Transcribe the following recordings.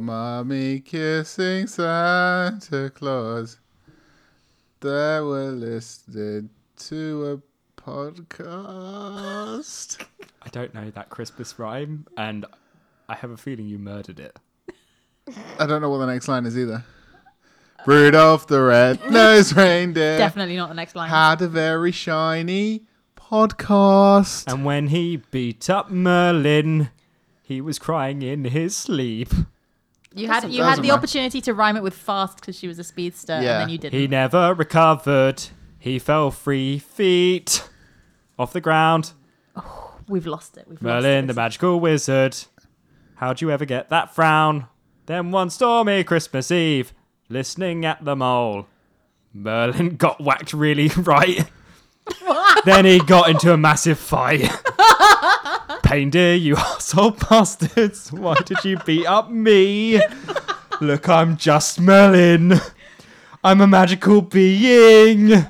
Mommy kissing Santa Claus. They were listening to a podcast. I don't know that Christmas rhyme, and I have a feeling you murdered it. I don't know what the next line is either. Rudolph the red-nosed reindeer Definitely not the next line. had a very shiny podcast. And when he beat up Merlin, he was crying in his sleep. you had that you had doesn't the matter. opportunity to rhyme it with fast because she was a speedster, Yeah. and then you didn't. He never recovered. He fell three feet off the ground. We've lost it. We've Merlin, lost it. the magical wizard. How'd you ever get that frown? Then one stormy Christmas Eve, listening at the mole, Merlin got whacked really right. then he got into a massive fight. Paindeer, you asshole bastards. Why did you beat up me? Look, I'm just Merlin. I'm a magical being.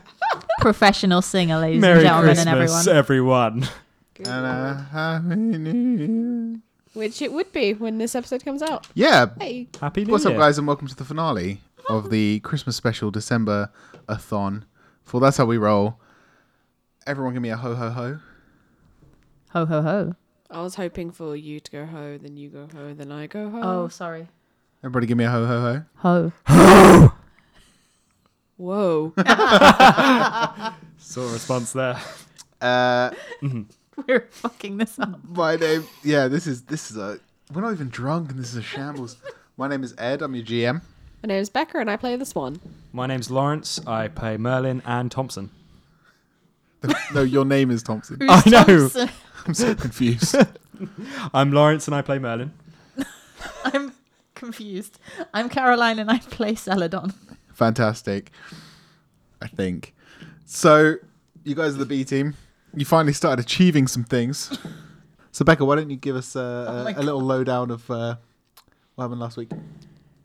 professional singer, ladies Merry and gentlemen, Christmas, and everyone. everyone. And uh, a happy new year. Which it would be when this episode comes out. Yeah. Hey. Happy New What's Year. up, guys, and welcome to the finale of the Christmas special December a thon. For that's how we roll. Everyone, give me a ho ho ho. Ho ho ho! I was hoping for you to go ho, then you go ho, then I go ho. Oh, sorry. Everybody, give me a ho ho ho. Ho. Whoa. Saw a response there. Uh, We're fucking this up. my name, yeah, this is this is a. We're not even drunk, and this is a shambles. my name is Ed. I'm your GM. My name's Becca and I play the swan. My name's Lawrence. I play Merlin and Thompson. No, your name is Thompson. I know. Thompson? I'm so confused. I'm Lawrence and I play Merlin. I'm confused. I'm Caroline, and I play Celadon. Fantastic. I think. So, you guys are the B team. You finally started achieving some things. So, Becca, why don't you give us uh, Oh my a, a little lowdown of uh, what happened last week?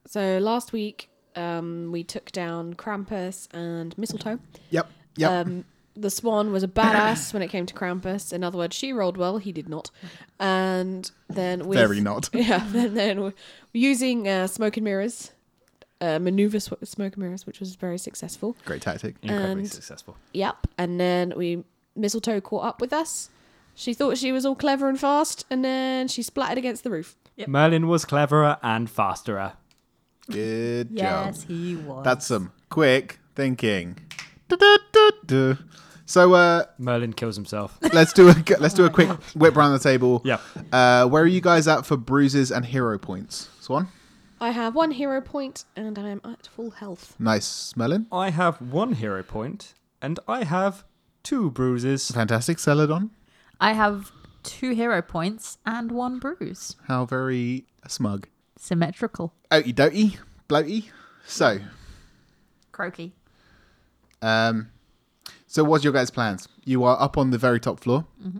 So last week, um, we took down Krampus and Mistletoe. Yep. Yep. Um, the swan was a badass when it came to Krampus. In other words, she rolled well, he did not. And then with Very not. Yeah, and then we're using uh, smoke and mirrors, uh, maneuver sw- smoke and mirrors, which was very successful. Great tactic. Incredibly And- successful. Yep. And then we mistletoe caught up with us. She thought she was all clever and fast, and then she splattered against the roof. Yep. Merlin was cleverer and fasterer. Good Yes, job. he was. That's some quick thinking. Du-du-du-du. So uh, Merlin kills himself. let's do a let's do a quick whip around the table. Yep. Uh, where are you guys at for bruises and hero points? Swan. I have one hero point, and I am at full health. Nice, Merlin. I have one hero point and I have two bruises. Fantastic, Celadon. I have two hero points and one bruise. How very smug. Symmetrical. Oaty doty, bloaty. So, Croaky. um, so what's your guys' plans? You are up on the very top floor. Mm-hmm.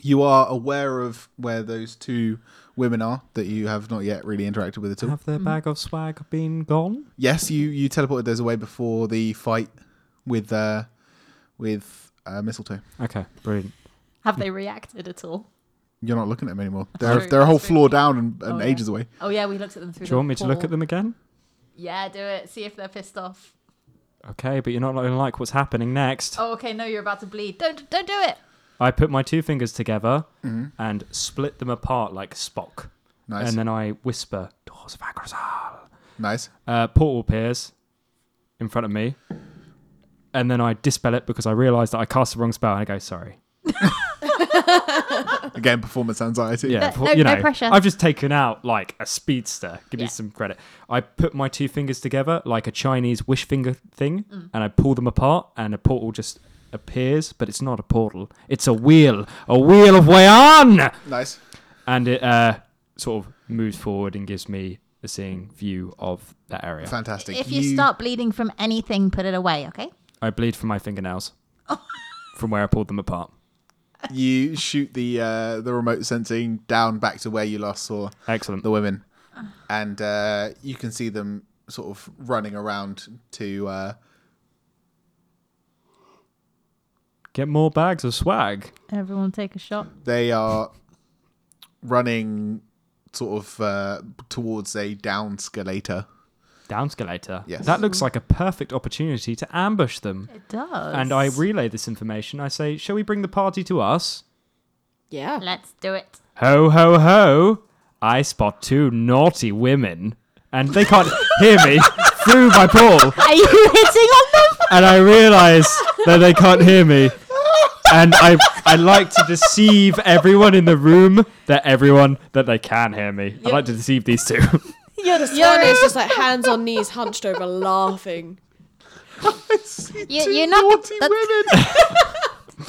You are aware of where those two women are that you have not yet really interacted with at Uh-huh. all. Have their bag of swag been gone? Yes, you you teleported those away before the fight with uh, with uh, mistletoe. Okay, brilliant. Have they reacted at all? You're not looking at them anymore. They're true, they're a whole that's true. floor down and, and Oh, yeah. ages away. Oh yeah, we looked at them through. Do you want me to look at them again? Yeah, do it. See if they're pissed off. Okay, but you're not going to like what's happening next. Oh, okay. No, you're about to bleed. Don't, don't do it. I put my two fingers together and split them apart like Spock. Nice, And then Mm-hmm. I whisper, Doors of Aggressal. nice. uh, portal appears in front of me, and then I dispel it because I realise that I cast the wrong spell. And I go, sorry. Again, performance anxiety. Yeah, No- no- you no know, pressure. I've just taken out like a speedster. Give Yeah. me some credit. I put my two fingers together like a Chinese wish finger thing, Mm. and I pull them apart, and a portal just appears. But it's not a portal; it's a wheel, a wheel of Wayan, nice. and it uh, sort of moves forward and gives me a seeing view of that area. Fantastic. If you, start bleeding from anything, put it away. Okay. I bleed from my fingernails Oh. from where I pulled them apart. you shoot the uh, the remote sensing down back to where you last saw Excellent. the women, and uh, you can see them sort of running around to. Uh, Get more bags of swag. Everyone, take a shot. they are running sort of uh, towards a down escalator. Down escalator. Yes. That looks like a perfect opportunity to ambush them. It does. And I relay this information. I say, shall we bring the party to us? Yeah. Let's do it. Ho, ho, ho! I spot two naughty women, and they can't hear me through my ball. Are you hitting on them? and I realise that they can't hear me. And I, I like to deceive everyone in the room that everyone that they can hear me. I like to deceive these two. You're the Yona is just like hands on knees, hunched over, laughing. You, Two you're not. naughty that's, women.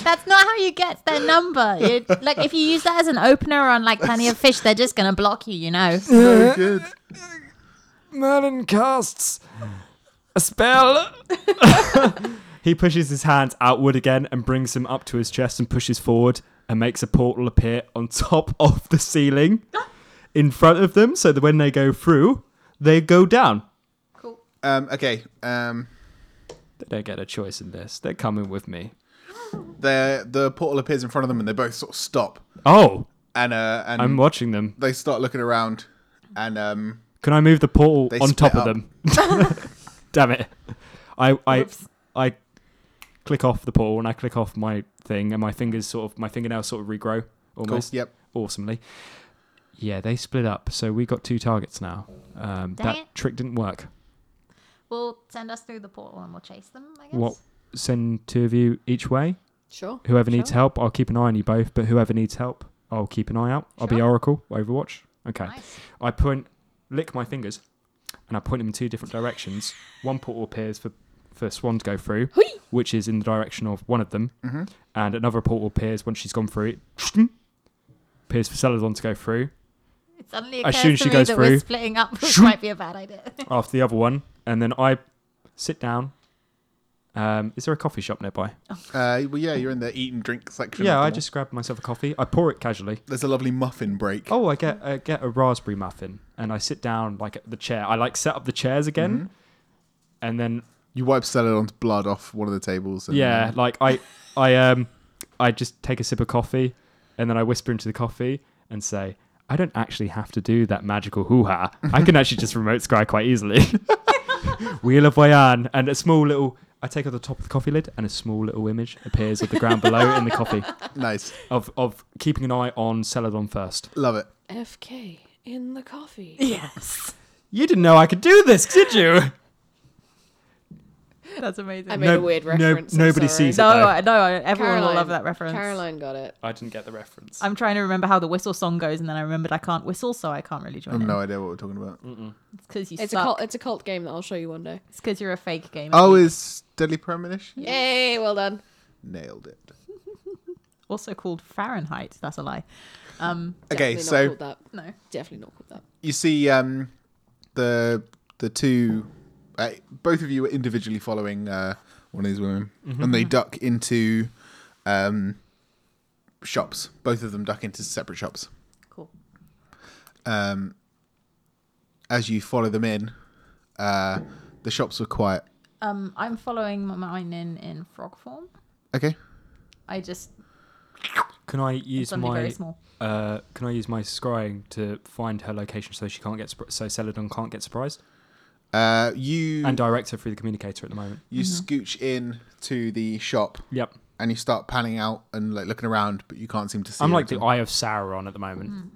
that's not how you get their number. You, like if you use that as an opener on like Plenty of Fish, they're just gonna block you. You know. Very good. Merlin casts a spell. he pushes his hands outward again and brings them up to his chest and pushes forward and makes a portal appear on top of the ceiling in front of them so that when they go through, they go down. Um, okay. Um, They don't get a choice in this. They're coming with me. the the portal appears in front of them, and they both sort of stop, Oh, and uh, and I'm watching them. they start looking around, and um, Can I move the portal They on split top of up. them? Damn it! I I Whoops. I click off the portal and I click off my thing, and my fingers sort of my fingernails sort of regrow cool. almost Yep. awesomely. Yeah, they split up, so we got two targets now. Um, Dang that it. trick didn't work. Well, send us through the portal and we'll chase them. I guess. What? Send two of you each way. Sure. Whoever needs Sure. help, I'll keep an eye on you both. But whoever needs help, I'll keep an eye out. I'll be Sure. Oracle, Overwatch. Okay. Nice. I point, lick my fingers, and I point them in two different directions. One portal appears for, for Swan to go through, Hui. which is in the direction of one of them, Mhm. and another portal appears once she's gone through it. Appears for Celadon to go through It suddenly I occurs assume to she me goes that through. we're splitting up, which might be a bad idea. after the other one, and then I sit down. Um, is there a coffee shop nearby? Uh, well, yeah, you're in the eat and drink section. of yeah, the I mall. just grab myself a coffee. I pour it casually. There's a lovely muffin break. Oh, I get I get a raspberry muffin, and I sit down like at the chair. I like set up the chairs again, and then You wipe Celadon's blood off one of the tables. And, yeah, like I I um I just take a sip of coffee, and then I whisper into the coffee and say, "I don't actually have to do that magical hoo ha. I can actually just remote scry quite easily." Wheel of Wayan, and a small little. I take off the top of the coffee lid, and a small little image appears of the ground below in the coffee Nice. of of keeping an eye on Celadon first. Love it. FK in the coffee. yes. You didn't know I could do this, did you? That's amazing. I made a weird reference, I'm nobody sorry. sees it. no, though. I- no, I- everyone will love that reference. Caroline got it. I didn't get the reference. I'm trying to remember how the whistle song goes, and then I remembered I can't whistle, so I can't really I join have in. no idea what we're talking about. It's because you It's a suck. cult. It's a cult game that I'll show you one day. It's because you're a fake gamer. Oh, is Deadly Premonition? Yay! Well done. Nailed it. also called Fahrenheit. That's a lie. Um, Okay, Definitely so not called that. no. Definitely not called that. you see um, the the two, uh, both of you are individually following uh, one of these women, Mm-hmm. and they duck into um, shops. Both of them duck into separate shops. Cool. um, as you follow them in, uh, the shops were quiet. Um, I'm following m- mine in in frog form. Okay. I just Can I use suddenly very my small. uh, Can I use my scrying to find her location so she can't get surpri- so Celadon can't get surprised Uh, you and direct her through the communicator at the moment? you scooch in to the shop Yep, and you start panning out and like looking around, but you can't seem to see. I'm like the anything. Eye of Sauron at the moment. Mm-hmm.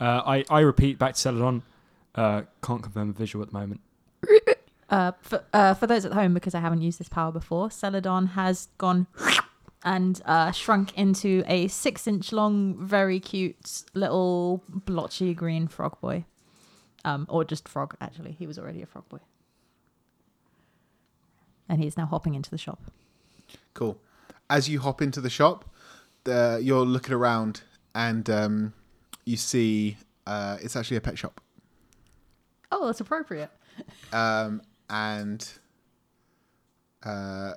Uh, I I repeat back to Celadon. Uh, can't confirm a visual at the moment. Uh, for, uh, for those at home, because I haven't used this power before, Celadon has gone and uh, shrunk into a six inch long, very cute little blotchy green frog boy. Um, or just frog, actually. He was already a frog boy. And he's now hopping into the shop. cool. As you hop into the shop, the, you're looking around and um, you see uh, it's actually a pet shop, Oh, that's appropriate. um, and uh,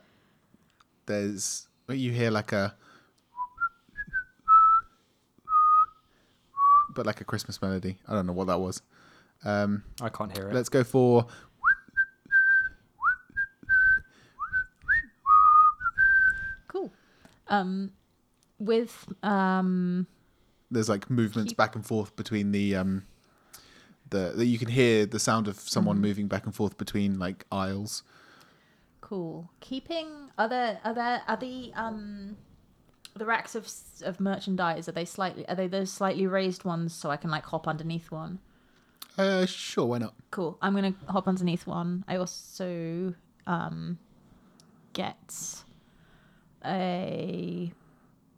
there's you hear like a but like a Christmas melody. I don't know what that was. Um, I can't hear it. Let's go for Cool. Um, with um, there's like movements back and forth between the um, the that you can hear the sound of Mm. someone moving back and forth between like aisles. Cool. Keeping are there are there are the um the racks of s- of merchandise are they slightly are they those slightly raised ones so I can like hop underneath one. Uh, sure, why not? Cool. I'm gonna hop underneath one. I also um get a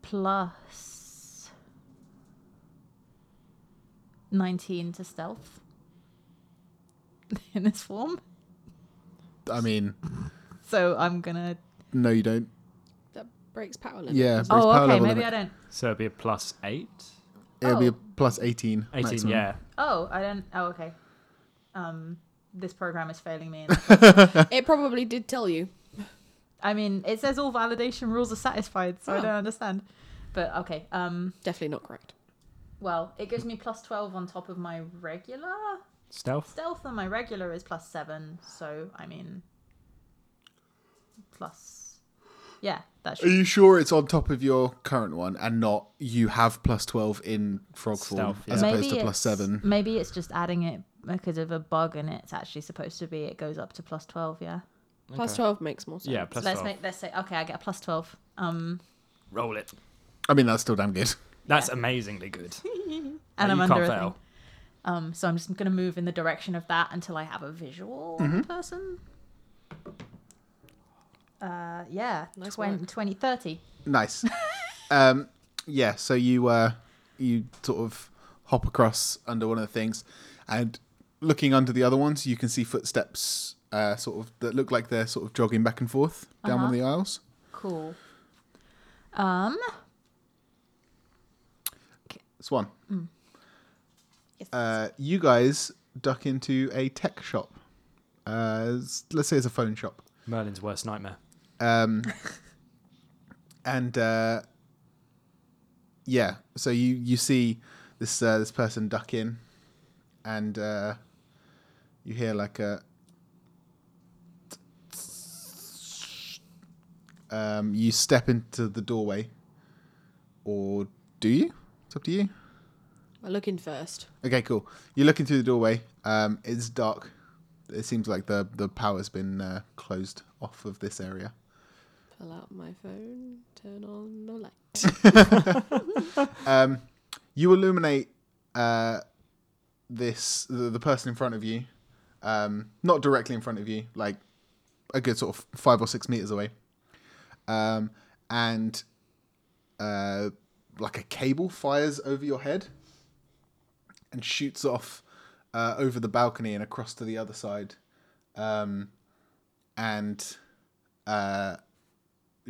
plus nineteen to stealth in this form. I mean, So I'm gonna. no, you don't. That breaks power limit. Yeah, doesn't but it's oh, power okay. level Maybe I limit. don't. So it'd be a plus eight. It'll be a Oh. plus eighteen. 18, maximum. yeah. Oh, I don't. Oh, okay. Um, this program is failing me. and- it? it probably did tell you. I mean, it says all validation rules are satisfied, so I Oh. don't understand. But okay. Um, Definitely not correct. well, it gives me plus twelve on top of my regular Stealth? stealth, and my regular is plus seven. So I mean, plus. Yeah, that Are should. you sure it's on top of your current one and not you have plus twelve in frog form Stealth, yeah. as opposed to it's- plus seven? Maybe it's just adding it because of a bug, and it's actually supposed to be it goes up to plus twelve. Yeah. Plus Okay. 12 makes more sense. Yeah, plus let's 12. make let's say okay. I get a plus twelve. Um, Roll it. I mean, that's still damn good. That's amazingly good. and Like, I'm you under can't a fail. thing. Um, so I'm just going to move in the direction of that until I have a visual Mm-hmm. person. Uh, yeah, Nice 20, work. 20, 30. Nice. um, yeah. So you uh, you sort of hop across under one of the things, and looking under the other ones, you can see footsteps uh, sort of that look like they're sort of jogging back and forth down one of the aisles. Cool. Um, Swan. Yes. Uh, you guys duck into a tech shop. Uh, s- let's say it's a phone shop. Merlin's worst nightmare. Um, and uh, yeah, so you you see this uh, this person duck in, and uh, you hear like a. Um, you step into the doorway, or do you? It's up to you. I look in first. Okay, cool. You're looking through the doorway. Um, it's dark. It seems like the the power's been uh, closed off of this area. Pull out my phone, turn on the light. um, you illuminate uh, this the, the person in front of you, um, not directly in front of you, like a good sort of five or six meters away, um, and uh, like a cable fires over your head and shoots off uh, over the balcony and across to the other side, um, and. Uh,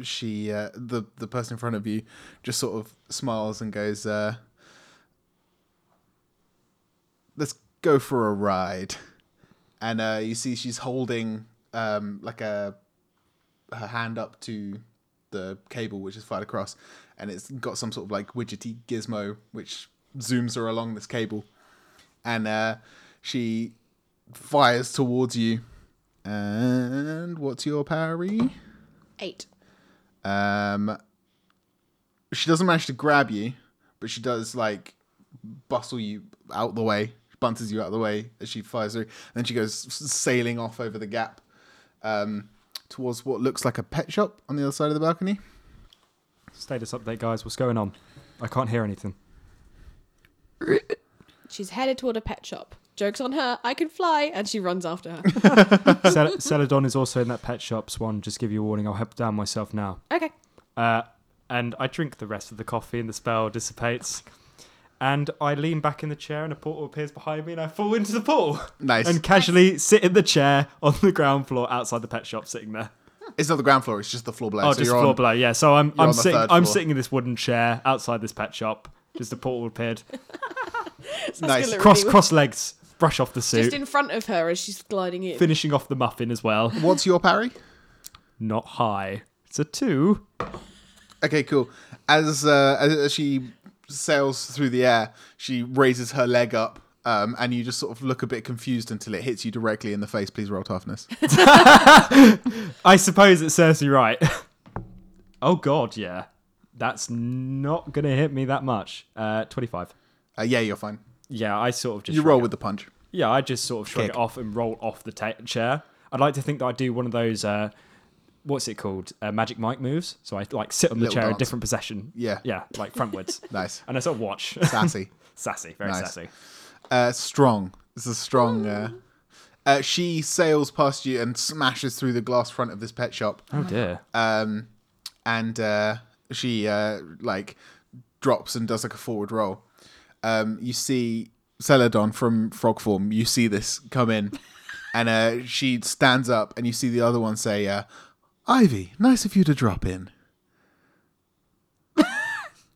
she uh, the the person in front of you just sort of smiles and goes uh let's go for a ride and uh you see she's holding um like a her hand up to the cable which is fired across and it's got some sort of like widgety gizmo which zooms her along this cable and uh she fires towards you and what's your parry Eight. um, she doesn't manage to grab you, but she does like bustle you out the way, bunces you out the way as she fires through. And then she goes s- sailing off over the gap um, towards what looks like a pet shop on the other side of the balcony. Status update, guys. What's going on? I can't hear anything. She's headed toward a pet shop. Joke's on her. I can fly. And she runs after her. Cel- Celadon is also in that pet shop, Swan. Just give you a warning. I'll help down myself now. okay. Uh, and I drink the rest of the coffee, and the spell dissipates. Oh and I lean back in the chair, and a portal appears behind me, and I fall into the pool. Nice. And casually sit in the chair on the ground floor outside the pet shop, sitting there. It's not the ground floor; it's just the floor below. Oh, so just you're floor on- below. Yeah, so I'm I'm on the sitting third I'm floor. sitting in this wooden chair outside this pet shop. Just a portal appeared. Nice. Literally cross was- cross legs, brush off the Just suit, in front of her as she's gliding in. finishing off the muffin as well. What's your parry? Not high. It's a two. Okay, cool. As uh, as- as she sails through the air, she raises her leg up, um, and you just sort of look a bit confused until it hits you directly in the face. Please roll toughness. I suppose it serves me right. oh god, yeah. That's not gonna hit me that much. Uh, twenty-five. Uh, yeah, you're fine. Yeah, I sort of just You shrug roll it. with the punch. Yeah, I just sort of shrug Kick. it off and roll off the ta chair. I'd like to think that I do one of those, uh, what's it called, uh, magic mic moves. So I like sit on the Little chair in dance. different possession. Yeah. yeah, like frontwards, Nice. and I sort of watch. Sassy. sassy, very Nice. sassy. Uh, strong. It's a strong. Uh, uh, she sails past you and smashes through the glass front of this pet shop, Oh dear. um, and uh, she uh, like drops and does like a forward roll. Um, you see Celadon from Frog Form. You see this come in, and uh, she stands up, and you see the other one say, uh, "Ivy, nice of you to drop in."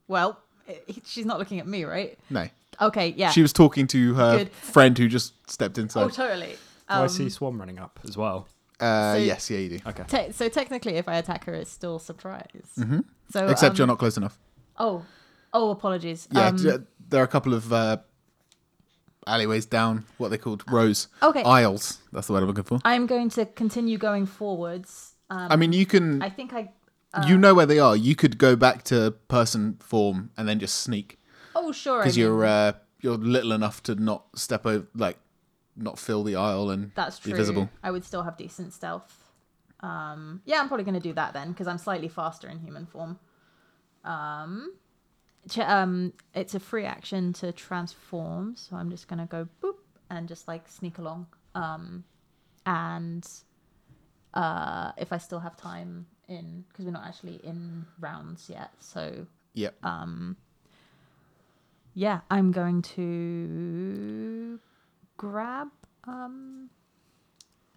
Well, it- she's not looking at me, right? No, Okay, yeah. she was talking to her Good. friend who just stepped inside. oh, totally. Do Um, I see Swan running up as well. uh, so- yes, yeah, you do. Okay. te- so technically, if I attack her, it's still surprise. So Mm-hmm. Except um, you're not close enough. Oh, oh, apologies. Yeah, um, d- there are a couple of uh, alleyways down, what they called rows. Okay. Aisles. That's the word I'm looking for. I'm going to continue going forwards. Um, I mean, you can, I uh, think I. you know where they are. You could go back to person form and then just sneak Oh, sure. I because mean, you're uh, you're little enough to not step over, like, not fill the aisle and that's be true. visible. I would still have decent stealth. Um, yeah, I'm probably going to do that then because I'm slightly faster in human form. Um, ch- um, it's a free action to transform, so I'm just going to go boop and just like sneak along. Um, and uh, if I still have time in, because we're not actually in rounds yet, so Yep. Uh, yeah, I'm going to grab um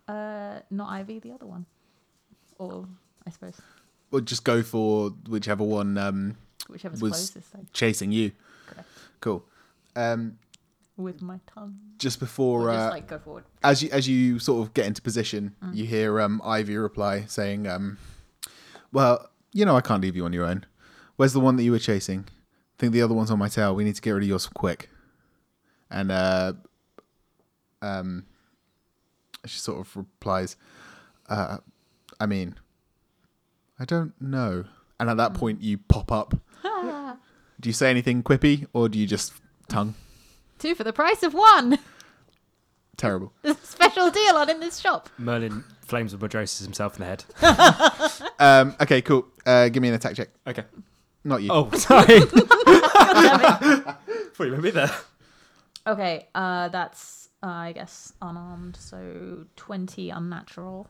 uh not Ivy, the other one. Or I suppose Or just go for whichever one um, whichever's Was- closest like chasing you. Correct. Cool. Um, with my tongue. just before. Or uh, just like go forward. as you as you sort of get into position, you hear um, Ivy reply saying, um, "Well, you know, I can't leave you on your own. Where's the one that you were chasing? I think the other one's on my tail. We need to get rid of yours quick." And uh, um, she sort of replies, uh, "I mean, I don't know." And at that point, you pop up. do you say anything quippy, or do you just tongue? Two for the price of one. Terrible. There's a special deal on in this shop. Merlin flames with Madrosis himself in the head. Um, okay, cool. Uh, give me an attack check. Okay. Not you. Oh, sorry. Thought you meant me there. Okay, uh that's uh, I guess unarmed, so twenty unnatural.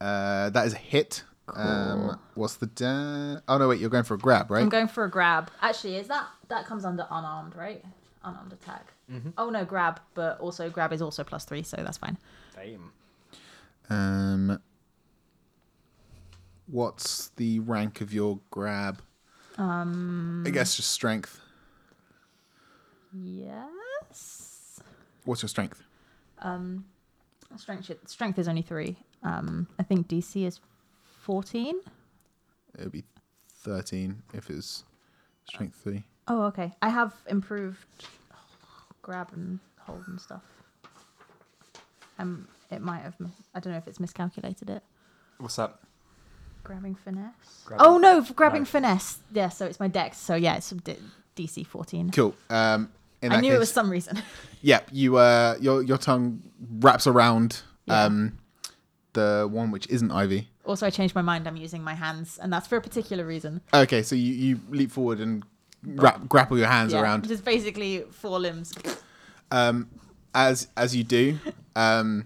Uh, that is a hit. Um, what's the da- Oh no, wait, you're going for a grab, right? I'm going for a grab. Actually, is that that comes under unarmed, right? Unarmed attack. Oh no, grab, but also grab is also plus three, so that's fine. Fame. um, what's the rank of your grab? Um, I guess just strength. Yes. Um, What's your strength? Strength should- strength is only three. Um, I think DC is fourteen. It would be thirteen if it's strength three. Oh, okay. I have improved grab and hold and stuff. Um, it might have. Mis- I don't know if it's miscalculated it. What's that? Grabbing finesse. Grabbing- oh no, grabbing no. finesse. Yeah, so it's my dex. So yeah, it's d- DC fourteen. Cool. Um, in I that knew case, it was some reason. Yep, you uh, your your tongue wraps around um, the one which isn't Ivy. Also, I changed my mind. I'm using my hands, and that's for a particular reason. Okay, so you, you leap forward and wrap, grapple your hands around. Just basically four limbs. um, as as you do, um,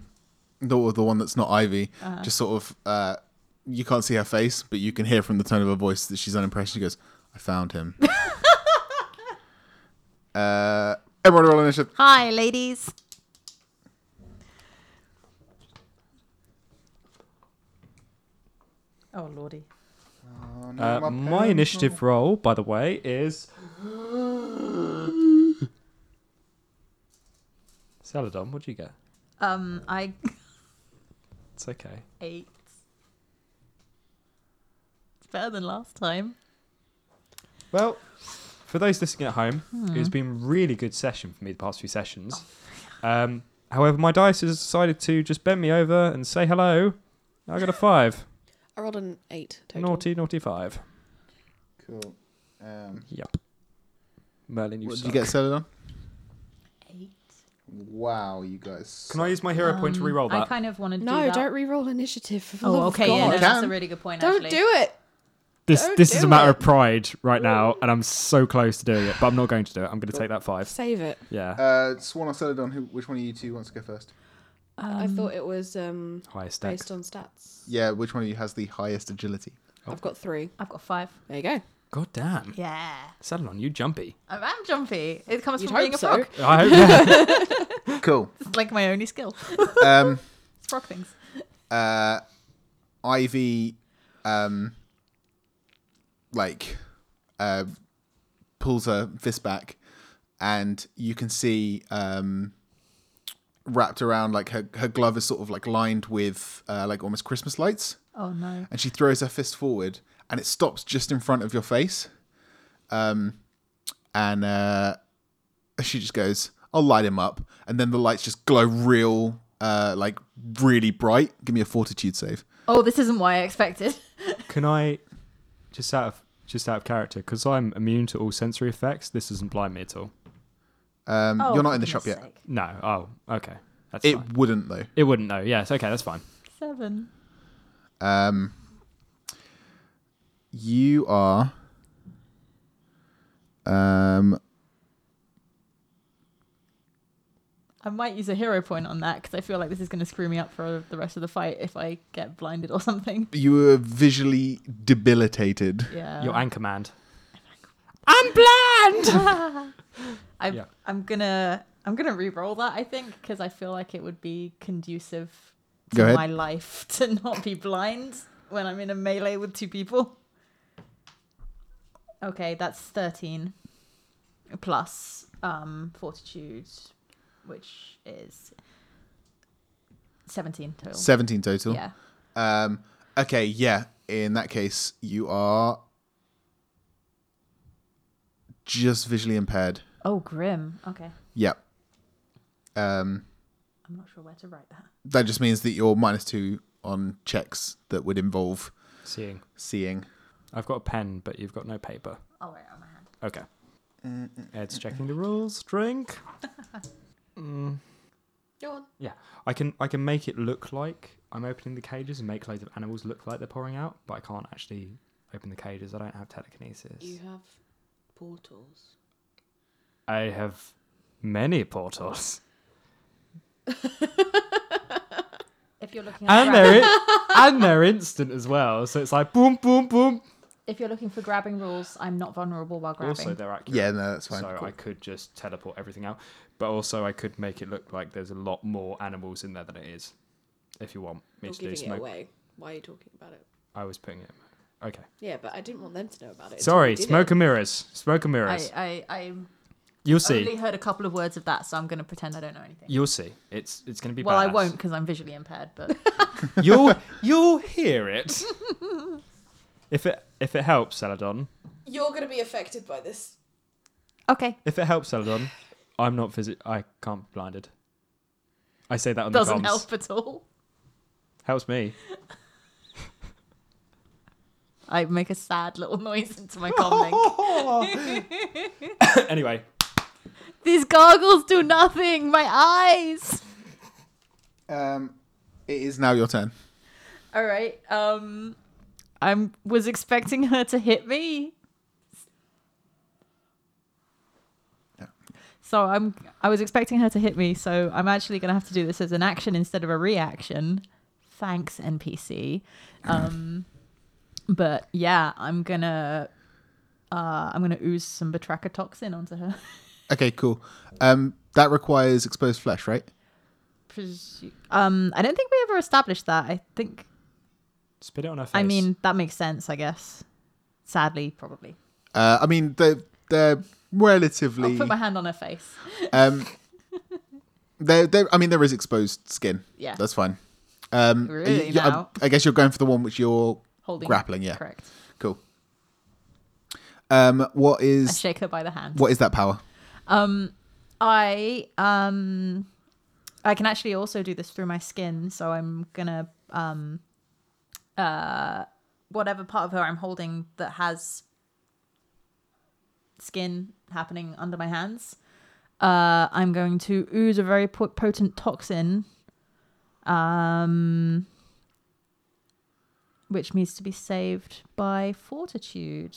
the the one that's not Ivy, just sort of uh, you can't see her face, but you can hear from the tone of her voice that she's unimpressed. She goes, "I found him." uh, everyone roll initiative. Hi, ladies. Oh, lordy. Uh, my initiative roll, by the way, is. Celadon, what'd you get? Um, I It's okay. ate. It's better than last time. Well, Hmm. for those listening at home, it's been a really good session for me the past few sessions. Um, however, my dice has decided to just bend me over and say hello. I got a five. I rolled an eight total. Naughty, naughty five. Cool. Um, Yep. Merlin, you what did suck. you get settled on? Eight. Wow, you guys. Can I use my hero Um, point to reroll I that? kind of want to No, do that. don't re-roll initiative. for the Oh, love of okay. Yeah, God. no, You that's a can. really good point. Don't actually. do it. This Don't this is do a matter of it. pride right now, and I'm so close to doing it, but I'm not going to do it. I'm going to take that five. Save it. Yeah, Uh, Swan or Celadon, who, which one of you two wants to go first? I thought it was um, highest dex. based on stats. Yeah, which one of you has the highest agility? Oh. I've got three. I've got five. There you go. God damn, Yeah, Saddle on you jumpy. I am jumpy. It comes You'd from being hope a so. frog. I hope. Yeah. Cool. It's like my only skill. Um, It's frog things. uh, Ivy, um, like, uh, pulls her fist back, and you can see um, wrapped around like her her glove is sort of like lined with uh, like almost Christmas lights. Oh no. and she throws her fist forward and it stops just in front of your face um and uh she just goes i'll light him up and then the lights just glow real uh like really bright give me a fortitude save Oh, this isn't what I expected. Can I just out of just out of character because I'm immune to all sensory effects. This doesn't blind me at all. um Oh, you're for not in the shop goodness yet sake. No. Oh, okay. That's it fine. wouldn't though It wouldn't though. Yes. Okay, that's fine. Seven. um you are um I might use a hero point on that because I feel like this is going to screw me up for the rest of the fight if I get blinded or something. you were visually debilitated Yeah. Uh. Your anchor man. I'm blind. I, Yeah. I'm gonna I'm gonna re-roll that I think because I feel like it would be conducive to Go ahead. my life to not be blind when I'm in a melee with two people. Okay, that's thirteen plus um, fortitude, which is seventeen total. 17 total yeah. Um, okay, yeah. In that case, you are just visually impaired. Oh, grim. Okay, Yep. Um, I'm not sure where to write that. that just means that you're minus two on checks that would involve Seeing. seeing. I've got a pen, but you've got no paper. I'll write it on my hand. Okay. Uh, Ed's checking the rules. Drink. Mm. Go on. Yeah, I can I can make it look like I'm opening the cages and make loads of animals look like they're pouring out, but I can't actually open the cages. I don't have telekinesis. You have portals. I have many portals, If you're looking, at and they're i- and they're instant as well. So it's like boom, boom, boom. If you're looking for grabbing rules, I'm not vulnerable while grabbing. Also, they're accurate. Yeah, no, that's fine. so Cool. I could just teleport everything out, but also I could make it look like there's a lot more animals in there than it is. If you want me You're to do giving it smoke, away. Why are you talking about it? I was putting it. Okay. Yeah, but I didn't want them to know about it. until Sorry, you did smoke it. and mirrors. Smoke and mirrors. I, I, I You'll see. only heard a couple of words of that, so I'm going to pretend I don't know anything. You'll see. It's it's going to be. well, I badass. won't because I'm visually impaired, but You'll you'll hear it. if it if it helps, Celadon. You're going to be affected by this. okay. If it helps, Celadon. I'm not visit. I can't be blinded. I say that on the Doesn't comms. help at all. Helps me. I make a sad little noise into my comlink. anyway, These goggles do nothing. My eyes. Um, it is now your turn. All right. Um, I was expecting her to hit me. Yeah. So I'm. I was expecting her to hit me. So I'm actually going to have to do this as an action instead of a reaction. Thanks, NPC. Um, but yeah, I'm gonna. Uh, I'm gonna ooze some batracha toxin onto her. Okay, cool. Um, that requires exposed flesh, right? Presu- Um, I don't think we ever established that. I think. spit it on her face. I mean, that makes sense. I guess. Sadly, probably. Uh, I mean, they're, they're I'll relatively. put my hand on her face. Um, there, there. I mean, there is exposed skin. Yeah. that's fine. Um, Really you- you- I- now? I, guess you're going for the one which you're Holding grappling. Yeah, Correct. cool. Um, what I is shake her by the hand. what is that power? Um, I um, I can actually also do this through my skin, so I'm gonna um, uh, whatever part of her I'm holding that has skin happening under my hands, Uh, I'm going to ooze a very po- potent toxin, um, which needs to be saved by fortitude.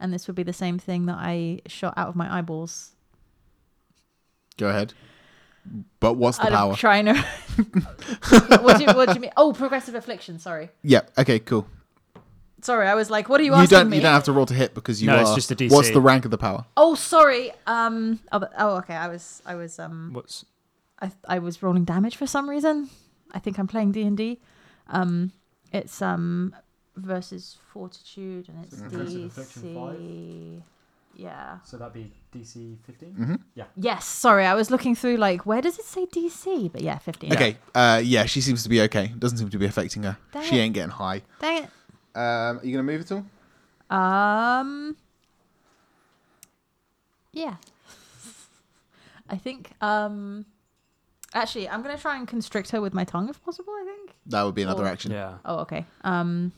And this would be the same thing that I shot out of my eyeballs. Go ahead. But what's the I'm power? trying to. what, do you, what do you mean? Oh, progressive affliction. Sorry, yeah. Okay. Cool. sorry. I was like, what are you, You asking don't. me? You don't have to roll to hit because you No, are. it's just a DC. What's the rank of the power? Oh, sorry. Um. Oh, but- oh, okay. I was. I was. Um. What's I. I was rolling damage for some reason. I think I'm playing D and D. Um. It's um versus fortitude and it's Progressive affliction DC. Yeah. So that'd be DC 15? Yes. Sorry. I was looking through like where does it say DC? But yeah, fifteen. Okay. Uh, yeah. She seems to be okay. Doesn't seem to be affecting her. Dang she it. ain't getting high. Dang it. Um, are you gonna move at all? Um. Yeah. I think. Um. Actually, I'm gonna try and constrict her with my tongue if possible. I think. That would be another Or- action. yeah? Oh, okay. Um.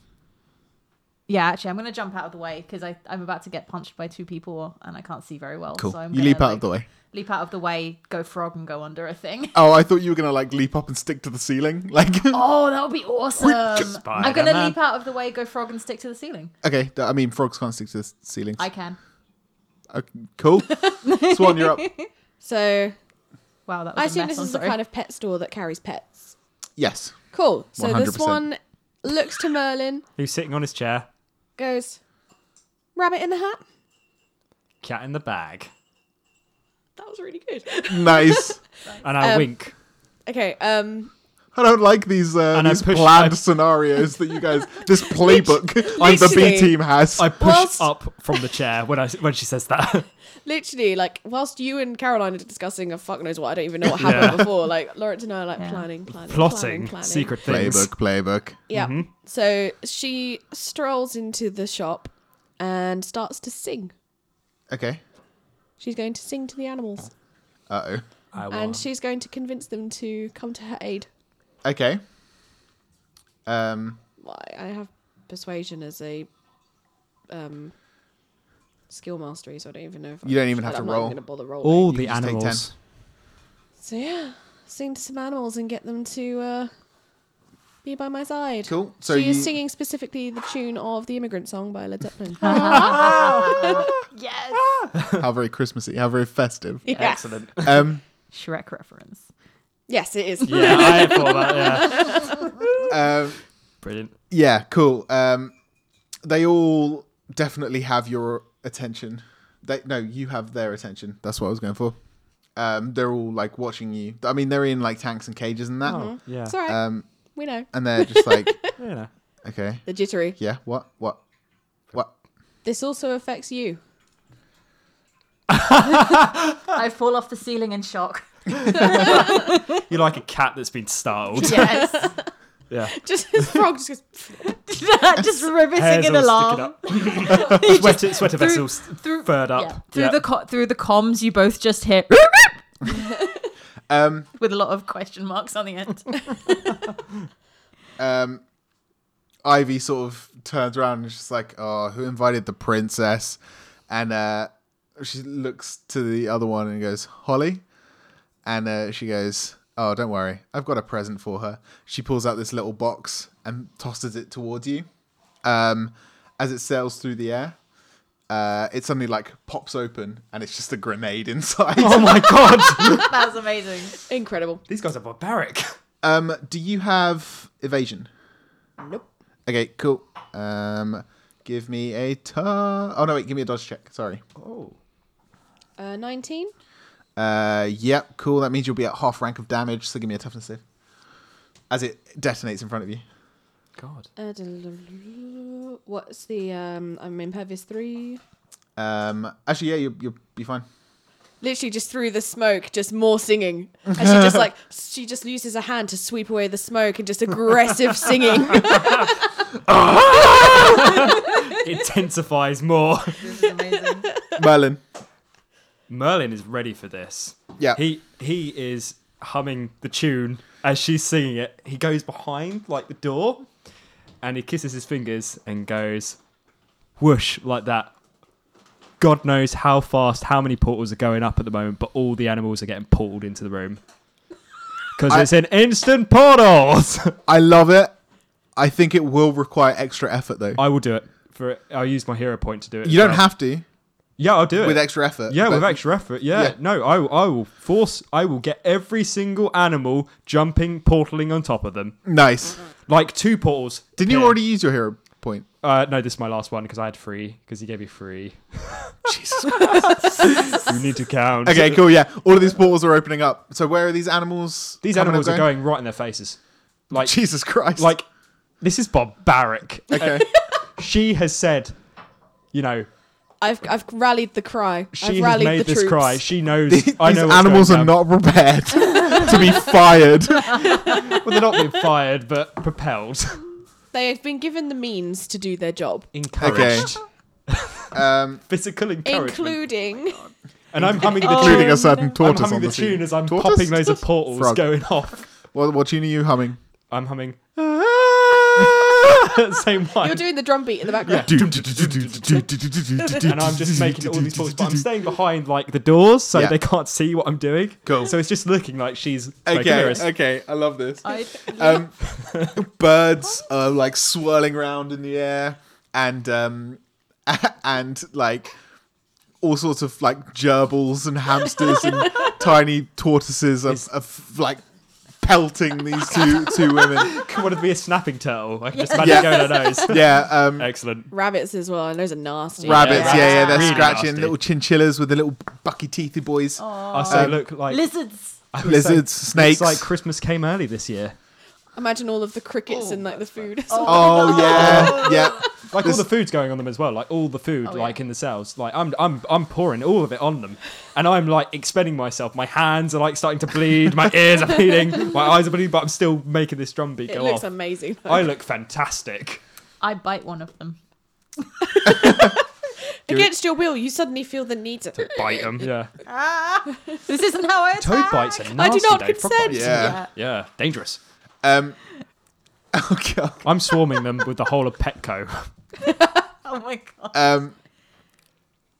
Yeah, actually, I'm gonna jump out of the way because I'm about to get punched by two people and I can't see very well. Cool. So I'm you leap out of the way. Leap out of the way, go frog, and go under a thing. Oh, I thought you were gonna like leap up and stick to the ceiling. Like, Oh, that would be awesome! I'm gonna Spider-Man. leap out of the way, go frog, and stick to the ceiling. okay. th- I mean, frogs can't stick to the ceilings. I can. Okay, cool. Swan, you're up. So Wow, that was I a assume mess, this I'm is the sorry. kind of pet store that carries pets. Yes. Cool. So this 100%. one looks to Merlin, Who's sitting on his chair? goes, Rabbit in the hat? Cat in the bag. That was really good. Nice. And I Um, wink. okay, um, I don't like these uh, And I these push- planned I- scenarios that you guys. This playbook like the B literally. team has. I push whilst- up from the chair when I when she says that. literally, like, whilst you and Caroline are discussing a fuck knows what, I don't even know what happened before, like, Lawrence and I are like Yeah. planning, planning, Plotting planning, planning. secret things. playbook, playbook. Yeah. Mm-hmm. So she strolls into the shop and starts to sing. Okay. She's going to sing to the animals. Oh, Uh I And want. she's going to convince them to come to her aid. oh. Okay. Um. Well, I- I have persuasion as a um, skill mastery, so I don't even know if You don't I, even have I'm to not even roll. gonna bother rolling. all You the can just take animals. So yeah, sing to some animals and get them to uh, be by my side. Cool. So she you, is singing specifically the tune of the Immigrant Song by Led Zeppelin. yes, Ah! how very Christmassy, how very festive. Yeah. Excellent. Um. Shrek reference. Yes, it is. yeah, I had thought that. Yeah, um, brilliant. Yeah, cool. Um, they all definitely have your attention. They no, you have their attention. That's what I was going for. Um, they're all like watching you. I mean, they're in like tanks and cages and that, Oh, yeah. It's all right. um, we know. and they're just like, You know. okay, The jittery. yeah, what, what, what? This also affects you. I fall off the ceiling in shock. You're like a cat that's been startled. Yes, Yeah. Just his frog just goes. just Hairs riveting in all alarm. sticking up. sweater, sweater through- vessels through- furred up. Yeah. Through Yeah. the co- through the comms, you both just hear Um, with a lot of question marks on the end. um, Ivy sort of turns around and is just like, oh, who invited the princess? And uh, she looks to the other one and goes, Holly? And uh, she goes, oh, don't worry. I've got a present for her. She pulls out this little box and tosses it towards you. Um, as it sails through the air, uh, it suddenly like pops open and it's just a grenade inside. Oh my god! that was amazing. Incredible. These guys are barbaric. Um, do you have evasion? Nope. Okay, cool. Um, give me a tar. Oh no, wait, give me a dodge check. Sorry. Oh. Uh, 19. Uh, yep, cool. That means you'll be at half rank of damage. So give me a toughness save. As it detonates in front of you. God. Uh, da-da-da-da-da. What's the. Um, I'm impervious 3. Um, actually, yeah, you you'll be fine. Literally just through the smoke, just more singing. And she just like. She just uses a hand to sweep away the smoke and just aggressive singing. Intensifies more. This is amazing. Merlin. Merlin is ready for this. Yeah. He he is humming the tune as she's singing it. He goes behind like the door and he kisses his fingers and goes whoosh like that. God knows how fast, how many portals are going up at the moment, but all the animals are getting portaled into the room. Because I- it's an instant portals. I love it. I think it will require extra effort though. I will do it. For I'll use my hero point to do it. you as don't well. have to Yeah, I'll do it. with extra effort. yeah, but with extra effort. Yeah. Yeah. No, I, will- I will force. I will get every single animal jumping, portaling on top of them. Nice. Mm-hmm. Like two portals. Didn't you appear. already use your hero point? Uh, no, this is my last one because I had three because he gave me three. Jesus. you need to count. okay, cool. Yeah, all of these portals are opening up. So where are these animals? These coming animals and are going right in their faces. Like, Jesus Christ. like this is barbaric. okay. She has said, you know, I've I've rallied the cry. she I've has rallied made the this troops. cry. She knows. these I know. what's animals going are down. not prepared to be fired. Well, they're not being fired, but propelled, They have been given the means to do their job, encouraged, Um, physical encouragement. Oh including and I'm humming the including tune. a certain I'm tortoise humming on the the, tune as I'm Tortoise? popping loads of portals Frog. going off. What, what tune are you humming? I'm humming. Same one. you're doing the drum beat in the background. and and I'm just making all these balls, but I'm staying behind like the doors so Yeah. they can't see what I'm doing. Cool. So it's just looking like she's like, Okay, uh, Lyris. okay, I love this. I, Um, birds are like swirling around in the air, and um, and like all sorts of like gerbils and hamsters and tiny tortoises are, are f- like pelting these two two women. wanted to be a snapping turtle. I can just Yeah. imagine Yeah. going her nose. Yeah, Uh, um, Excellent. Rabbits as well, and those are nasty. rabbits. Yeah, rabbits yeah, are they're really scratching nasty. little chinchillas with the little bucky teethy boys, I say Um, look like lizards. I would say lizards, snakes. It's like Christmas came early this year. Imagine all of the crickets and like the food. oh yeah, yeah. Like This- all the food's going on them as well. Like all the food, Oh, yeah. like in the cells. Like I'm, I'm, I'm pouring all of it on them, and I'm like expending myself. My hands are like starting to bleed. My ears are bleeding. My eyes are bleeding. But I'm still making this drum beat It go looks off. amazing. I look fantastic. I bite one of them. Against your will, you suddenly feel the need to. Bite them. Um, Yeah. Ah. This isn't how I Toad attack. bites are nasty. I do not though, frog consent. bites. Yeah. Yeah, dangerous. Um, oh god. I'm swarming them with the whole of Petco. Oh my god. Um,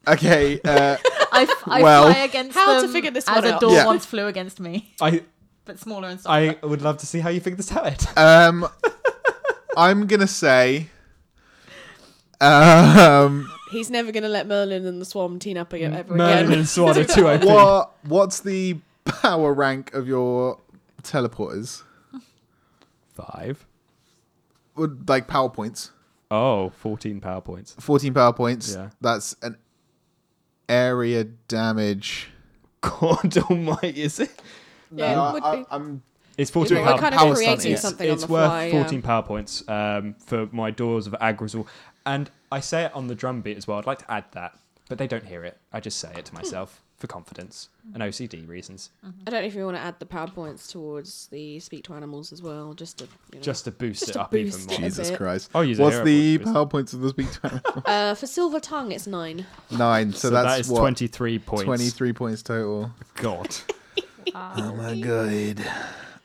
okay. Uh, I, f- I Well- fly against How to them figure this as one a out. door Yeah. once flew against me, I but smaller and softer. I would love to see how you figure this out. um, I'm gonna say. Um, He's never going to let Merlin and the Swarm team up again ever again. Merlin and Swan are too open. what what's the power rank of your teleporters? Five. Would like power points? Oh, 14 PowerPoints. Fourteen power points. Yeah. That's an area damage. God almighty, is it? Yeah, Uh, it would be. am It's We're 14 Well, power it kind power of creating stunning. something it's on the worth fly. 14 PowerPoints um, for my Doors of Agrizzle. And I say it on the drum beat as well. I'd like to add that, but they don't hear it. I just say it to myself for confidence and OCD reasons, Yeah. I don't know if you want to add the powerpoints towards the speak to animals as well, just to you know. just to boost Just it to up boost even it. more. Jesus bit. Christ. I'll use a What's hero the point for power points of the speech channel? uh, for Silver Tongue, it's nine. Nine. So, So, that's that is what 23 points. twenty-three points total. God. Oh my god.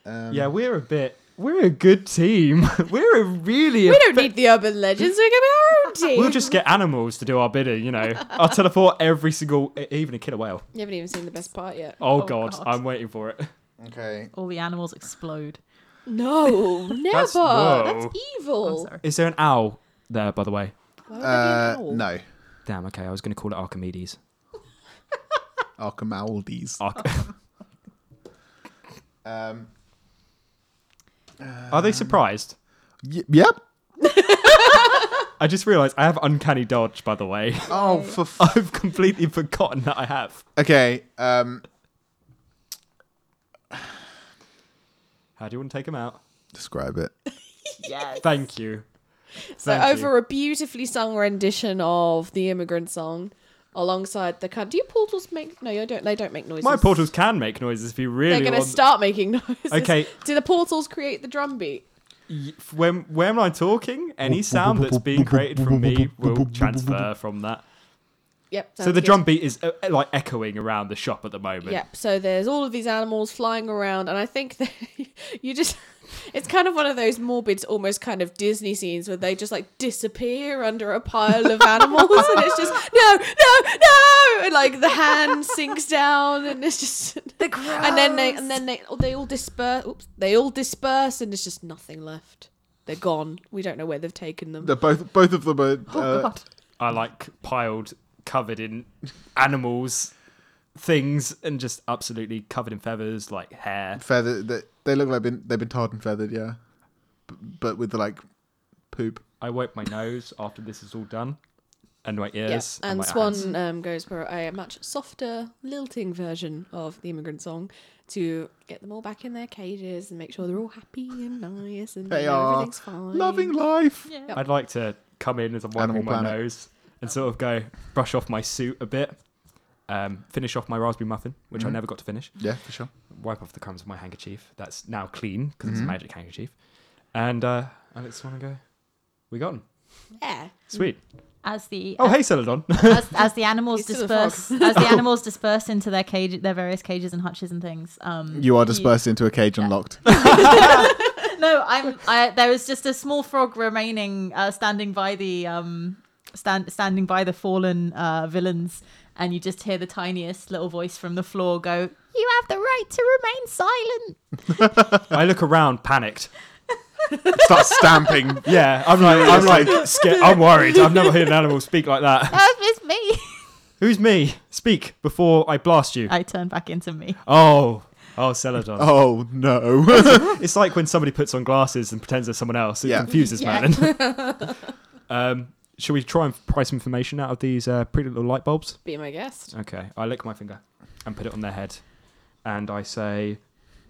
Um, Yeah, we're a bit. We're a good team. We're a really. We don't need the urban legends. We can be our own team. We'll just get animals to do our bidding. You know, I'll teleport every single, e- even a killer whale. You haven't even seen the best part yet. Oh, Oh, god, God. I'm waiting for it. Okay. All the animals explode. No, never. That's, whoa. I'm evil. sorry. Is there an owl there, by the way? Why would there Uh, be an owl? no. Damn. Okay, I was going to call it Archimedes. Archimaldes. Arch- Um, Are they surprised? y- yep. I just realised I have uncanny dodge. By the way, Oh, for f- I've completely forgotten that I have. okay. Um, How do you want to take them out? describe it. Yes. Thank you. So Thank you. over a beautifully sung rendition of the immigrant song, alongside the kind, do your portals make? No, you don't. They don't make noises. My portals can make noises if you really They're going to want. start making noises. Okay. Do the portals create the drum beat? Y- when when am I talking? Any sound that's being created from me will transfer from that. Yep. So sounds the good. drum beat is uh, like echoing around the shop at the moment. Yep. So there's all of these animals flying around, and I think that you just It's kind of one of those morbid, almost kind of Disney scenes where they just like disappear under a pile of animals, and it's just no, no, no, and like the hand sinks down, and it's just The crows. and then they and then they oh, they all disperse. Oops, they all disperse, and there's just nothing left. They're gone. We don't know where they've taken them. They're both both of them are Oh uh, god. I like piled, covered in animals, things, and just absolutely covered in feathers, like hair. feathered. They, they look like been, they've been tarred and feathered, yeah, B- but with the like poop. I wipe my nose after this is all done, and my Yeah, ears. and my hands. Swan um, goes for a much softer, lilting version of the immigrant song to get them all back in their cages and make sure they're all happy and nice and They you know, are everything's fine. Loving life. Yeah. I'd like to come in as I'm wiping Animal my Planet. nose and sort of go brush off my suit a bit, um, finish off my raspberry muffin, which I Mhm. never got to finish, Yeah, for sure. wipe off the crumbs with my handkerchief that's now clean because it's Mhm. a magic handkerchief, and uh, I just want to go. We got 'em. Mm, Yeah. Sweet. As the Oh, hey, Celadon. as, as the animals He's still a frog. disperse as the animals disperse into their cage their various cages and hutches and things. Um You are dispersed into a cage and locked. No, I'm. I, there was just a small frog remaining, uh, standing by the um, stand standing by the fallen uh, villains, and you just hear the tiniest little voice from the floor go, "You have the right to remain silent." I look around, panicked. Start stamping. Yeah, I'm like, I'm like scared. I'm worried. I've never heard an animal speak like that. That was me. Who's me? Speak before I blast you. I turn back into me. Oh, oh, Celadon. Oh no. It's like when somebody puts on glasses and pretends they're someone else. It Yeah. confuses Yeah. man. um, should we try and price information out of these uh, pretty little light bulbs? Be my guest. Okay, I lick my finger and put it on their head, and I say,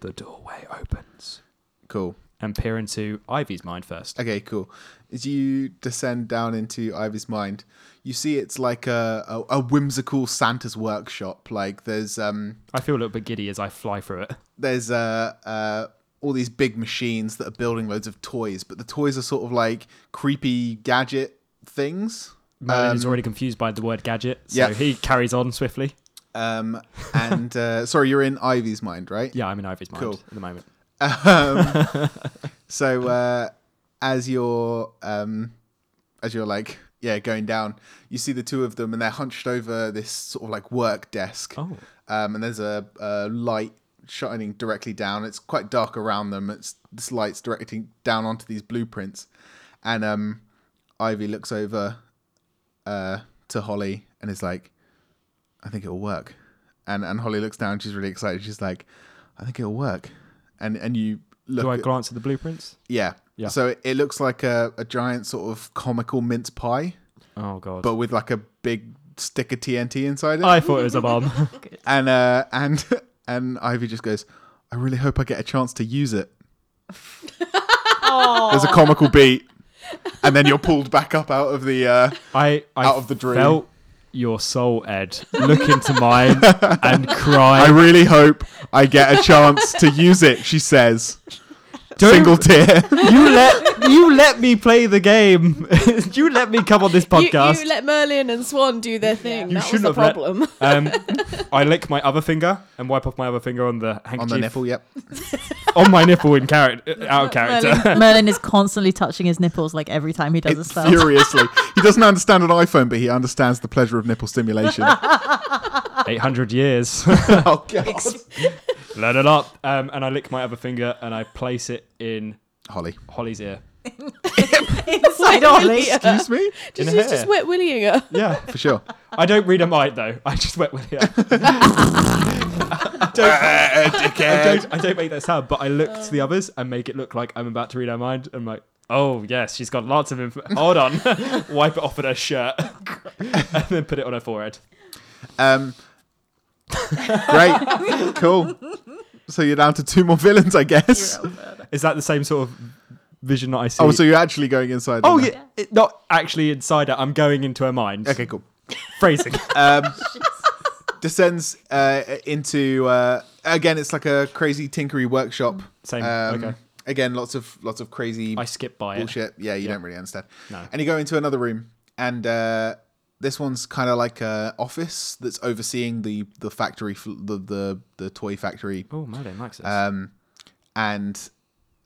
"The doorway opens," cool. and peer into Ivy's mind first. Okay, cool. As you descend down into Ivy's mind, you see it's like a, a, a whimsical Santa's workshop. Like there's um I feel a little bit giddy as I fly through it. there's uh, uh all these big machines that are building loads of toys, but the toys are sort of like creepy gadget things. Merlin is Um, already confused by the word gadget, so yeah. he carries on swiftly. Um, and uh, sorry, you're in Ivy's mind, right? Yeah, I'm in Ivy's mind Cool. at the moment. So uh, as you're um, as you're like yeah going down, you see the two of them and they're hunched over this sort of like work desk. Oh. Um, and there's a, a light shining directly down. It's quite dark around them. It's this light's directing down onto these blueprints, and um, Ivy looks over uh, to Holly and is like, I think it'll work. And and Holly looks down. She's really excited. She's like, I think it'll work. And and you look. Do I at- glance at the blueprints? yeah. Yeah. So it, it looks like a, a giant sort of comical mince pie, Oh god. but with like a big stick of TNT inside it. I thought it was a bomb. and uh, and and Ivy just goes, I really hope I get a chance to use it. There's a comical beat, and then you're pulled back up out of the. Uh, I, I Out of the dream. felt your soul, Ed, look into mine and I cry. really hope I get a chance to use it. She says, Don't- single tear. You let you let me play the game. you let me come on this You, podcast. you let Merlin and Swan do their thing. You that was shouldn't the have let- problem. um, I lick my other finger and wipe off my other finger on the handkerchief On the nipple, yep. on my nipple in character out of character. Merlin, Merlin is constantly touching his nipples like every time he does a It spell. furiously. He doesn't understand an iPhone, but he understands the pleasure of nipple stimulation. Eight hundred years. oh, God. let it up. Um, and I lick my other finger and I place it in Holly. Holly's ear. Inside Ollie. Excuse me? She's in her just hair. wet willying her. Yeah. For sure. I don't read her mind though. I just wet with it. I don't, I don't, I don't make that sound, but I look to Oh. the others and make it look like I'm about to read her mind. I'm like, oh yes, she's got lots of info. Hold on, wipe it off in her shirt, and then put it on her forehead. Um, great. cool. So you're down to two more villains, I guess. Is that the same sort of vision that I see? Oh, so you're actually going inside. Oh, them yeah, it- not actually inside her. I'm going into her mind. now. Okay, cool. phrasing. Um, descends uh, into uh, again. It's like a crazy tinkery workshop. Same. Um, okay. Again, lots of lots of crazy I skip by it. bullshit. Yeah, you Yeah. don't really understand. No. And you go into another room, and uh, this one's kind of like a office that's overseeing the the factory, fl- the the the toy factory Oh, Merlin likes this. Um, and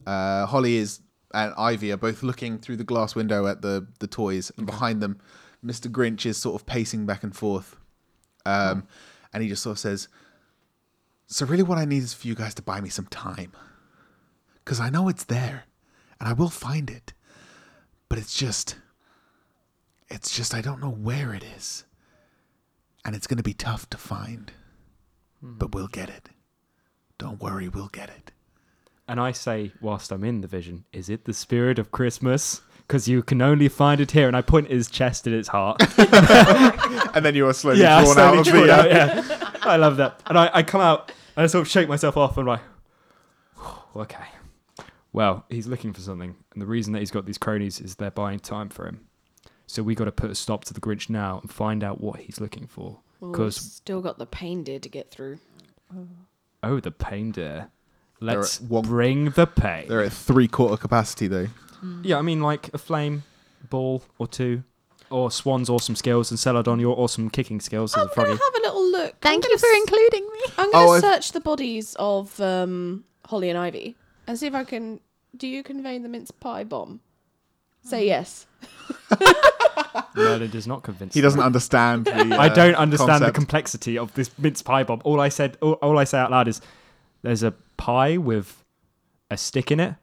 uh, Holly is and Ivy are both looking through the glass window at the the toys, and behind them, Mr. Grinch is sort of pacing back and forth, um, and he just sort of says, "So really, what I need is for you guys to buy me some time, because I know it's there, and I will find it, but it's just, it's just I don't know where it is, and it's going to be tough to find, but we'll get it. Don't worry, we'll get it." And I say, whilst I'm in the vision, is it the spirit of Christmas? Because you can only find it here. And I point at his chest and its heart. and then you are slowly yeah, I drawn out slowly of drawn the. out, Uh, yeah. I love that. And I, I come out and I sort of shake myself off and I'm like, "Whew, okay. Well, he's looking for something. And the reason that he's got these cronies is they're buying time for him. So we got to put a stop to the Grinch now and find out what he's looking for. Well, we've 'Cause- still got the pain deer to get through. Oh, the pain dear. Let's at one- bring the pain. They're at three quarter capacity though. Yeah, I mean like a flame ball or two, or Swan's awesome skills and Celadon your awesome kicking skills as I'm a gonna froggy. have a little look. Thank I'm you gonna for s- including me. I'm gonna Oh, I've- search the bodies of um, Holly and Ivy and see if I can. Do you convey the mince pie bomb? Say yes. Merlin does not convince. He them. doesn't understand. The, I uh, don't understand the concept. complexity of this mince pie bomb. All I said, all, all I say out loud is, "There's a pie with a stick in it."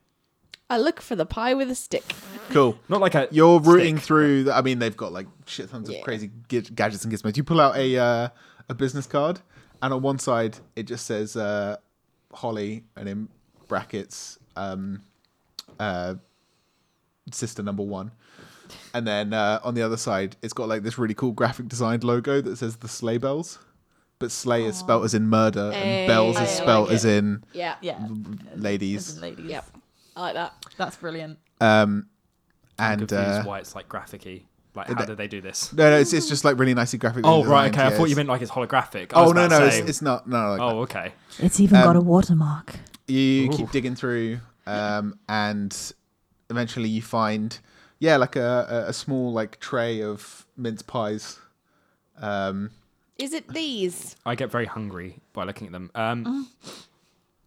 I look for the pie with a stick. cool. Not like a You're rooting stick. through. The, I mean, they've got like shit tons Yeah. of crazy g- gadgets and gizmos. You pull out a uh, a business card, and on one side it just says uh, Holly, and in brackets, um, uh, sister number one. And then uh, on the other side, it's got like this really cool graphic designed logo that says the sleigh bells, but sleigh is spelt as in murder, Hey, and bells I is spelt like as it. in Yeah. Yeah. ladies. ladies. Yep. I like that. That's brilliant. Um, I'm and confused uh, why it's like graphicy. Like, how did they do this? no, no, it's, it's just like really nicely graphically. Oh right, designed, okay. I yeah, thought you it's- meant like it's holographic. I Oh was no, about no, to it's, say- it's not. No, no, like oh okay. It's even got got a Um, a watermark. that. you Ooh. keep digging through, um, and eventually you find, yeah, like a, a, a small like tray of mince pies. Um, Is it these? I get very hungry by looking at them. Um, Mm.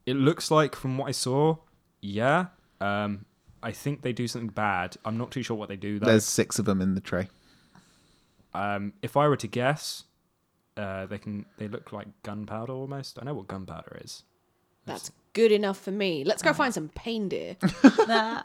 it looks like, from what I saw, yeah. Um, I think they do something bad. I'm not too sure what they do though. there's six of them in the tray. Um, if I were to guess, uh, they can they look like gunpowder almost. I know what gunpowder is. That's good enough for me. Let's go find some pain deer. Nah.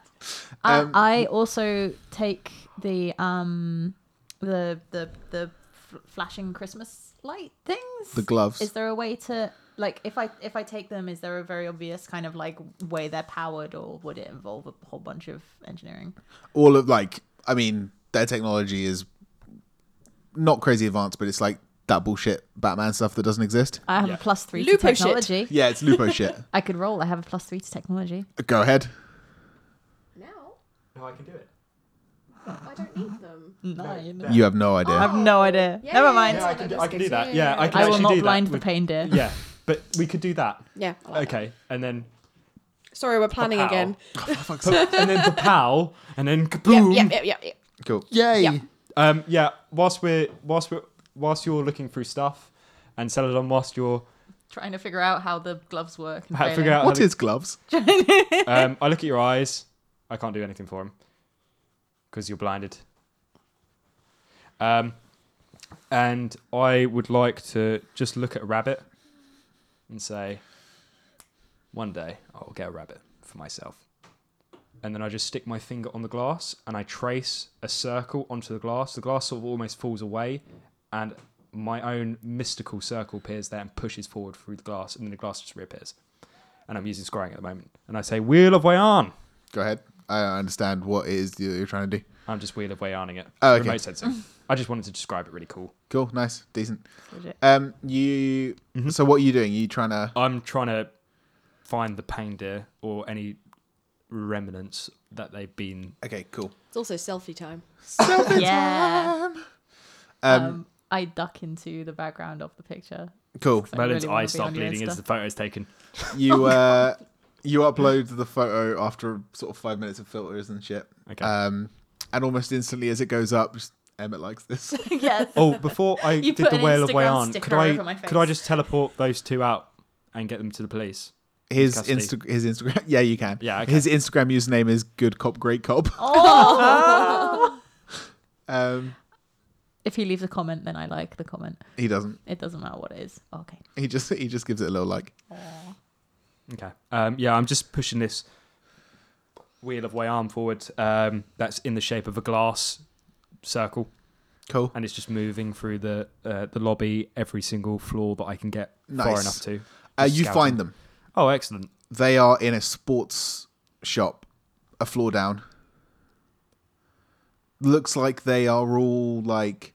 I, Um, I also take the um the the the f- flashing Christmas light things. The gloves. Is there a way to like if I if I take them? Is there a very obvious kind of like way they're powered, or would it involve a whole bunch of engineering? All of like, I mean, their technology is not crazy advanced, but it's like that bullshit Batman stuff that doesn't exist. Uh, I have Yeah. a plus three to Lupo shit. technology. Yeah, it's Lupo shit. I could roll. I have a plus three to technology. Go ahead. Now No, I can do it. I don't need them. Nine. You have no I Um, idea. have no idea. Never mind. I can do, I can do that. Yeah, I can I will actually do not that blind the with- pain, dear. Yeah, but we could do that. Yeah. I like that. Okay, and then Sorry, we're planning Kapow. again. and then kapow, and then Yeah, kaboom. yeah, yeah, yeah, yeah. Cool. Yay. Yeah. Um, yeah. Whilst we're whilst we're whilst you're looking through stuff, and Celadon, whilst you're Trying to figure out how the gloves work. And how- failing. figure out What how is gloves? to, um, I look at your eyes. I can't do anything for him because you're blinded. Um, and I would like to just look at a rabbit and say, one day I will get a rabbit for myself. And then I just stick my finger on the glass and I trace a circle onto the glass. The glass sort of almost falls away, and my own mystical circle appears there and pushes forward through the glass, and then the glass just reappears. And I'm using scrying at the moment. And I say, Wheel of Wayan! Go ahead. I understand what it is that you're trying to do. I'm just Wheel of Wayaning it. Oh, okay. Remote sensing. I just wanted to describe it really cool. Cool, nice, decent. Legit. Um, you. Mm-hmm. So what are you doing? you trying to? I'm trying to find the pain deer or any remnants that they've been. Okay, cool. It's also selfie time. Yeah. Um, Um, I duck into the background of the picture. cool. I Merlin's really wanna eyes be start on your bleeding Insta. as the photo is taken. You uh, you upload the photo after sort of five minutes of filters and shit. Okay. Um, and almost instantly as it goes up, just, Emmett likes this. yes. Oh, before I You did put the an Whale of Instagram Wayan, sticker could I over my could I face. just teleport those two out and get them to the police? his custody. Insta- his Instagram. Yeah, you can. Yeah, okay. his Instagram username is good cop great cop. Oh. Um, if he leaves a comment, then I like the comment. he doesn't. It doesn't matter what it is. Okay. He just he just gives it a little like. Okay. Um, yeah, I'm just pushing this wheel of way arm forward. Um, that's in the shape of a glass circle, Cool. and it's just moving through the uh, the lobby, every single floor that I can get far Nice. enough to. Uh, Just you scouting. find them. Oh, excellent. They are in a sports shop, a floor down. Looks like they are all like,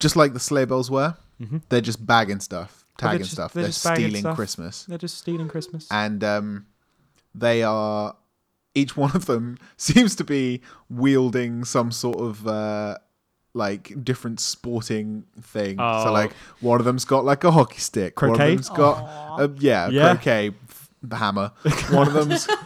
just like the sleigh bells were. Mhm. They're just bagging stuff, Oh, they're tagging just- stuff. they're They're, just bagging stealing stuff. Christmas, They're just stealing Christmas. and um, they are. Each one of them seems to be wielding some sort of uh, like different sporting thing. Oh. So like one of them's got like a hockey stick. One Croquet? of them's got Aw. a, yeah, a Yeah. croquet f- hammer. One of them's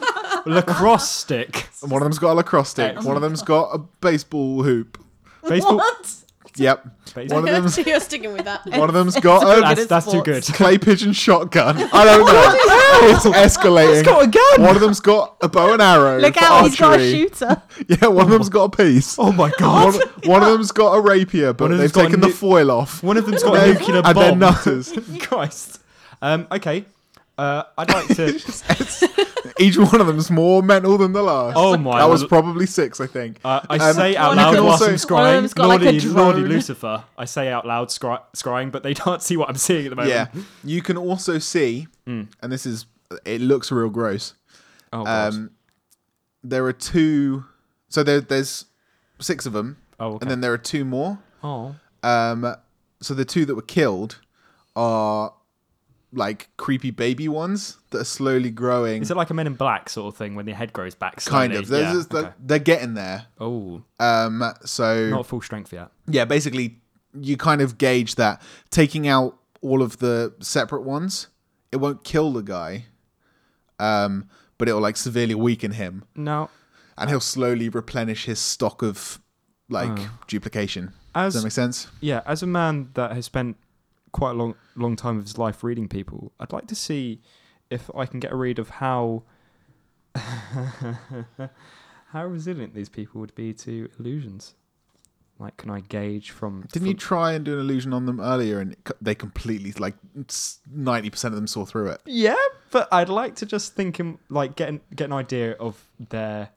Lacrosse stick. One of them's got a lacrosse stick. One of them's got a baseball hoop. Baseball. What? Yep. Baseball. One of them's so you're sticking with that. one of them's got That's, a Good at that's too good. sports. clay pigeon shotgun. I don't know. It's escalating. a gun. One of them's got a bow and arrow. Look for out, he's got a archery. shooter. Yeah, one of them's got a piece. Oh my One, god. one of them's got a rapier, but One of they've them's got a taken nu- the foil off. One of them's got a They- nuclear and bomb. they're nutters. Christ. Um, okay. Uh, I'd like to. Each one of them's more mental than the last. Oh my. that was probably six, I think. Uh, I Um, say out you loud can whilst also- I'm One of them's scrying. got, like, a Lordy, Lordy drone. Lucifer. I say out loud scry- scrying, but they can't see what I'm seeing at the moment. Yeah, you can also see, Hmm. and this is it looks real gross. Oh, God. Um, there are two. So there, there's six of them, oh, okay. and then there are two more. oh. Um, so the two that were killed are like creepy baby ones that are slowly growing. Is it like a Men in Black sort of thing when the head grows back? Slightly? kind of. Yeah, There's just- okay. They're getting there. Oh, Um, so not full strength yet. yeah, basically, you kind of gauge that taking out all of the separate ones, it won't kill the guy, um, but it will like severely weaken him, Now, and he'll slowly replenish his stock of like duplication. as Does that make sense? yeah, as a man that has spent quite a long long time of his life reading people, I'd like to see if I can get a read of how how resilient these people would be to illusions. Like, can I gauge from? Didn't you from- try and do an illusion on them earlier, and it co- they completely like ninety percent of them saw through it? Yeah, but I'd like to just think and like get an, get an idea of their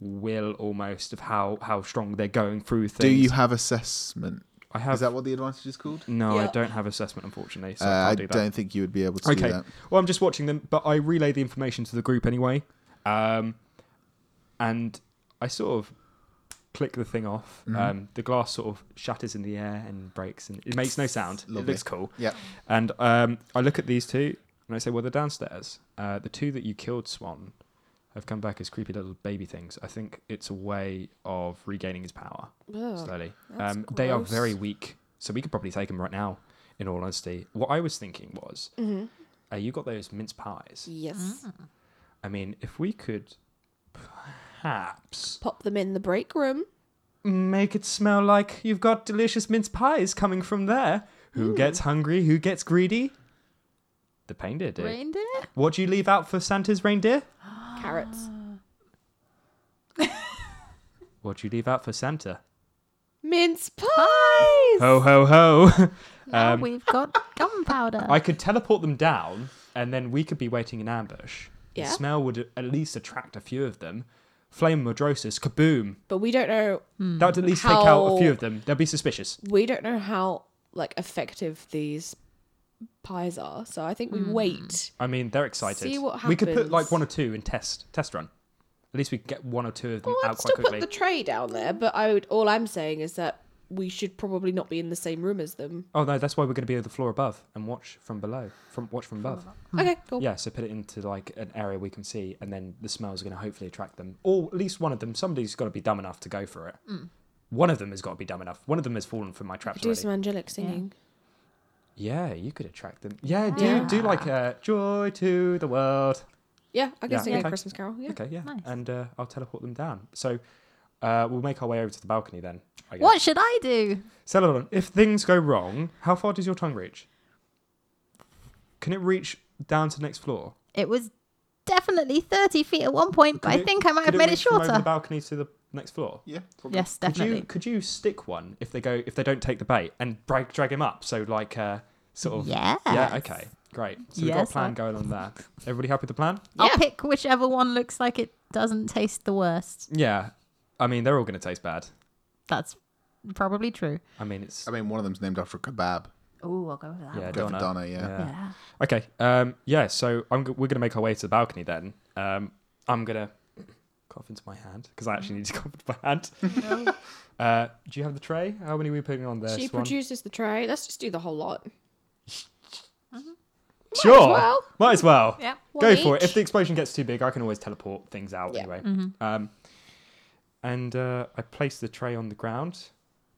will almost of how how strong they're going through things. Do you have assessment? I have Is that what the advantage is called? no, I Yeah. don't have assessment unfortunately, so uh, I I can't do that. don't think you would be able to do okay. that. Well, I'm just watching them, but I relay the information to the group anyway, um, and I sort of click the thing off. Mm-hmm. Um, the glass sort of shatters in the air and breaks, and it makes no sound. It Lovely. looks cool. Yeah. And um, I look at these two and I say, well, they're downstairs. Uh, the two that you killed, Swan, have come back as creepy little baby things. I think it's a way of regaining his power slowly. Oh, that's um, They are gross. very weak, so we could probably take them right now, in all honesty. What I was thinking was, Mm-hmm. uh, you got those mince pies. Yes. I mean, if we could perhaps Pop them in the break room. make it smell like you've got delicious mince pies coming from there. Who Mm. gets hungry? Who gets greedy? The painter did. Reindeer? What do you leave out for Santa's reindeer? Carrots. What do you leave out for Santa? Mince pies. Ho ho ho! Now Um, we've got gunpowder. I could teleport them down, and then we could be waiting in ambush. Yeah. The smell would at least attract a few of them. Flame Madrosis, kaboom! But we don't know. That would at least take out a few How- of them. They'll be suspicious. We don't know how like effective these pies are. So I think we Hmm. wait. I mean, they're excited. See what We could put like happens. one or two in test test run. At least we could get one or two of them Well, out I'd quite still quickly. put the tray down there. But I would. All I'm saying is that we should probably not be in the same room as them. Oh no, that's why we're going to be on the floor above and watch from below. From watch from above. Okay. Cool. Hmm. Yeah, so put it into like an area we can see, and then the smells are going to hopefully attract them, or at least one of them. Somebody's got to be dumb enough to go for it. Mm. One of them has got to be dumb enough. One of them has fallen from my traps Do already. some angelic singing. Yeah, you could attract them. Yeah, do Yeah. do like a joy to the world. Yeah, I can Yeah. sing Okay. a Christmas carol. Yeah. Okay, yeah, Nice. and uh, I'll teleport them down. So uh, we'll make our way over to the balcony then. I guess. What should I do? Celadon, if things go wrong, how far does your tongue reach? Can it reach down to the next floor? It was definitely 30 feet at one point, but I think I might have made it From over the shorter. balcony to the next floor. Yeah. probably. Yes, Could you definitely. could you stick one if they go if they don't take the bait and drag drag him up? So like uh, sort of Yes. yeah okay great. So we've got Yes, a plan I- going on there. Everybody happy with the plan? I'll Yeah. pick whichever one looks like it doesn't taste the worst. Yeah. I mean they're all gonna taste bad. That's probably true. I mean it's I mean, one of them's named after a kebab. Oh, I'll go with that. yeah one. Go for Donna. Donna, yeah. Yeah. Okay. Um, yeah. So I'm g- we're gonna make our way to the balcony then. Um, I'm gonna cough into my hand because I actually need to cough into my hand. uh, do you have the tray? How many are we putting on there? she Swan? produces the tray. Let's just do the whole lot. sure. Might as well. Yep. Go One for it. each. If the explosion gets too big, I can always teleport things out Yeah. anyway. Mm-hmm. Um, and uh, I place the tray on the ground.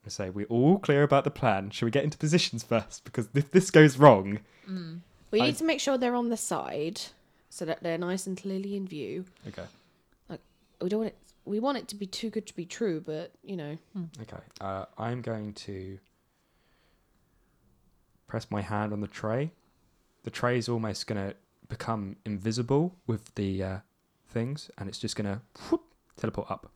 I say, we're all clear about the plan. Shall we get into positions first? Because if this goes wrong, We I- need to make sure they're on the side so that they're nice and clearly in view. okay, We don't want it. We want it to be too good to be true, but you know, okay, uh, I'm going to press my hand on the tray. The tray is almost going to become invisible with the uh, things, and it's just going to teleport up.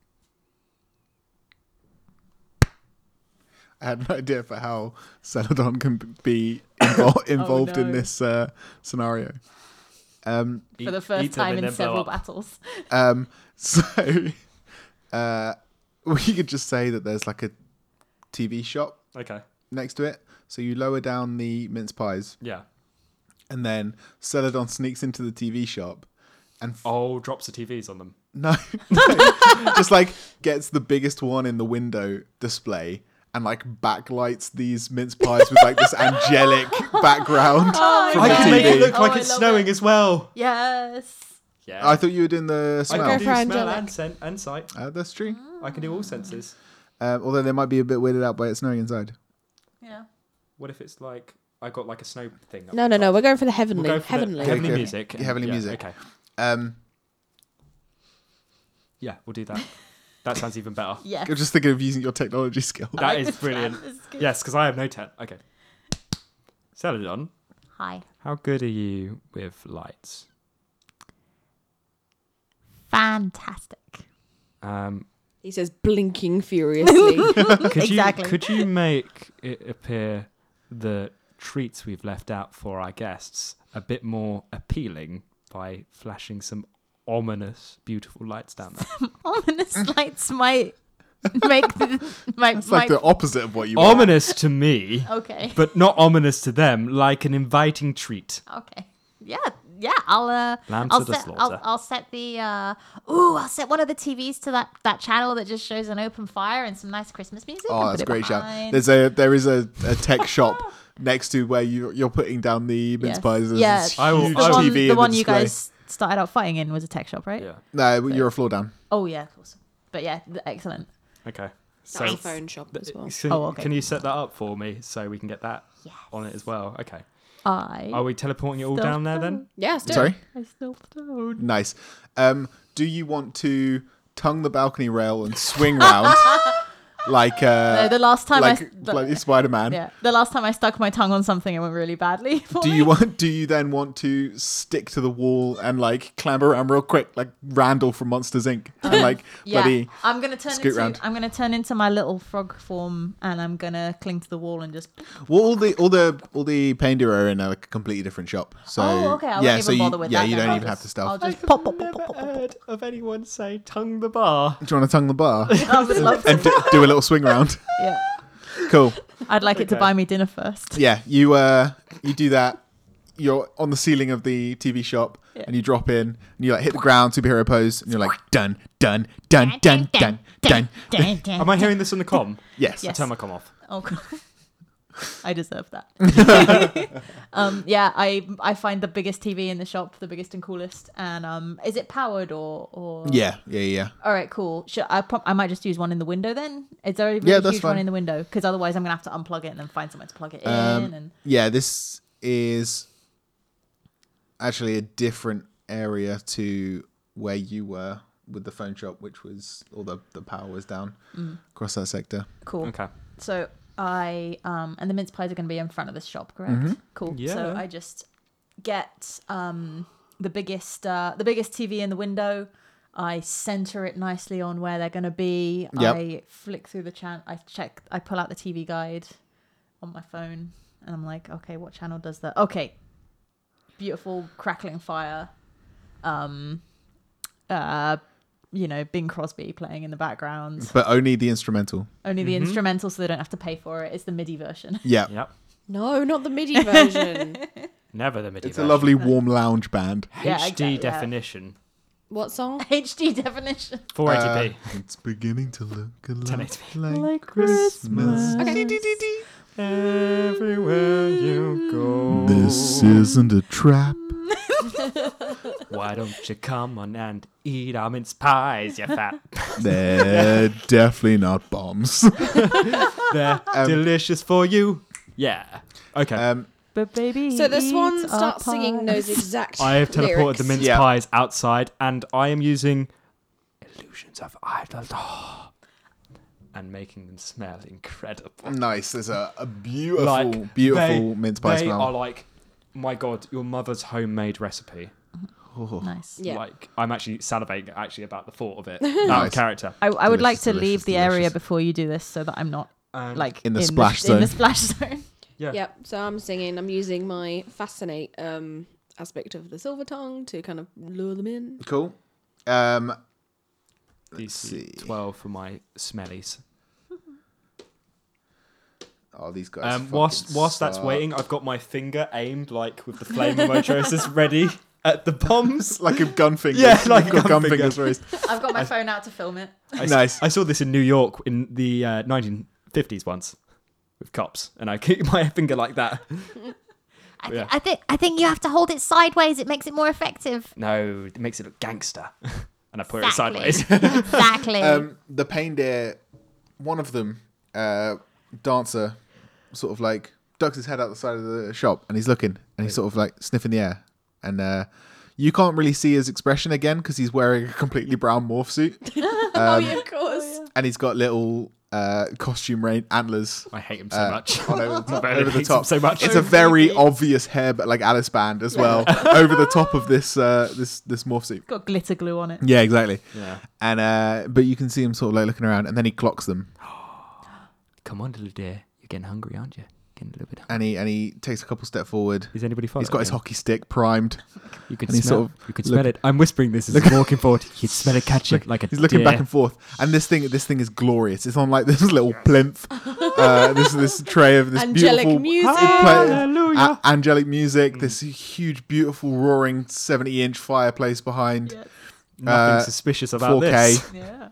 I had no idea for how Celadon can be invol- involved in Oh, no. this uh, scenario. Um, For the first time in several battles. Um, so uh, we could just say that there's like a TV shop Okay, next to it. So you lower down the mince pies, yeah. and then Celadon sneaks into the TV shop, and f- Oh, drops the TVs on them. no, no, just like gets the biggest one in the window display. And like backlights these mince pies with like this angelic background. Oh, I I no. can make it look Oh, like I it's love snowing as well. Yes. Yeah. I thought you were doing the I smell. can Okay. do Go for smell angelic. and scent and sight. Uh, that's true. I can do all senses. Um, although they might be a bit weirded out by it snowing inside. Yeah. What if it's like I got like a snow thing? up no, the no, no. top? We're going for the heavenly, We'll go for the heavenly. heavenly Okay. music. Yeah, and- heavenly yeah, music. Okay. Um, Yeah, we'll do that. That sounds even better. Yes. I'm just thinking of using your technology skill. That is brilliant. Yes, because I have no ten. Okay. Celadon, Hi. how good are you with lights? Fantastic. Um, He says, blinking furiously. could Exactly. you could you make it appear the treats we've left out for our guests a bit more appealing by flashing some ominous, beautiful lights down there? Ominous lights might make the, might, It's like might- the opposite of what Oh, you want. ominous to me, Okay. but not ominous to them, like an inviting treat. Okay. Yeah, yeah. I'll uh, Lamb I'll to the set, I'll, slaughter. I'll set the uh, ooh, I'll set one of the TVs to that that channel that just shows an open fire and some nice Christmas music. and Oh, put that's a it great shout. behind. There's a there is a, a tech shop next to where you you're putting down the mince Yes. pies. There's Yeah, this the I will- huge the one, TV in the one you display. guys started out fighting in was a tech shop, right? Yeah. No, you're a floor down. Oh yeah, of course. But yeah, th- excellent. Okay. So, That's a phone shop as well. so Oh, okay. can you set that up for me so we can get that Yes. on it as well? Okay. I Oh. Are we teleporting it all Stealth down there then? Yeah, let's do it. Sorry, I stealthed out. nice. Um, do you want to tongue the balcony rail and swing round like uh, No, the last time I like, s- the- like Spider Man? yeah, the last time I stuck my tongue on something, it went really badly. For Do me. you want? Do you then want to stick to the wall and like clamber around real quick, like Randall from Monsters Inc. and like Yeah, bloody I'm gonna turn scoot into round. I'm gonna turn into my little frog form, and I'm gonna cling to the wall and just Well, all the all the all the Painter are in a like, a completely different shop. So Oh, okay, I won't yeah, even so you, bother with yeah, that you then. don't I'll even have just- to I'll stealth. just pop, pop, pop, Never pop, pop, pop. heard of anyone say tongue the bar. Do you want to tongue the bar I would love and to. do, do a little swing round? Yeah, Cool. I'd like it to Okay. buy me dinner first. Yeah, you uh, you do that. You're on the ceiling of the TV shop, Yeah. and you drop in, and you like hit the ground, superhero pose, and you're like dun dun dun dun dun dun. dun, dun. Am I hearing this on the com? Yes. Yes. Turn my com off. Oh god. I deserve that. um, yeah, I I find the biggest TV in the shop, the biggest and coolest. And um, is it powered or or? Yeah, yeah, yeah. All right, cool. Should I prob- I might just use one in the window then. Is there a really Yeah, that's huge fine. one in the window? Because otherwise, I'm gonna have to unplug it and then find somewhere to plug it Um, in. And Yeah, this is actually a different area to where you were with the phone shop, which was all the, the power was down Mm. across that sector. cool. Okay. So I um and the mince pies are going to be in front of this shop, correct? Cool. Yeah. So I just get um the biggest uh, the biggest TV in the window. I center it nicely on where they're going to be. Yep. I flick through the channel. I check. I pull out the TV guide on my phone, and I'm like, okay, what channel does that? Okay, beautiful crackling fire. Um, uh, you know, Bing Crosby playing in the background. but only the instrumental. Only the Mhm. instrumental, so they don't have to pay for it. It's the MIDI version. Yeah, Yep. No, not the MIDI version. Never the MIDI. it's a lovely warm lounge band. HD Yeah, exactly, yeah. definition. what song? HD definition. 480p. Uh, it's beginning to look a lot 1080p. like, Like Christmas. Okay. Everywhere you go. This isn't a trap. Why don't you come on and eat our mince pies, you fat? They're definitely not bombs. They're delicious for you. Yeah. Okay. Um, But baby, So the eat swan our starts singing pie. those exact. I have teleported lyrics. the mince Yeah. pies outside, and I am using illusions of idol and making them smell incredible. nice. There's a, a beautiful, Like, beautiful they, mince pie They smell. are like, my god, your mother's homemade recipe. Nice. Yeah. Like, I'm actually salivating actually about the thought of it. That Nice. character. I, I would like Delicious, to delicious, leave the area delicious. before you do this, so that I'm not And like In the splash In zone. the splash zone. yeah. Yep. So I'm singing. I'm using my fascinate um aspect of the silver tongue to kind of lure them in. Cool. Um, DC see. 12 for my smellies. oh, these guys. Um, whilst fucking whilst that's suck. waiting, I've got my finger aimed like with the flame emotrosis ready at the bombs. like a gun finger. Yeah, like You've got a gun finger. fingers raised. I've got my phone out to film it. I s- Nice. I saw this in New York in the uh, 1950s once with cops, and I keep my finger like that. I, Yeah. I think I think you have to hold it sideways. It makes it more effective. No, it makes it look gangster. And I put Exactly. it sideways. Exactly. um, the Paindeer, one of them, uh, dancer, sort of like ducks his head out the side of the shop and he's looking and he's sort of like sniffing the air. And uh, you can't really see his expression again because he's wearing a completely brown morph suit oh yeah, of course. and he's got little uh, costume rain antlers. I hate him so uh, much. on over the top, Really over the hates him top. so much. It's a very obvious hair, but like Alice band as well, over the top of this uh, this this morph suit. Got glitter glue on it. Yeah, exactly. Yeah. And uh, but you can see him sort of like looking around, and then he clocks them, Come on, little dear. You're getting hungry, aren't you? Getting a little bit hungry. and he and he takes a couple step forward. Is anybody following? He's got his him? hockey stick primed. You can and he's smell. sort You can look- smell it. I'm whispering this as I'm walking forward. You can smell it catching like a. He's looking deer. back and forth, and this thing this thing is glorious. It's on like this little plinth. Uh, this this tray of this Angelic beautiful music. Hallelujah. Mm. angelic music. This huge, beautiful, roaring seventy-inch fireplace behind, Yeah. Nothing uh, suspicious about 4K, this. Yeah.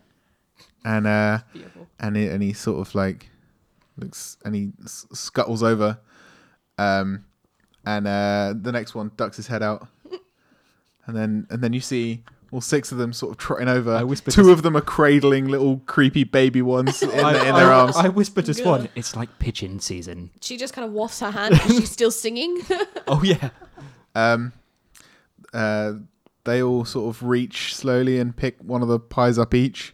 and uh, Beautiful. and he, and he sort of like looks and he s- scuttles over um and uh the next one ducks his head out and then and then you see all six of them sort of trotting over I whispered two to- of them are cradling little creepy baby ones in, the, in I, their I, arms I whispered to Swan, "It's like pigeon season." She just kind of wafts her hand. 'cause She's still singing. Oh yeah, um uh they all sort of reach slowly and pick one of the pies up each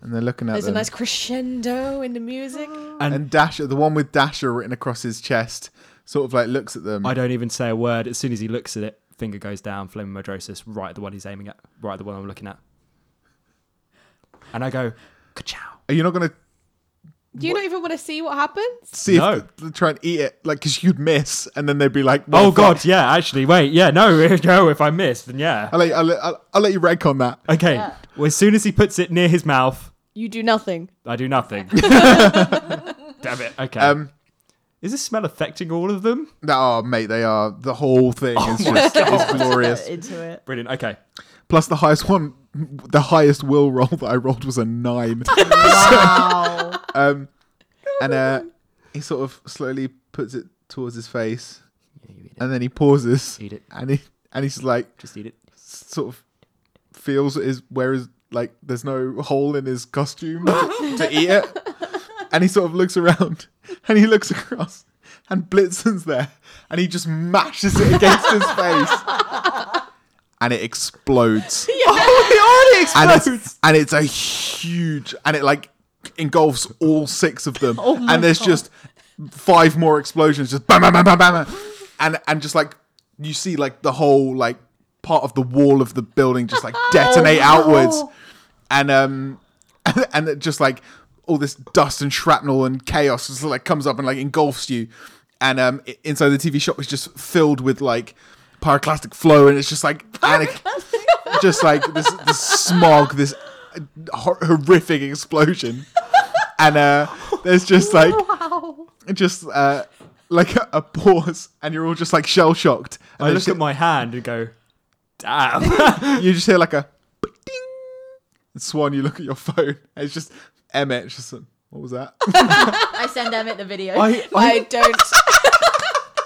and they're looking at Uh-huh. There's a them nice crescendo in the music. and, and dasher the one with dasher written across his chest sort of like looks at them I don't even say a word. As soon as he looks at it, finger goes down, flammodrosis, right at the one he's aiming at, right at the one I'm looking at, and I go, "Ka-chow." are you not going to Do you not even want to see what happens? see No. if they try and eat it, like because you'd miss, and then they'd be like, Oh "Well, fuck." god, yeah. Actually, wait, yeah, no, no. If I miss, then yeah. I'll let, I'll, let, I'll, I'll let you rank on that." Okay. Yeah. Well, as soon as he puts it near his mouth, You do nothing. I do nothing. Damn it. Okay. Um, Is this smell affecting all of them? no, oh, mate, they are the whole thing Oh, is just is glorious. Into it. Brilliant. Okay. Plus, the highest one, the highest will roll that I rolled was a nine, Wow. um, and uh, he sort of slowly puts it towards his face, Yeah, you eat it. and then he pauses, Eat it. and he and he's like, Just eat it. sort of feels is where is like there's no hole in his costume to eat it, and he sort of looks around and he looks across and Blitzen's there and he just mashes it against his face and it explodes Oh, it and already it's and it's a huge and it like engulfs all six of them and there's just five more explosions just bam bam bam bam bam and and just like you see like the whole like part of the wall of the building just like detonate outwards, and um, and it just like all this dust and shrapnel and chaos just like comes up and like engulfs you, and um, i- inside the TV shop is just filled with like pyroclastic flow, and it's just like panic, just like this, this smog, this uh, hor- horrific explosion, and uh, there's just like Wow. just uh, like a, a pause, and you're all just like shell shocked. And I then look at just- my hand and go, damn. you just hear like a ding. And Swan, you look at your phone. And it's just Emmett. It's just like, what was that? I send Emmett the video. I, I don't.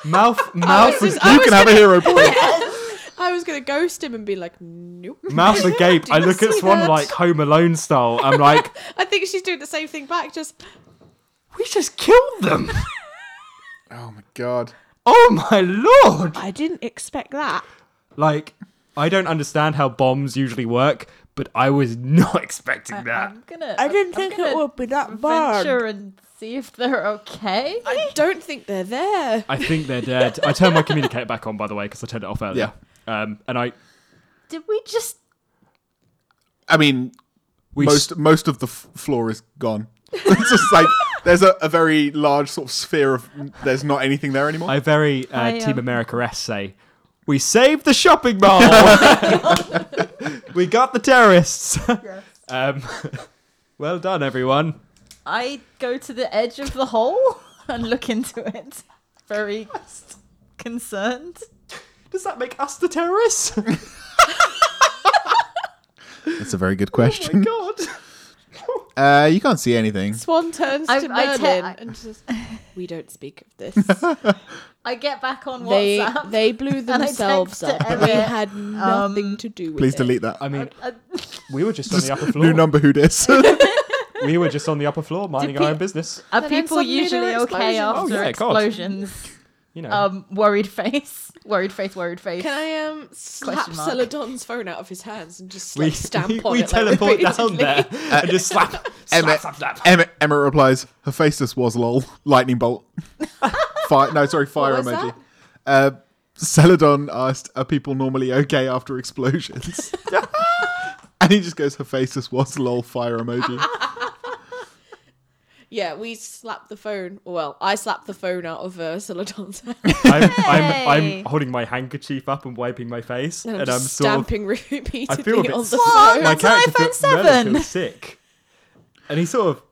mouth, I mouth, was, just, I, you was can gonna, have a hero point. I was gonna ghost him and be like, nope. mouth agape. I look at see Swan that? like Home Alone style. I'm like, I think she's doing the same thing back. Just we just killed them. Oh my god. Oh my lord. I didn't expect that. Like, I don't understand how bombs usually work, but I was not Uh-uh. expecting that. I'm gonna. I didn't I'm think gonna it would be that bad. Venture and see if they're okay. I don't think they're there. I think they're dead. I turned my communicator back on, by the way, because I turned it off earlier. Um, and I Did we just? I mean, we most most of the f- floor is gone. it's just like there's a, a very large sort of sphere of there's not anything there anymore. I very uh, I, Team um, America essay. We saved the shopping mall. we got the terrorists. um, well done, everyone. I go to the edge of the hole and look into it. Very concerned. Does that make us the terrorists? oh That's a very good my question. god. uh, you can't see anything. Swan turns I- to I Merlin te- I- and says, "We don't speak of this. I get back on they WhatsApp. they blew I themselves text Um, up. We Emmett, had nothing to do with Please it." delete that. I mean, I- we were just on Just the upper new floor. number. Who dis? we were just on the upper floor minding our pe- own business. Are And then people suddenly usually there are okay explosions. after Oh, yeah, God. explosions? You know. Um, worried face, worried face, worried face. Can I um slap Question mark. Celadon's phone out of his hands and just we like, stamp we, on we it? like, teleport down repeatedly? there and just slap, slap, Emmett, slap, slap. Emmett, Emmett replies, Hephaestus was lol. Lightning bolt. fire, no, sorry, fire was emoji. Uh, Celadon asked, Are people normally okay after explosions? and he just goes, Hephaestus was lol. Fire emoji. Yeah, we slapped the phone. Well, I slapped the phone out of uh, Celadon's hand I'm, I'm, Hey. I'm holding my handkerchief up and wiping my face, and and, I'm I'm just sort of stamping repeatedly I feel a bit on the sick. phone. my That's an character iPhone feel- Merlin 7. feels sick, and he sort of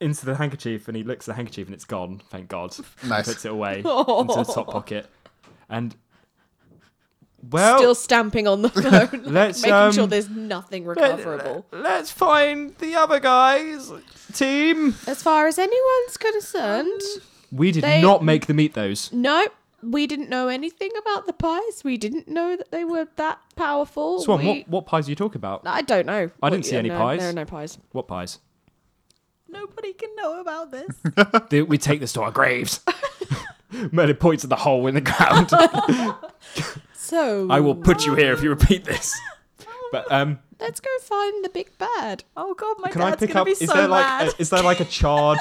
into the handkerchief, and he looks at the handkerchief, and it's gone. Thank God. Nice. Puts it away into the top pocket, and well, Still stamping on the phone, like, Let's, making sure Oh. um, uh, there's nothing let, recoverable. us find the other guys. Team, As far as anyone's concerned, Um, we did They- not make them eat those. no, we didn't know anything about the pies. We didn't know that they were that powerful. Swan, we, what, what pies are you talking about? I don't know. I What- didn't see yeah, any no, pies. There are no pies. What pies? Nobody can know about this. They- we take this to our graves. Merlin points at the hole in the ground. So I will put you here if you repeat this. But um, Let's go find the big bad. Oh god, my can I dad's pick gonna up? be Is so there mad. like a, is there like a charred?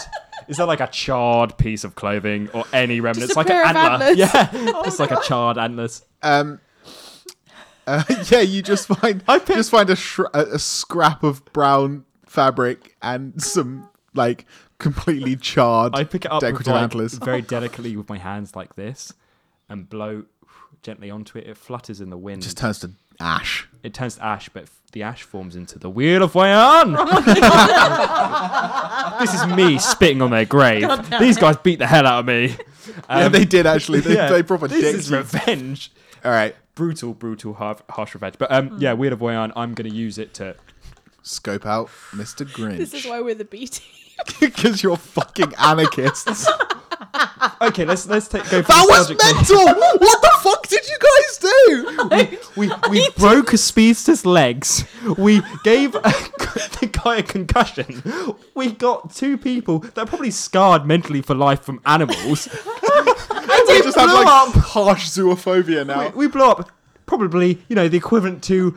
is there like a charred piece of clothing or any remnants? Just a like pair an of antler. antlers. Oh Yeah, it's like a charred antlers. Um, uh, yeah, you just find just find a, shr- a, a scrap of brown fabric and some like completely charred I pick it up decorative with, like, antlers. very delicately with my hands like this, and blow gently onto it. It flutters in the wind. Just turns to ash. it turns to ash, but f- the ash forms into the wheel of Wayan. Oh this is me spitting on their grave. These guys beat the hell out of yeah, me. Um, they did actually. They, yeah, they proper This dicked is you. revenge. All right, brutal, brutal, har- harsh revenge. But um, yeah, Weird of Wayan, I'm going to use it to. scope out Mr. Grinch. This is why we're the B team. because you're fucking anarchists. Okay, let's let's take go. For That was nostalgic thing. mental. what the fuck did you guys do? We we broke a speedster's legs. We gave a, the guy a concussion. We got two people that are probably scarred mentally for life from animals. We just have blow like up. harsh zoophobia now. we, we blew up probably you know the equivalent to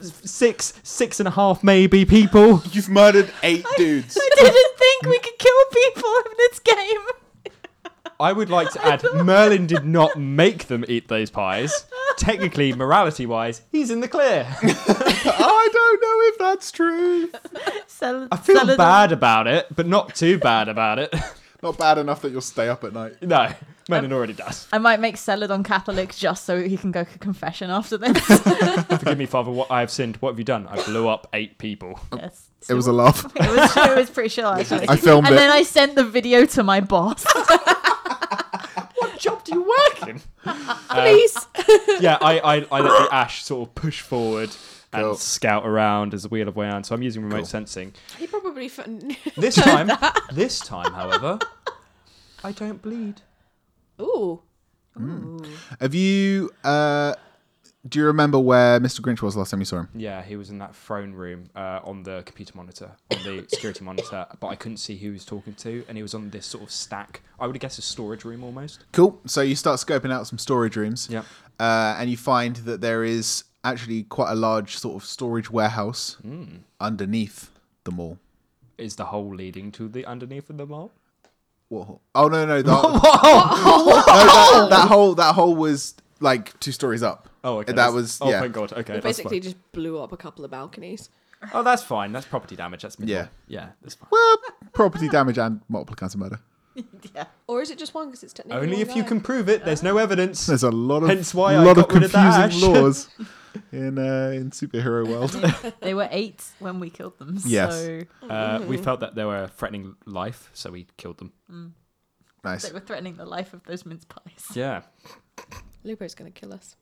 f- six six and a half maybe people. You've murdered eight dudes. I didn't think we could kill people in this game. I would like to add Merlin did not make them eat those pies. technically, morality wise, he's in the clear. I don't know if that's true. Cel- I feel Celadon- bad about it, but not too bad about it. Um, Not bad enough that you'll stay up at night. no, Menon already does. I might make Celadon Catholic just so he can go to confession after this. Forgive me, Father, what I have sinned. What have you done? I blew up eight people. yes. It was a laugh. It was, it was pretty chill actually. I filmed and it. then I sent the video to my boss. What job do you work in? Please. uh, yeah, I, I, I let the ash sort of push forward and Cool. scout around as a wheel of way around. So I'm using remote Cool. sensing. he probably. Fin- This time, this time, however, I don't bleed. Ooh. Hmm. Have you? Uh, do you remember where Mr. Grinch was last time you saw him? Yeah, he was in that throne room uh, on the computer monitor, on the security monitor, but I couldn't see who he was talking to, and he was on this sort of stack. I would guess a storage room almost. Cool. So you start scoping out some storage rooms. Yeah. Uh, and you find that there is actually quite a large sort of storage warehouse Mm. underneath the mall. Is the hole leading to the underneath of the mall? What? Oh no no the, No, that, that hole that hole was like two stories up. Oh, okay. That that's- was Oh, yeah thank God. Okay. He That's basically fine. just blew up a couple of balconies. Oh, that's fine. That's property damage. That's minimal. Yeah. Yeah, that's fine. well property damage and multiple counts of murder. Or is it just one? Because it's technically Only one if you guy. can prove it. There's no evidence. There's a lot of Hence why I lot of got rid of that confusing ash. laws in uh, in superhero world. they were eight when we killed them. Yes. So Uh, we felt that they were threatening life, so we killed them. nice. they were threatening the life of those mince pies. Yeah. Lupo's gonna kill us.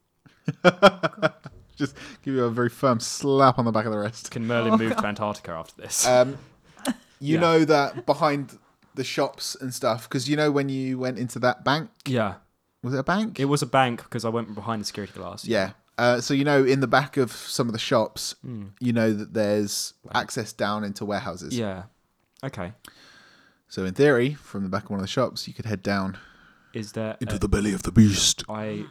Just give you a very firm slap on the back of the wrist. Can Merlin move to Antarctica after this? Um, you Yeah. know that behind the shops and stuff because you know when you went into that bank yeah. was it a bank? It was a bank because I went behind the security glass. Yeah. Uh, so you know, in the back of some of the shops, you know that there's access down into warehouses. Hmm. Yeah. Okay. So in theory, from the back of one of the shops, you could head down Is there. a- the belly of the beast. I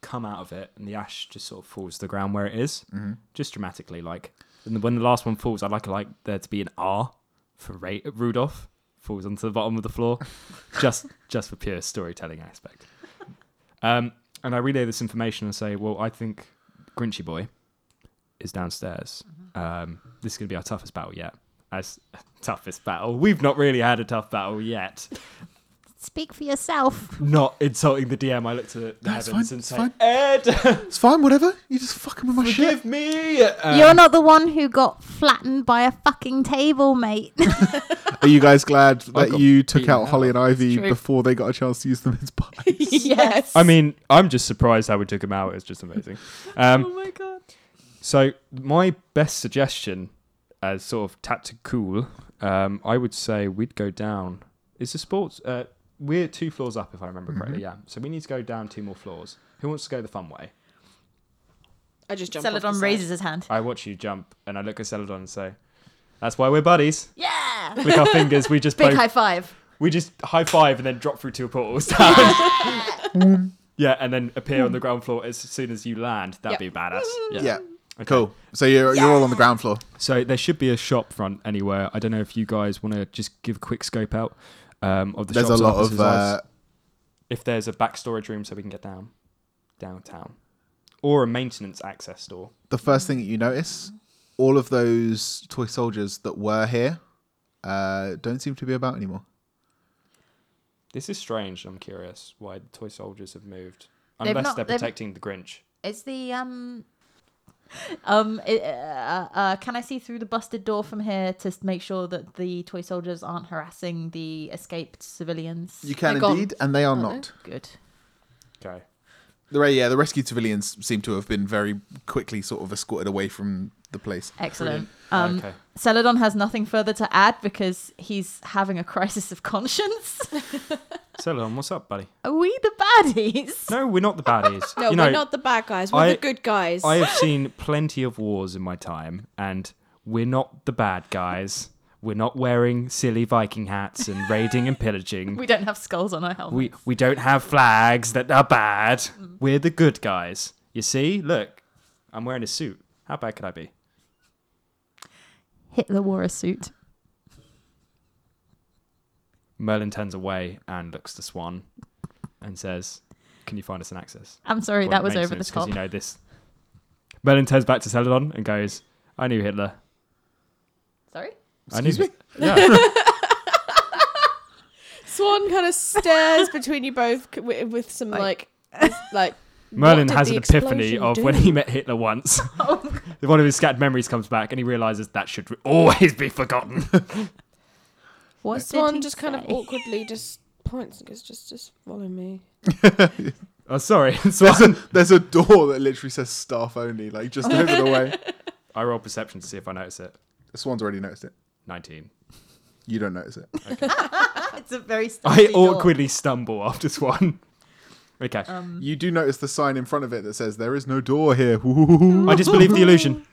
come out of it and the ash just sort of falls to the ground where it is, Mm-hmm. just dramatically. Like, and when the last one falls, I'd like like there to be an R for Ra- Rudolph falls onto the bottom of the floor, just just for pure storytelling aspect. Um, and I relay this information and say, well, I think Grinchy Boy is downstairs. Um, this is going to be our toughest battle yet. As toughest battle, we've not really had a tough battle yet. Speak for yourself. Not insulting the DM. I look to the That's heavens fine, and it's say, fine. Ed. It's fine, whatever. You just fucking with my shit. Forgive me. Uh, You're not the one who got flattened by a fucking table, mate. Are you guys glad that got you took beaten out Holly and Ivy true. before they got a chance to use them as pie? yes. I mean, I'm just surprised how we took him out. It's just amazing. Um, oh my god. so my best suggestion, as sort of tactical, um, I would say we'd go down. Is the sports? Uh, we're two floors up, if I remember correctly. Yeah. So we need to go down two more floors. Who wants to go the fun way? I just jumped. off the Celadon side. raises his hand. I watch you jump, and I look at Celadon and say, "That's why we're buddies." Yeah. Click our fingers. We just Big both high five. We just high five and then drop through two portals down. yeah, and then appear on the ground floor as soon as you land. That'd be badass. Yeah. Yeah. Cool. So you're you're all on the ground floor. So there should be a shop front anywhere. I don't know if you guys want to just give a quick scope out um, of the There's a shops lot of offices, uh, if there's a back storage room so we can get down downtown, or a maintenance access door. the first thing that you notice. All of those toy soldiers that were here uh, don't seem to be about anymore. This is strange. I'm curious why the toy soldiers have moved, They've unless not- they're they've- protecting the Grinch. It's the um um i uh, uh, can I see through the busted door from here to s- make sure that the toy soldiers aren't harassing the escaped civilians? You can They're gone. indeed, and they are Aren't they? not. Good. Okay. The re- yeah, the rescued civilians seem to have been very quickly sort of escorted away from the place. Excellent. Um okay. Celadon has nothing further to add because he's having a crisis of conscience. Celadon, what's up, buddy? Are we the baddies? No, we're not the baddies. No, You know, we're not the bad guys. We're I- the good guys. I have seen plenty of wars in my time, and we're not the bad guys. We're not wearing silly Viking hats and raiding and pillaging. We don't have skulls on our helmets. We we don't have flags that are bad. Mm. We're the good guys. You see, look, I'm wearing a suit. How bad could I be? Hitler wore a suit. Merlin turns away and looks to Swan and says, can you find us an access? I'm sorry, Well, that it was makes over the sense 'cause, top. You know this. Merlin turns back to Celadon and goes, "I knew Hitler. Sorry? I knew Hitler. Yeah. Swan kind of stares between you both c- wi- with some like, like. Merlin what did has the an epiphany explosion of do? Oh, when he met Hitler once. One of his scattered memories comes back, and he realizes that should always be forgotten. What did Swan he just kind of say? awkwardly just points and goes, "Just, just follow me." oh, sorry. There's So a, there's a door that literally says staff only, like just over the way. I roll perception to see if I notice it. Swan's already noticed it. Nineteen. You don't notice it. Ah, It's a very I stuffy door. awkwardly stumble after Swan. Okay. Um. You do notice the sign in front of it that says there is no door here. Woo-hoo-hoo. I disbelieve the illusion.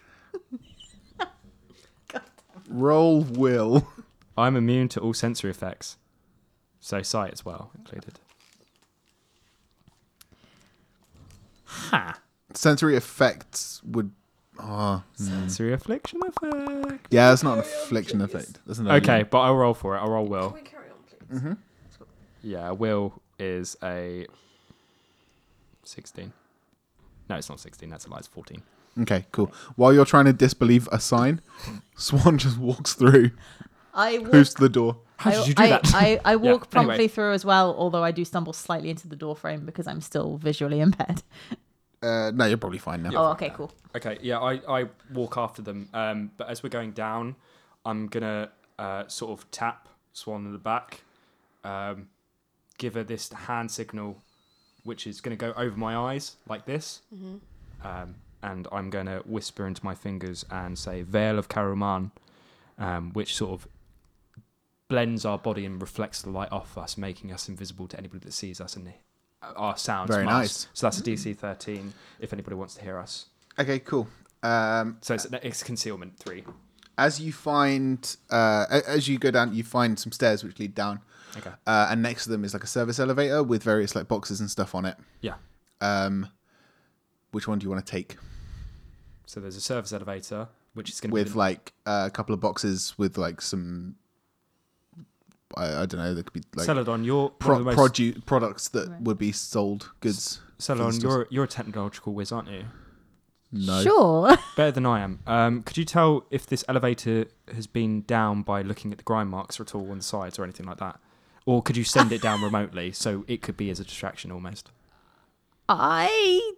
Roll will. I'm immune to all sensory effects, so sight as well included. Ha! Sensory effects would. ah, Sensory affliction effect. yeah, that's not an affliction effect. That's an Okay, but I'll roll for it. I'll roll will. we carry on, please? Mm-hmm. Yeah, will is a sixteen. No, it's not sixteen. That's a lie. It's fourteen. Okay, cool. While you're trying to disbelieve a sign, Swan just walks through, I walk, who's the door. How I- did you do I, that? I, I walk anyway. promptly through as well, although I do stumble slightly into the door frame because I'm still visually impaired. Uh, no, you're probably fine now. oh, okay, cool. Okay, yeah, I, I walk after them. Um, but as we're going down, I'm gonna uh, sort of tap Swan in the back, um, give her this hand signal, which is gonna go over my eyes like this, um, and I'm gonna whisper into my fingers and say "Veil of Karuman," um, which sort of blends our body and reflects the light off us, making us invisible to anybody that sees us and our sounds. Very masked. nice. So that's a DC 13. If anybody wants to hear us. Okay, cool. Um, So it's, it's concealment three. as you find, uh, a- as you go down, you find some stairs which lead down, Okay. uh, and next to them is like a service elevator with various like boxes and stuff on it. Yeah. Um, which one do you want to take? So there's a service elevator, which is going to be With the- like uh, a couple of boxes with like some, I, I don't know, there could be like Celadon. You're pro- pro- most, produce products that would be sold goods. Celadon. stores. You're you're a technological whiz, aren't you? No, Sure. Better than I am. Um, could you tell if this elevator has been down by looking at the grind marks at all on the sides or anything like that, or could you send it down remotely so it could be as a distraction almost? I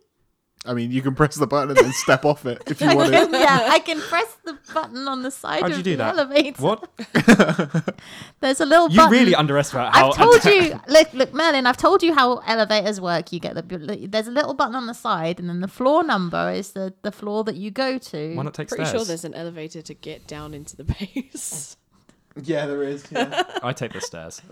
I mean you can press the button and then step off it if you want to. yeah, I can press the button on the side How'd of you do the that? elevator. What? There's a little You button. really Oh, underestimate how. I've told you, look, look, Merlin. I've told you how elevators work. You get the there's a little button on the side, and then the floor number is the the floor that you go to. Why not take Pretty sure stairs? there's an elevator to get down into the base. Yeah, there is. Yeah. I take the stairs.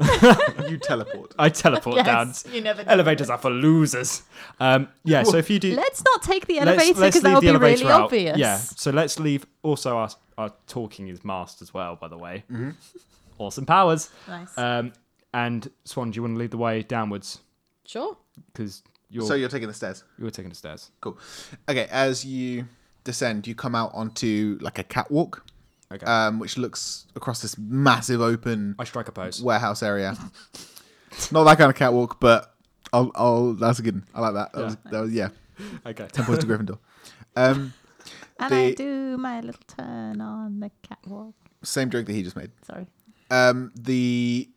you teleport. I teleport Yes, down. you never do. Elevators are for losers. Um, yeah. So if you do, Let's not take the Let's- elevator let's because that leave will the be elevator really out. obvious. Yeah. So let's leave. Also, our our talking is masked as well. By the way, awesome powers. Nice. Um, and Swan, do you want to lead the way downwards? Sure. Because you're So you're taking the stairs. you're taking the stairs. Cool. Okay, as you descend, you come out onto like a catwalk, Okay. um, which looks across this massive open I strike a pose. warehouse area. Not that kind of catwalk, but I'll, I'll that's a good. One. I like that. That was, that was yeah. okay. Ten points to Gryffindor. Um, and I the- do my little turn on the catwalk. same joke that he just made. Sorry. um the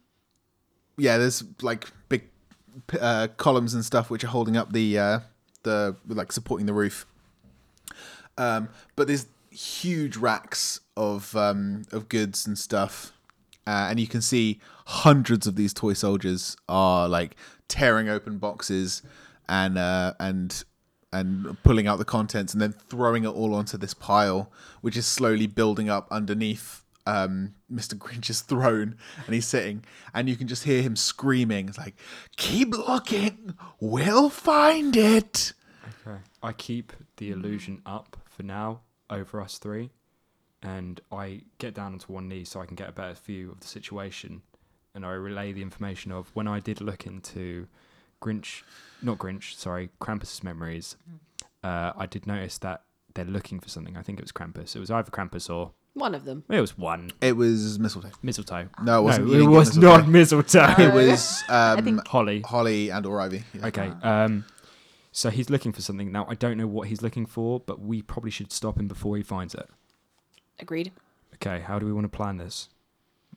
yeah there's like big p- uh columns and stuff which are holding up the uh the like supporting the roof um but there's huge racks of um of goods and stuff uh, and you can see hundreds of these toy soldiers are like tearing open boxes and uh and and pulling out the contents and then throwing it all onto this pile, which is slowly building up underneath um, Mr. Grinch's throne. And he's sitting, and you can just hear him screaming. It's like, "Keep looking, we'll find it." Okay. I keep the illusion up for now over us three, and I get down onto one knee so I can get a better view of the situation, and I relay the information of when I did look into Grinch, not Grinch, sorry, Krampus's memories. Uh, I did notice that they're looking for something. I think it was Krampus. It was either Krampus or One of them. It was one It was mistletoe. mistletoe. No, it wasn't. You it didn't get was mistletoe. not mistletoe. It was um, think- Holly. Holly and or Ivy. Yeah. Okay. Um, so he's looking for something now. I don't know what he's looking for, but we probably should stop him before he finds it. Agreed. Okay. How do we want to plan this?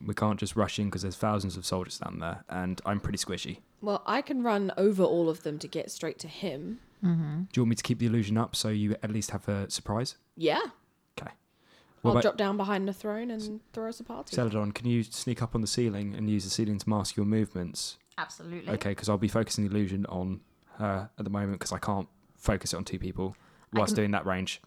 We can't just rush in because there's thousands of soldiers down there, and I'm pretty squishy. Well, I can run over all of them to get straight to him. Do you want me to keep the illusion up so you at least have a surprise? Yeah. Okay. I'll What about drop down behind the throne and throw us a party. Celadon? Can you sneak up on the ceiling and use the ceiling to mask your movements? Absolutely. Okay, because I'll be focusing the illusion on her at the moment because I can't focus it on two people whilst can- doing that range.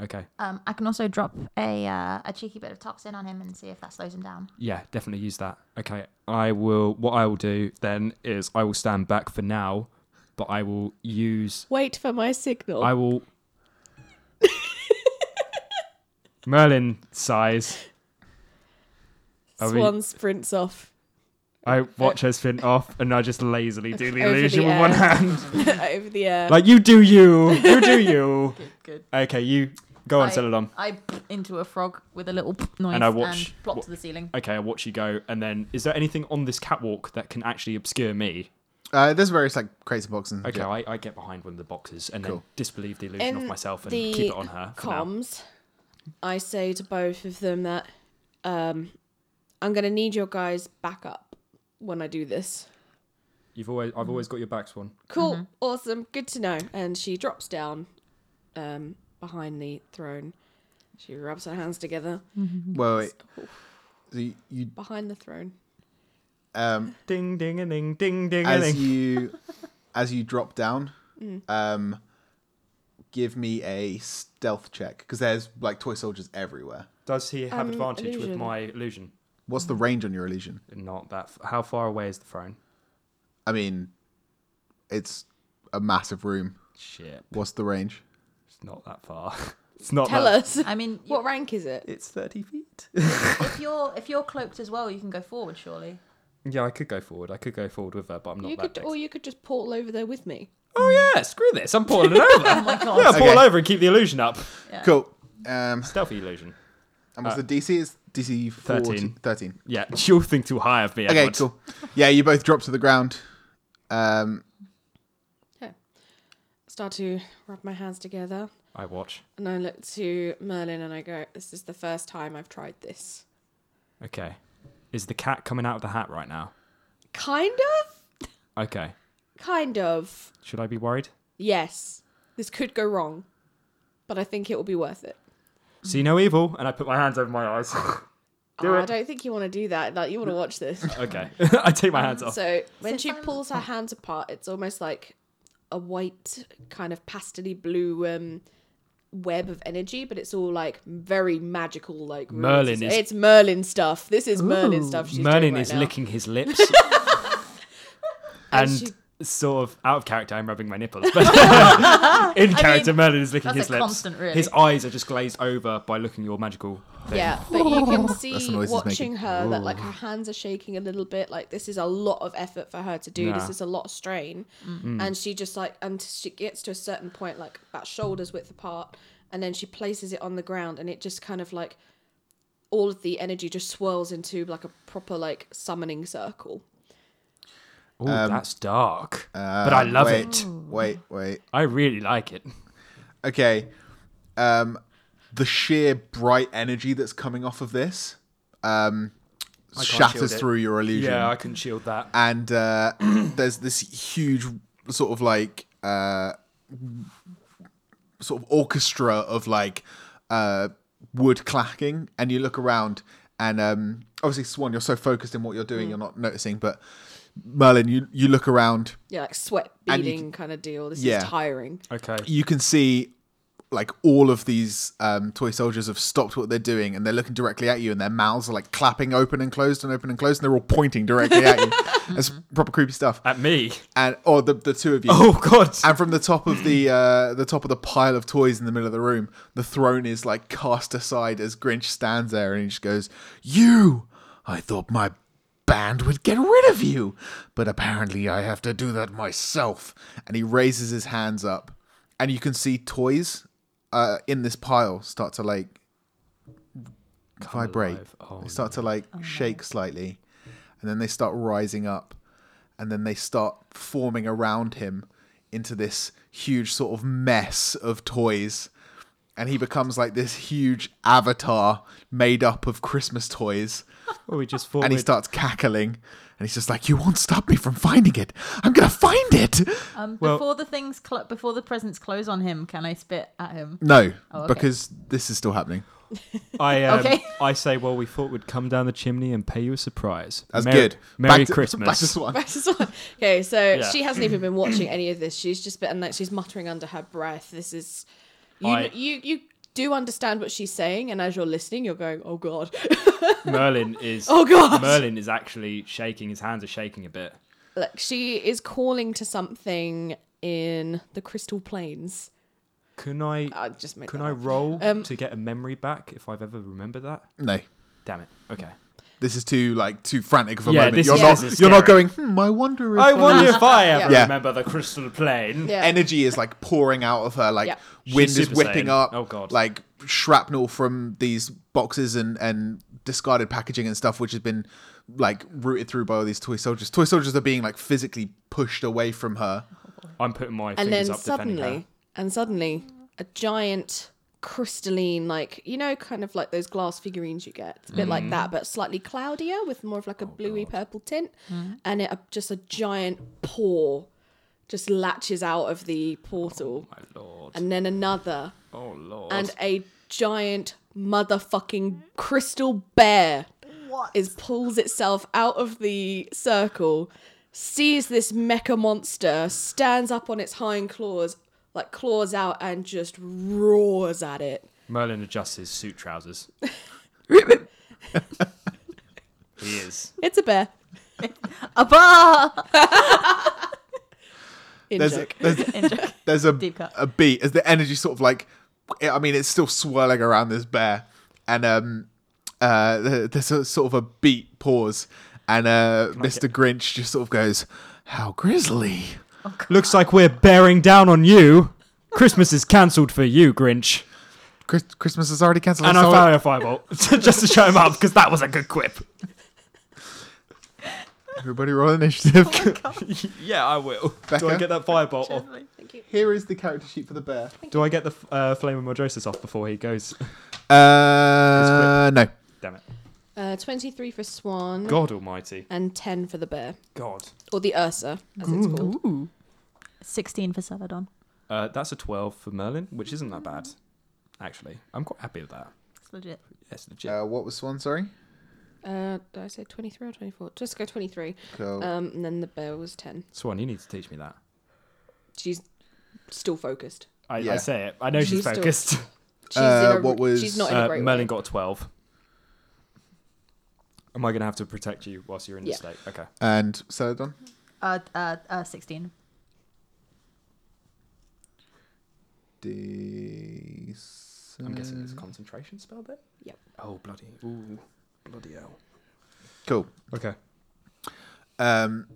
Okay. Um, I can also drop a uh, a cheeky bit of toxin on him and see if that slows him down. Yeah, definitely use that. Okay, I will. What I will do then is I will stand back for now, but I will use. Wait for my signal. I will. Merlin sighs. Are we- Swan sprints off I watch her spin off, and I just lazily do the Over the illusion with air. one hand. over the air. Like you do you, you do you. Good, good. Okay, you go on, I- Celadon. I into a frog with a little noise And I watch- and plop wa- to the ceiling. Okay, I watch you go, and then is there anything on this catwalk that can actually obscure me? Uh, there's various like crates and boxes. and Okay, shit. I, I get behind one of the boxes and then Cool. disbelieve the illusion of In myself and the keep it on her. for now. comms, I say to both of them that um, I'm going to need your guys' backup when I do this. You've always I've always got your back, Swan. Cool, awesome, good to know. And she drops down um, behind the throne. She rubs her hands together Well, wait. So you, you behind the throne. um, Ding ding a ding ding ding a as ding. you as you drop down, um, give me a stealth check because there's like toy soldiers everywhere. Does he have Um, advantage with illusion. my illusion? What's the range on your illusion? Not that. F- how far away is the throne? I mean, it's a massive room. Shit, What's the range? it's not that far. It's not. Tell that- us. I mean, What rank is it? It's thirty feet. if you're if you're cloaked as well, you can go forward, surely. yeah, I could go forward. I could go forward with her, but I'm not You that. could, or you could just portal over there with me. oh yeah, screw this. I'm pulling it over. Oh my god. yeah, I'll Okay. pull over and keep the illusion up. Cool. Um, Stealthy illusion. and uh, what's the DC? Is DC 14, 13. 13. Yeah, you'll think too high of me. Okay, Edward. cool. Yeah, you both drop to the ground. Um, Start to rub my hands together, I watch. and I look to Merlin and I go, "This is the first time I've tried this." Okay. Is the cat coming out of the hat right now? Kind of, Okay. kind of. Should I be worried? Yes, this could go wrong, but I think it will be worth it. See no evil, and I put my hands over my eyes. Do Oh, it. I don't think you want to do that. Like you want to watch this. okay. I take my hands off. so when she pulls her hands apart, it's almost like a white kind of pastely blue um, web of energy, but it's all like very magical. Like runes. Merlin is- It's Merlin stuff. This is Merlin stuff. She's doing Merlin right is now. licking his lips. and sort of out of character, I'm rubbing my nipples. But in character, Merlin is licking his that's a lips. constant, really. His eyes are just glazed over by looking your magical thing. Yeah, but you can That's the see noise he's watching making. her that like her hands are shaking a little bit. Like this is a lot of effort for her to do. This Yeah. is a lot of strain, Mm. and she just like and she gets to a certain point, like about shoulders width apart, and then she places it on the ground, and it just kind of like all of the energy just swirls into like a proper like summoning circle. Ooh, that's dark. Um, uh, but I love wait, it. Wait, wait. I really like it. Okay. Um, the sheer bright energy that's coming off of this um, can't shield shatters it. through your illusion. Yeah, I can shield that. and uh, there's this huge sort of like uh, sort of orchestra of like uh, wood clacking, and you look around, and um, obviously Swan, you're so focused in what you're doing, you're not noticing, but Merlin, you you look around, Yeah, like sweat And you beading kind of deal. This Yeah. is tiring. Okay. you can see like all of these um, toy soldiers have stopped what they're doing and they're looking directly at you and their mouths are like clapping open and closed and open and closed and they're all pointing directly at you that's proper creepy stuff At me. and or the, the two of you Um, Oh, God. and from the top of the uh, the top of the pile of toys in the middle of the room, the throne is like cast aside as Grinch stands there and he just goes, "You, I thought my band would get rid of you, but apparently I have to do that myself." And he raises his hands up, and you can see toys uh, in this pile start to like vibrate. alive. Oh, they start to like shake slightly, and then they start rising up, and then they start forming around him into this huge sort of mess of toys. And he becomes like this huge avatar made up of Christmas toys. Well, we just forward. And he starts cackling. And he's just like, You won't stop me from finding it. I'm going to find it. Um, Well- before the things, cl- before the presents close on him, can I spit at him? No, Oh, okay. because this is still happening. I um, Okay. I say, well, we thought we'd come down the chimney and pay you a surprise. That's Mer- good. Merry Back to- Christmas. Back to Swan. Right, so- okay, so Yeah. she hasn't even been watching any of this. She's just been like she's muttering under her breath. This is you I- you you do understand what she's saying, and as you're listening, you're going, "Oh god, Merlin is. oh god." Merlin is actually shaking. His hands are shaking a bit. Like she is calling to something in the crystal planes. Can I? I just made Can that I up. roll Um, to get a memory back if I've ever remembered that? No. Damn it. Okay. This is too like too frantic for a Yeah, moment. this You're is- not this is you're not scary. going, hmm, I wonder if I wonder if I ever Yeah. remember the crystal plane. Yeah. energy is like pouring out of her like Yeah. wind She's is Super whipping Saiyan. up Oh, God. like shrapnel from these boxes and and discarded packaging and stuff which has been like rooted through by all these toy soldiers toy soldiers are being like physically pushed away from her I'm putting my and fingers then up defending suddenly, and suddenly, a giant crystalline, like you know, kind of like those glass figurines you get. It's a bit like Mm. that, but slightly cloudier with more of Oh, like a bluey purple tint, Mm. and it uh, just a giant paw just latches out of the portal, her. Oh My lord. and then another, Oh lord. and a giant motherfucking crystal bear is pulls itself out of the circle, sees this mecha monster, stands up on its hind claws, like claws out, and just roars at it. Merlin adjusts his suit trousers. he is. It's a bear. A bar. In there's a, joke. there's, there's a Deep cut. a beat as the energy sort of like I mean it's still swirling around this bear and um uh there- there's a sort of a beat pause and uh Mr Grinch just sort of goes how grisly Looks like we're bearing down on you. Christmas is cancelled for you, Grinch. Chris- Christmas is already cancelled And I I saw it. fire a fireball just to show him up because that was a good quip. Everybody roll initiative. yeah, I will. Do I Becca? get that fireball off? Here is the character sheet for the bear. Do I get the uh, flame of Modrosis off before he goes? Uh, no. Damn it! Uh, 23 for Swan God Almighty! and 10 for the bear, God. or the Ursa, as it's called. Ooh. Sixteen for Celadon. Uh, that's a twelve for Merlin, which isn't that bad, actually. I'm quite happy with that. It's legit. Yes, legit. Uh, what was Swan? Sorry. Uh, did I say 23 or 24? Just go 23. Cool. Um, and then the bear was 10. Swan, you need to teach me that. She's still focused. I, Yeah. I say it. I know she's, She's still- focused. She's Uh, in a, what was- She's not in a Uh, great Merlin way. got a twelve. Am I going to have to protect you whilst you're in Yeah. the state? Okay. and Celadon. Uh, uh, uh, sixteen. D. Mm. I'm guessing it's a concentration spell then? Yep. Oh, bloody. Ooh, bloody hell. Cool. Okay. Um.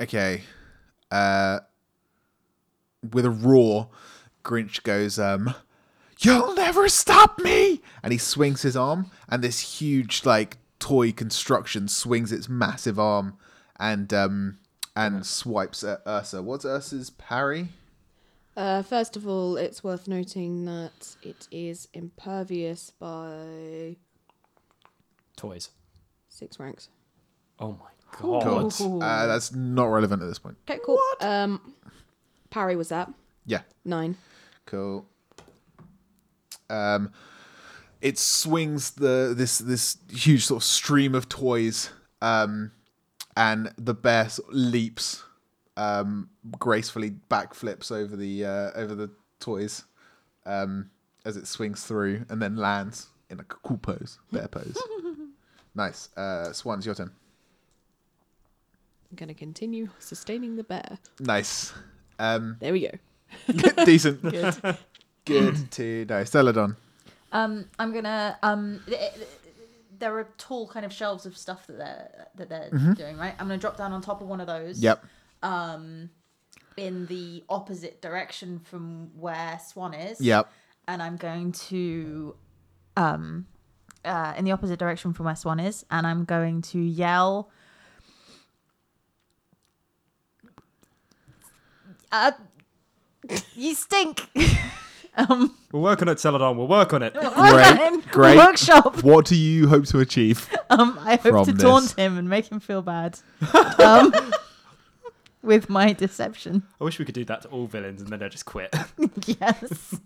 Okay. Uh. With a roar, Grinch goes, um, "You'll never stop me!" And he swings his arm, and this huge like toy construction swings its massive arm, and um, and swipes at Ursa. What's Ursa's parry? Uh, first of all, it's worth noting that it is impervious by Toys. six ranks. Oh my god. Cool. Uh, that's not relevant at this point. Okay, cool. Um, parry was that Yeah. nine? Cool. Um, it swings the this this huge sort of stream of toys, um, and the bear sort of leaps, um, gracefully backflips over the uh, over the toys, um, as it swings through and then lands in a cool pose, bear pose. nice. Uh, Swans, your turn. I'm gonna continue sustaining the bear. Nice. Um, There we go. decent. Good. Good to know. Celadon. Um, I'm gonna um. th- th- There are tall kind of shelves of stuff that they're that they're doing right. I'm gonna drop down on top of one of those. Yep. Um, in the opposite direction from where Swan is. Yep. And I'm going to um uh, in the opposite direction from where Swan is, and I'm going to yell. Uh, you stink. um, We're working at Celadon. We'll work on it. Great, great. Workshop. What do you hope to achieve? Um, I hope From to this. taunt him and make him feel bad. Um, with my deception. I wish we could do that to all villains and then they just quit. yes.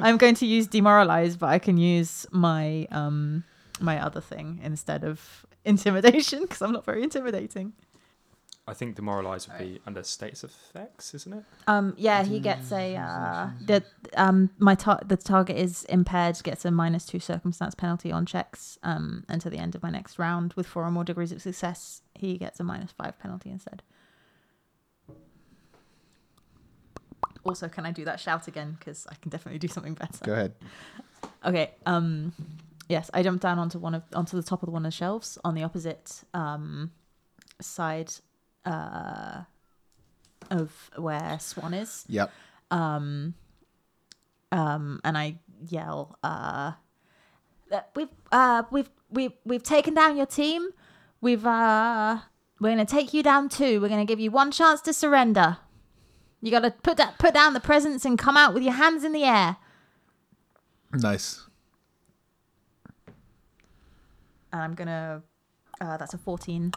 I'm going to use demoralize, but I can use my um my other thing instead of intimidation because I'm not very intimidating. I think demoralize would be under states effects, isn't it? Um yeah, he gets a uh the um my tar- the target is impaired gets a minus 2 circumstance penalty on checks um and to the end of my next round with four or more degrees of success, he gets a minus 5 penalty instead. Also, can I do that shout again because I can definitely do something better. Go ahead. Okay. Um. Yes, I jumped down onto one of onto the top of one of the shelves on the opposite um side uh of where Swan is. Yep. Um. Um. And I yell. Uh. Look, we've uh we've we've we've taken down your team. We've uh we're gonna take you down too. We're gonna give you one chance to surrender. You gotta put that put down the presents and come out with your hands in the air. Nice. And I'm gonna. Uh, that's a fourteen.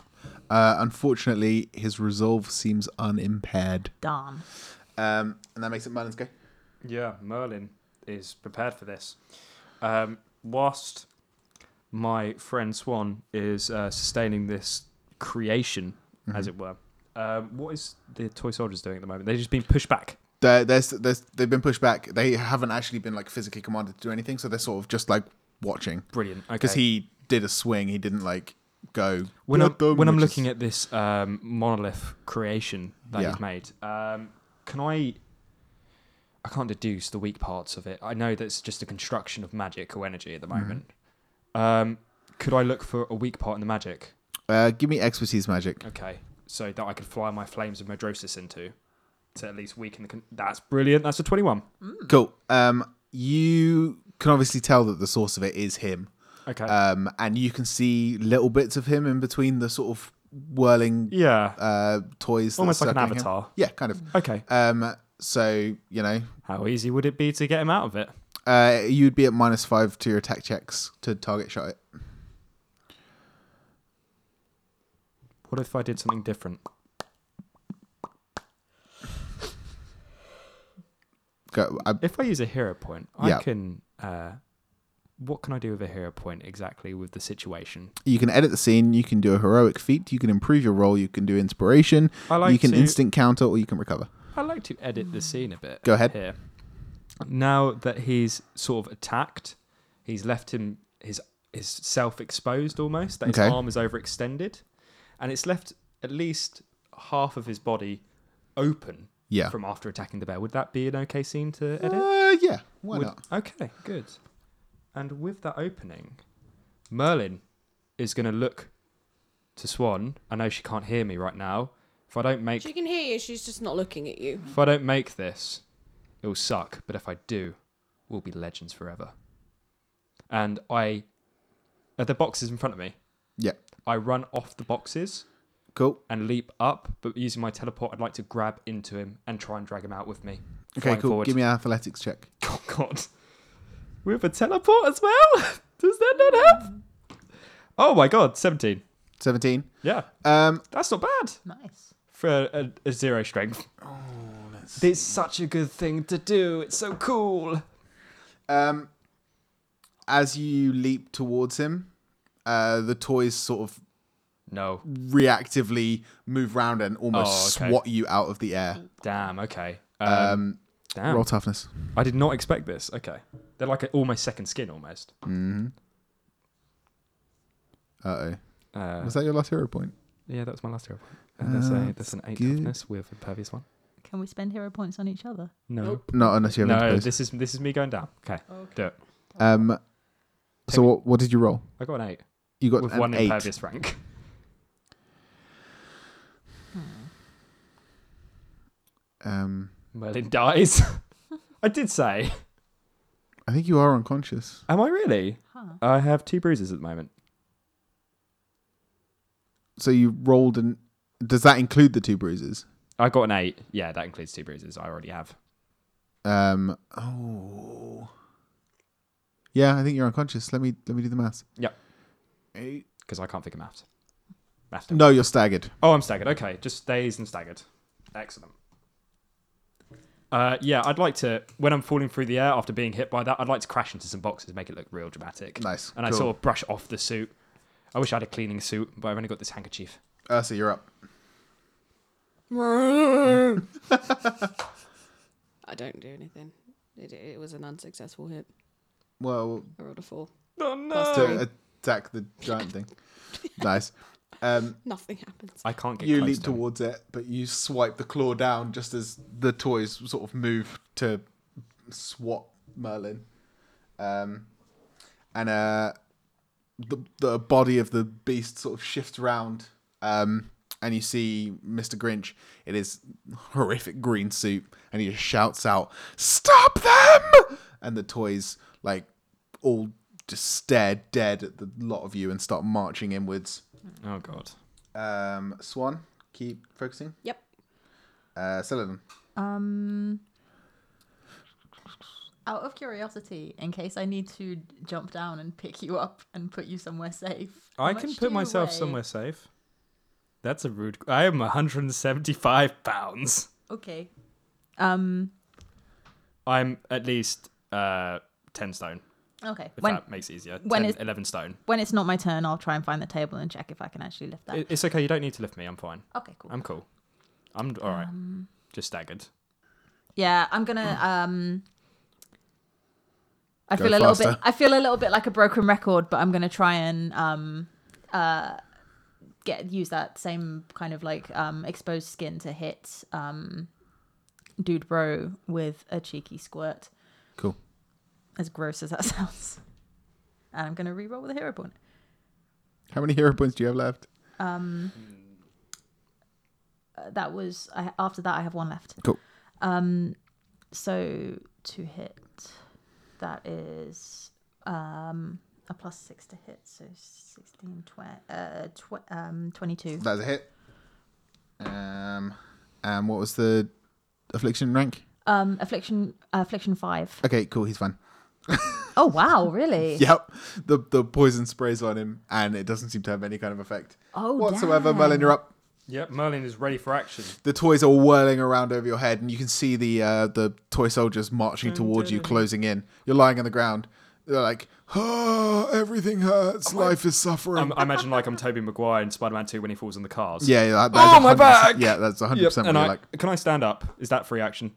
Uh, unfortunately, his resolve seems unimpaired. Darn. Um, and that makes it Merlin's go. Yeah, Merlin is prepared for this. Um, whilst my friend Swan is uh, sustaining this creation, as it were, um, what is the toy soldiers doing at the moment? They've just been pushed back. They're, there's, there's, they've been pushed back. They haven't actually been like physically commanded to do anything, so they're sort of just like watching. Brilliant. Because okay. he did a swing, he didn't like go. when I'm, "Get them," when I'm which is- looking at this um, monolith creation that Yeah. he's made, um, can I? I can't deduce the weak parts of it. I know that's just a construction of magic or energy at Mm-hmm. the moment. Um, could I look for a weak part in the magic? Uh, give me expertise magic. Okay, so that I could fly my flames of Madrosis into to at least weaken the. Con- that's brilliant. That's a twenty-one. Cool. Um, you can obviously tell that the source of it is him. Okay. Um, and you can see little bits of him in between the sort of whirling yeah. uh, toys. that are Almost like an circling him. avatar. Yeah, kind of. Okay. Um, so you know, How easy would it be to get him out of it? uh, you'd be at minus five to your attack checks to target shot it. What if I did something different? Go. uh, I, If I use a hero point, Yeah. I can. Uh, what can I do with a hero point exactly with the situation? you can edit the scene. You can do a heroic feat. You can improve your roll. You can do inspiration. I like you can to- instant counter, or you can recover. I like to edit the scene a bit. Go ahead. Here, now that he's sort of attacked, he's left him his his self exposed almost. That his Okay. arm is overextended, and it's left at least half of his body open. Yeah. From after attacking the bear, would that be an okay scene to edit? Uh, yeah. Why Would- not? Okay, good. And with that opening, Merlin is going to look to Swan. I know she can't hear me right now. If I don't make She can hear you. She's just not looking at you. if I don't make this, it will suck. But if I do, we'll be legends forever. And I, at the boxes in front of me, Yeah. I run off the boxes Cool. and leap up. But using my teleport, I'd like to grab into him and try and drag him out with me. Okay. flying Cool. forward. Give me an athletics check. Oh God, we have a teleport as well. Does that not help? Oh my God, seventeen. Seventeen. Yeah, Um, that's not bad Nice. for a, a zero strength. Oh, it's such a good thing to do. It's so cool. Um, as you leap towards him, uh, the toys sort of No, reactively move round and almost Oh, okay. swat you out of the air. damn. Okay. Um, Um, damn. roll toughness. I did not expect this. Okay, they're like a, almost second skin almost. Uh oh. Uh, Was that your last hero point? yeah, that was my last hero. And there's a there's an eight good. toughness with a pervious one. Can we spend hero points on each other? No. Not unless you have No, interposed. this is this is me going down. Okay, do it. Um, so what, what did you roll? I got an eight You got with an one eight. impervious rank. Um, Merlin dies. I did say. I think you are unconscious. Am I really? Huh. I have two bruises at the moment. So you rolled and does that include the two bruises? I got an eight. Yeah, that includes two bruises. I already have. Um. Oh. Yeah, I think you're unconscious. Let me let me do the maths. Yep. Eight. Because I can't figure maths. Maths. don't- No, you're staggered. Oh, I'm staggered. Okay, just dazed and staggered. Excellent. Uh, yeah, I'd like to. When I'm falling through the air after being hit by that, I'd like to crash into some boxes, make it look real dramatic. Nice, And I cool. sort of brush off the suit. I wish I had a cleaning suit, but I've only got this handkerchief. Ursa, Ah, you're up. I don't do anything. It, it was an unsuccessful hit. Well, I rolled a four. Oh to attack the giant thing. Nice. Um, Nothing happens. I can't get you close leap to him. towards it, but you swipe the claw down just as the toys sort of move to swat Merlin. Um, and uh, the the body of the beast sort of shifts round, um, and you see Mr. Grinch in his horrific green suit, and he just shouts out, "Stop them!" And the toys like all just stare dead at the lot of you and start marching inwards. Oh god. Um, Swan, keep focusing. Yep. Uh, Celadon. Um, out of curiosity, in case I need to jump down and pick you up and put you somewhere safe, how I much can do put you myself weigh? somewhere safe. That's a rude. I am 175 pounds. Okay. Um. I'm at least uh 10 stone. Okay. If When that makes it easier. when 10, is- 11 stone. when it's not my turn, I'll try and find the table and check if I can actually lift that. It- It's okay. You don't need to lift me. I'm fine. okay. Cool. I'm cool. I'm all right. Um. Just staggered. Yeah, I'm gonna. Um, I Mm. Go feel a little faster. bit. I feel a little bit like a broken record, but I'm gonna try and um, uh, get use that same kind of like um exposed skin to hit um, dude bro with a cheeky squirt. Cool. As gross as that sounds. And I'm gonna reroll with a hero point. How many hero points do you have left? Um, uh, that was I, after that. I have one left. Cool. Um, so to hit, that is um a plus six to hit, so 16, 20, uh, tw- um, twenty-two. That's a hit. Um, and what was the affliction rank? Um, affliction, uh, affliction five. Okay, cool. He's fine. Oh wow, really? Yep. The the poison sprays on him, and it doesn't seem to have any kind of effect Oh, whatsoever. damn. Merlin, you're up. Yep. Merlin is ready for action. The toys are whirling around over your head, and you can see the uh, the toy soldiers marching towards you, closing in. You're lying on the ground. They're like, "Ah, everything hurts. Oh Life is suffering." I'm, I imagine like I'm Toby Maguire in Spider-Man 2 when he falls on the cars. yeah, yeah, that, that's Oh, my 100% back! Yeah, that's 100% Yep. what And you're I, like. can I stand up? Is that free action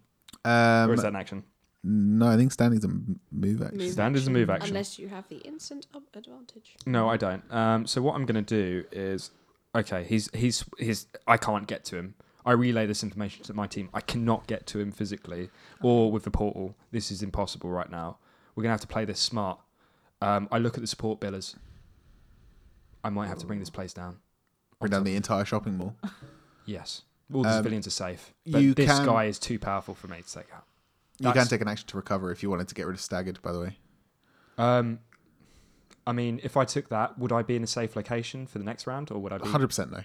Um, or is that an action? No, I think standing's a m- move action. Move Stand is a action. move action. Unless you have the instant up advantage. No, I don't. Um, so what I'm gonna do is, okay, he's he's he's. I can't get to him. I relay this information to my team. I cannot get to him physically or with the portal. This is impossible right now. We're gonna have to play this smart. Um, I look at the support billers. I might have to bring this place down. Bring down the entire shopping mall. Yes, all the Um, civilians are safe. But you this can- guy is too powerful for me to take out. You can That's- take an action to recover if you wanted to get rid of staggered. By the way, Um, I mean, if I took that, would I be in a safe location for the next round, or would I be? hundred percent no.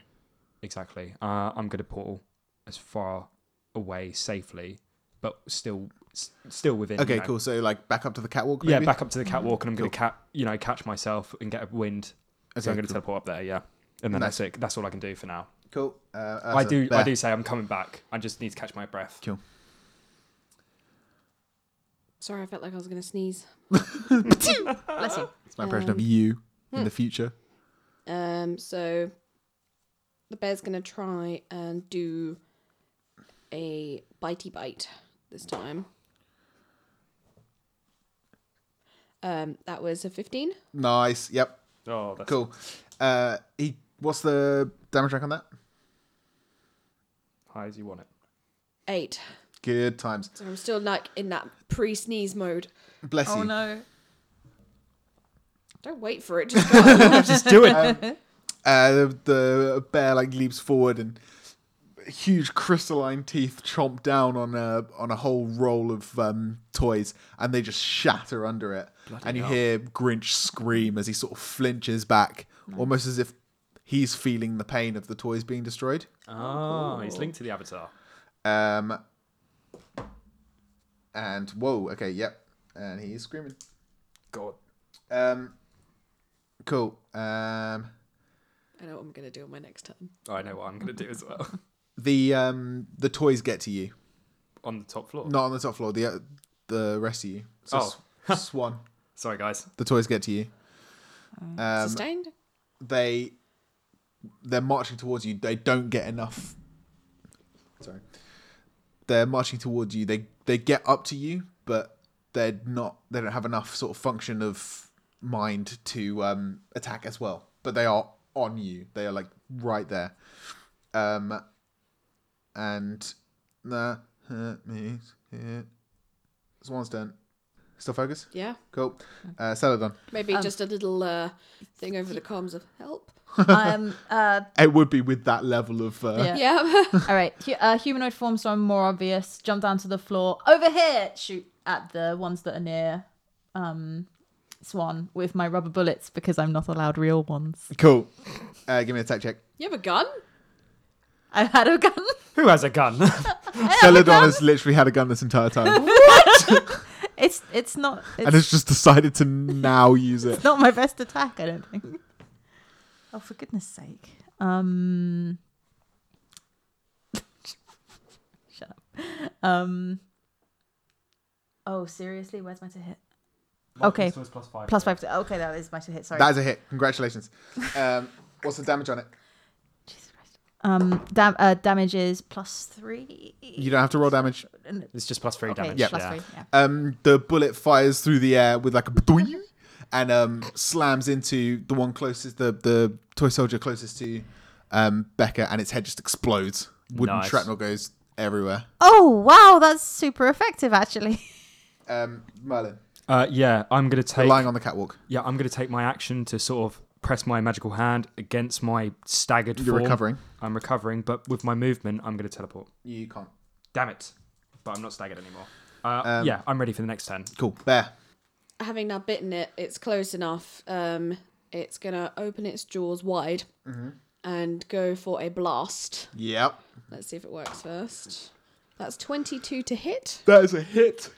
Exactly. Uh, I'm going to portal as far away safely, but still, s- still within. you Okay, know. cool. So like back up to the catwalk. Yeah, maybe? back up to the catwalk, and I'm going to cat, you know, catch myself and get a wind. Okay, so I'm going to cool. teleport up there. Yeah, and then Nice. that's it. That's all I can do for now. Cool. Uh, I Ursa, do. I there. do say I'm coming back. I just need to catch my breath. Sorry, I felt like I was going to sneeze. Bless you. It's my impression of Um, Mm. you Hmm. in the future. Um, so the bear's going to try and do a bitey bite this time. Um, that was a 15. Nice. Yep. Oh, that's Cool. Uh, he. What's the damage rank on that? high as you want it. Eight. Good times. So I'm still like in that pre sneeze mode. Bless Oh you. no. Don't wait for it. Just go. Um, just do it. Uh, the bear like leaps forward and huge crystalline teeth chomp down on a on a whole roll of um, toys, and they just shatter under it. and you hear Grinch scream as he sort of flinches back, almost as if he's feeling the pain of the toys being destroyed. Oh, he's linked to the avatar. Um, and whoa, okay, yep, and he is screaming. God. Um, cool. Um, I know what I'm gonna do on my next turn. I know what I'm going to do as well. the um the toys get to you, On the top floor. not on the top floor. The uh, the rest of you. So Oh. s- Swan. Sorry, guys. The toys get to you. Um, Sustained. they they're marching towards you. They don't get enough. Sorry, they're marching towards you. They they get up to you, but they're not. They don't have enough sort of function of mind to um, attack as well. But they are on you. They are like right there. Um, and that hurt me. It. Swan's turn. Still focus. Yeah. Cool. Uh, Celadon. Maybe just a little uh, thing over the comms of help. um, uh, It would be with that level of uh, Yeah. Yeah. all right. Hu- uh, humanoid forms so I'm more obvious. Jump down to the floor. Over here. Shoot at the ones that are near um, Swan with my rubber bullets because I'm not allowed real ones. Cool. Uh, give me a tech check. you have a gun? I had a gun. Who has a gun? Celadon has literally had a gun this entire time It's it's not and it's has just decided to now use it. not my best attack. I don't think. Oh, for goodness sake. Um. Shut up. Um. Oh, seriously? Where's my to hit? Okay. So it's plus five. Plus five. To, okay, that is my to hit. Sorry. That is a hit. Congratulations. Um, what's the damage on it? Jesus Christ. Um, dam- uh, damage is plus three. You don't have to roll damage. it's just plus three okay, damage. it's plus three. Yeah. Um, the bullet fires through the air with like a bdoing and um, slams into the one closest, the, the toy soldier closest to um, Becca, and its head just explodes. Wooden Nice. shrapnel goes everywhere. Oh wow, that's super effective actually. Um, Merlin, Uh, yeah, I'm going to take. you're lying on the catwalk. Yeah, I'm going to take my action to sort of press my magical hand against my staggered You're form. recovering. I'm recovering, but with my movement, I'm going to teleport. You can't. Damn it. But I'm not staggered anymore. Uh, Um, yeah, I'm ready for the next turn. Cool. Bear. Having now bitten it, it's close enough. Um, it's gonna open its jaws wide and go for a blast. Yep. Let's see if it works first. That's 22 to hit. That is a hit.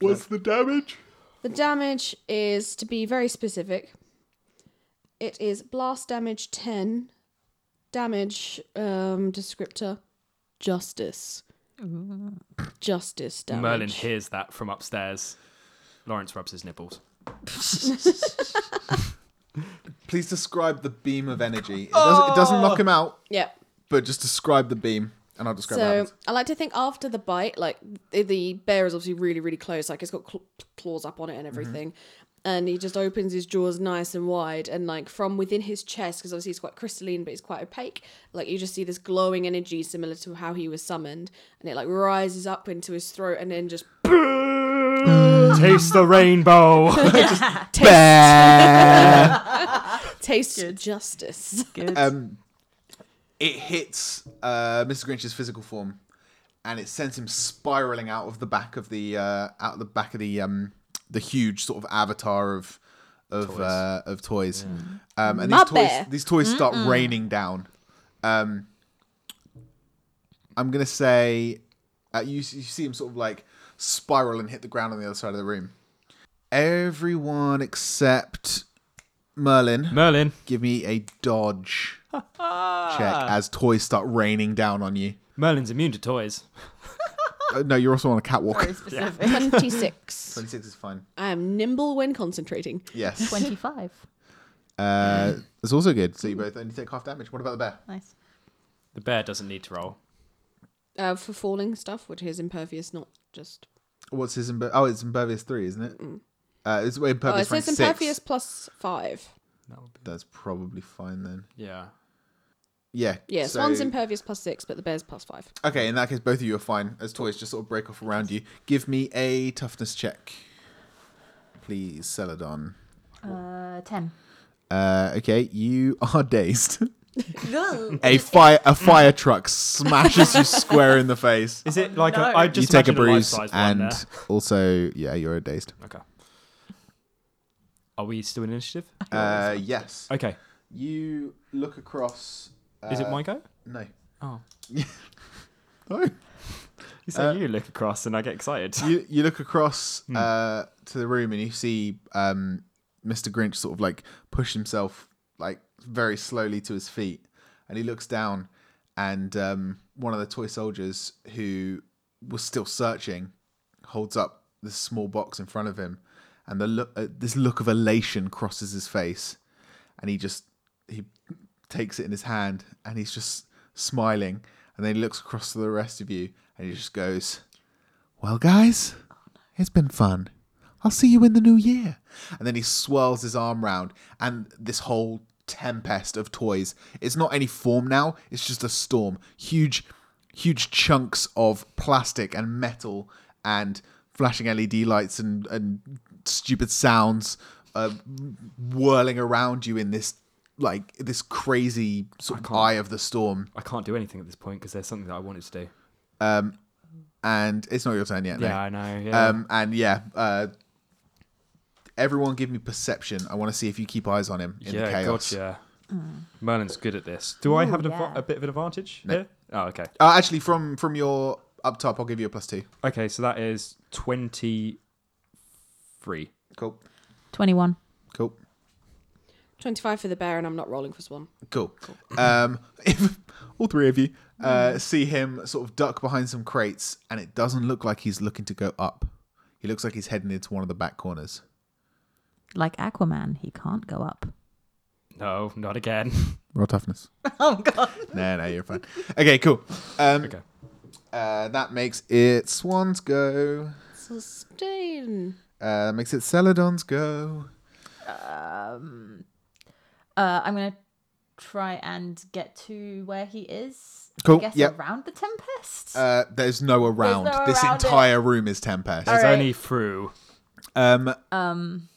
What's the damage? The damage is, to be very specific, it is blast damage 10, damage um, descriptor, justice. Justice damage. Merlin hears that from upstairs. Lawrence rubs his nipples. Please describe the beam of energy. It, doesn't, it doesn't knock him out, Yep. but just describe the beam, and I'll describe. So So, I like to think after the bite, like the- the bear is obviously really, really close. Like it's got cl- claws up on it and everything. And he just opens his jaws nice and wide. And like from within his chest, because obviously he's quite crystalline, but he's quite opaque, like you just see this glowing energy similar to how he was summoned. And it like rises up into his throat and then just Mm, Taste the rainbow! tastes justice. um, it hits uh, Mr. Grinch's physical form, and it sends him spiraling out of the back of the uh, out the back of the um, the huge sort of avatar of of toys. Uh, of toys. Um, and My these toys bear. these toys start raining down. Um, I'm gonna say uh, you, you see him sort of like spiral and hit the ground on the other side of the room. Everyone except Merlin Merlin. Give me a dodge check as toys start raining down on you. Merlin's immune to toys. Uh, no, you're also on a catwalk. Very specific. 26. 26 is fine. I am nimble when concentrating. Yes. Twenty-five. Uh, it's also good. So you both only take half damage. What about the bear? Nice. The bear doesn't need to roll. Uh, for falling stuff, which is impervious, not just. What's his imper- Oh, it's impervious 3, isn't it? Uh, it's well, Mm. Oh, it impervious says rank impervious 6. plus 5. That would be... That's probably fine then. Yeah. Yeah. Yeah, so- Swan's impervious plus 6, but the bear's plus 5. Okay, in that case, both of you are fine as toys just sort of break off around you. Give me a toughness check. Please, Celadon. Uh, ten. Uh, okay, you are dazed. a fire a fire truck smashes you square in the face. Is it like a, no. I just you take a imagined bruise life-size one and there. also yeah, you're dazed. okay. Are we still in initiative? Uh, yes. Okay. You look across. Uh, Is it my go? No. Oh. No. You say Uh, you look across and I get excited. you you look across uh, to the room and you see um, Mr. Grinch sort of like push himself like very slowly to his feet, and he looks down, and um, one of the toy soldiers who was still searching holds up this small box in front of him, and the look uh, this look of elation crosses his face, and he just he takes it in his hand and he's just smiling, and then he looks across to the rest of you and he just goes. Well, guys, it's been fun. I'll see you in the new year. And then he swirls his arm round, and this whole tempest of toys. It's not any form now, it's just a storm. Huge, huge chunks of plastic and metal and flashing LED lights and, and stupid sounds uh, whirling around you in this, like, this crazy sort of eye of the storm. I can't do anything at this point because there's something that I wanted to do. And it's not your turn yet, no. Yeah, I know. Yeah. Um, and yeah, uh, everyone give me perception. I want to see if you keep eyes on him in the yeah, chaos. gotcha. Mm. Merlin's good at this. Do I have an adva- yeah. a bit of an advantage here? Oh, okay. Uh, actually, from from your up top, I'll give you a plus two. Okay, so that is 23. Cool, 21. cool, 25 for the bear, and I'm not rolling for Swan. cool. Um, if all three of you uh, see him sort of duck behind some crates, and it doesn't look like he's looking to go up. He looks like he's heading into one of the back corners. Like Aquaman, he can't go up. No, not again. Roll toughness. oh god. No, no, you're fine. Okay, cool. Um, Okay. uh, that makes it Swan's go. Sustain. Uh, makes it Celadon's go. Um, Uh, I'm going to try and get to where he is. Cool. I guess Yep. around the Tempest. Uh, there's no around. There's no this around entire room is tempest. There's right. only through. Um, um,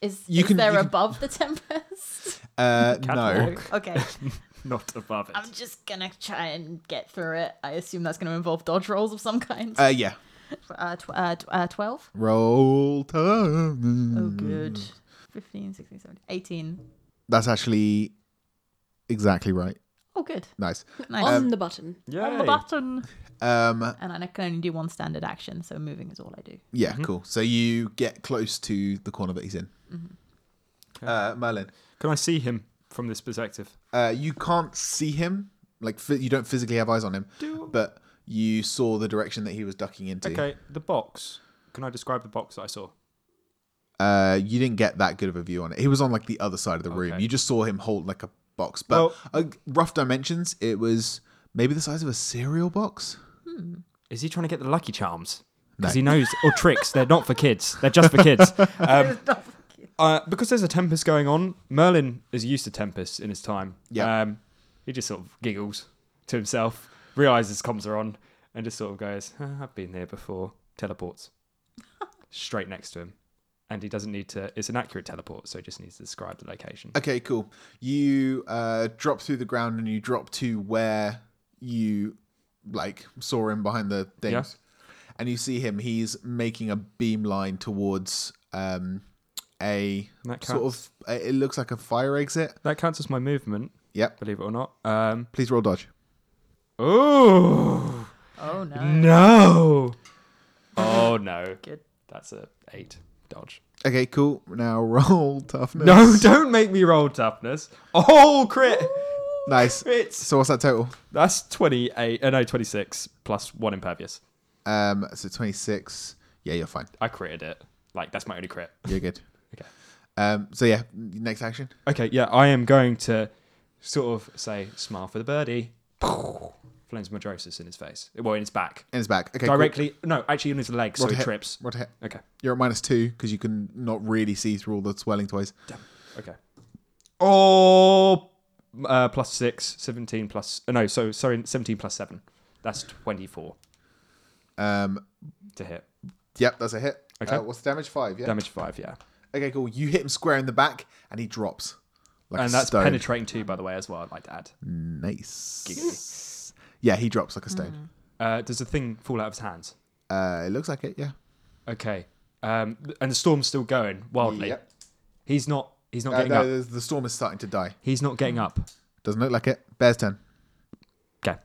is, You is can- there you can- above the Tempest? uh, no. Catwalk, okay. not above it. I'm just going to try and get through it. I assume that's going to involve dodge rolls of some kind. Uh, yeah. Uh, tw- uh, tw- uh, 12? Roll time. Oh, good. 15, 16, 17, 18. That's actually exactly right. Oh, good. Nice. Nice. On the button. Yay. button. Um, And I can only do one standard action, so moving is all I do. yeah, cool. So you get close to the corner that he's in. Uh, Merlin, Can I see him from this perspective? uh, you can't see him. Like phy- you don't physically have eyes on him, Do- but you saw the direction that he was ducking into. Okay, the box. Can I describe the box that I saw? uh, you didn't get that good of a view on it. He was on like the other side of the room. Okay. You just saw him hold like a box, but uh, rough dimensions, it was maybe the size of a cereal box. Is he trying to get the Lucky Charms? No. Because he knows, or tricks, they're not for kids. They're just for kids. Um, uh, because there's a tempest going on, Merlin is used to tempests in his time. Yeah. Um, he just sort of giggles to himself, realizes comms are on, and just sort of goes, "Ah, I've been there before. Teleports straight next to him. And he doesn't need to, it's an accurate teleport, so he just needs to describe the location. Okay, cool. You uh, drop through the ground and you drop to where you like saw him behind the things, and you see him. He's making a beam line towards um, a That sort counts. of. It looks like a fire exit. That counts as my movement, Yep. believe it or not. Um, Please roll dodge. oh, Oh, no. no. Oh, no. Good. That's a eight dodge. Okay, cool. Now roll toughness. No, don't make me roll toughness. Oh, crit. nice. Crits. So what's that total? That's 28, uh, no, 26 plus one impervious. Um, so 26. Yeah, you're fine. I critted it. Like, that's my only crit. You're good. Okay. Um, so yeah, next action. Okay, yeah, I am going to sort of say, smile for the birdie. Flames Madrosis in his face. Well, in his back. And it's back. Okay. cool. Directly, no, actually in his leg, so Roll to he hit. trips. Roll to hit. Okay, You're at minus two because you can not really see through all the swelling toys. okay. Oh, uh, plus six, 17 plus, uh, no, so sorry, 17 plus seven. That's 24 Um, to hit. yep, that's a hit. Okay. Uh, what's the damage? Five. Yeah. Damage five, yeah. Okay, cool. You hit him square in the back and he drops Like and a that's stone. penetrating too, by the way, as well. I'd like to add. Nice. Yeah, he drops like a stone. Uh, does the thing fall out of his hands? Uh, it looks like it. Yeah. Okay. Um, and the storm's still going wildly. Yep. He's not. He's not Uh, getting no, up. there's- the storm is starting to die. He's not getting up. Doesn't look like it. Bear's turn. Okay.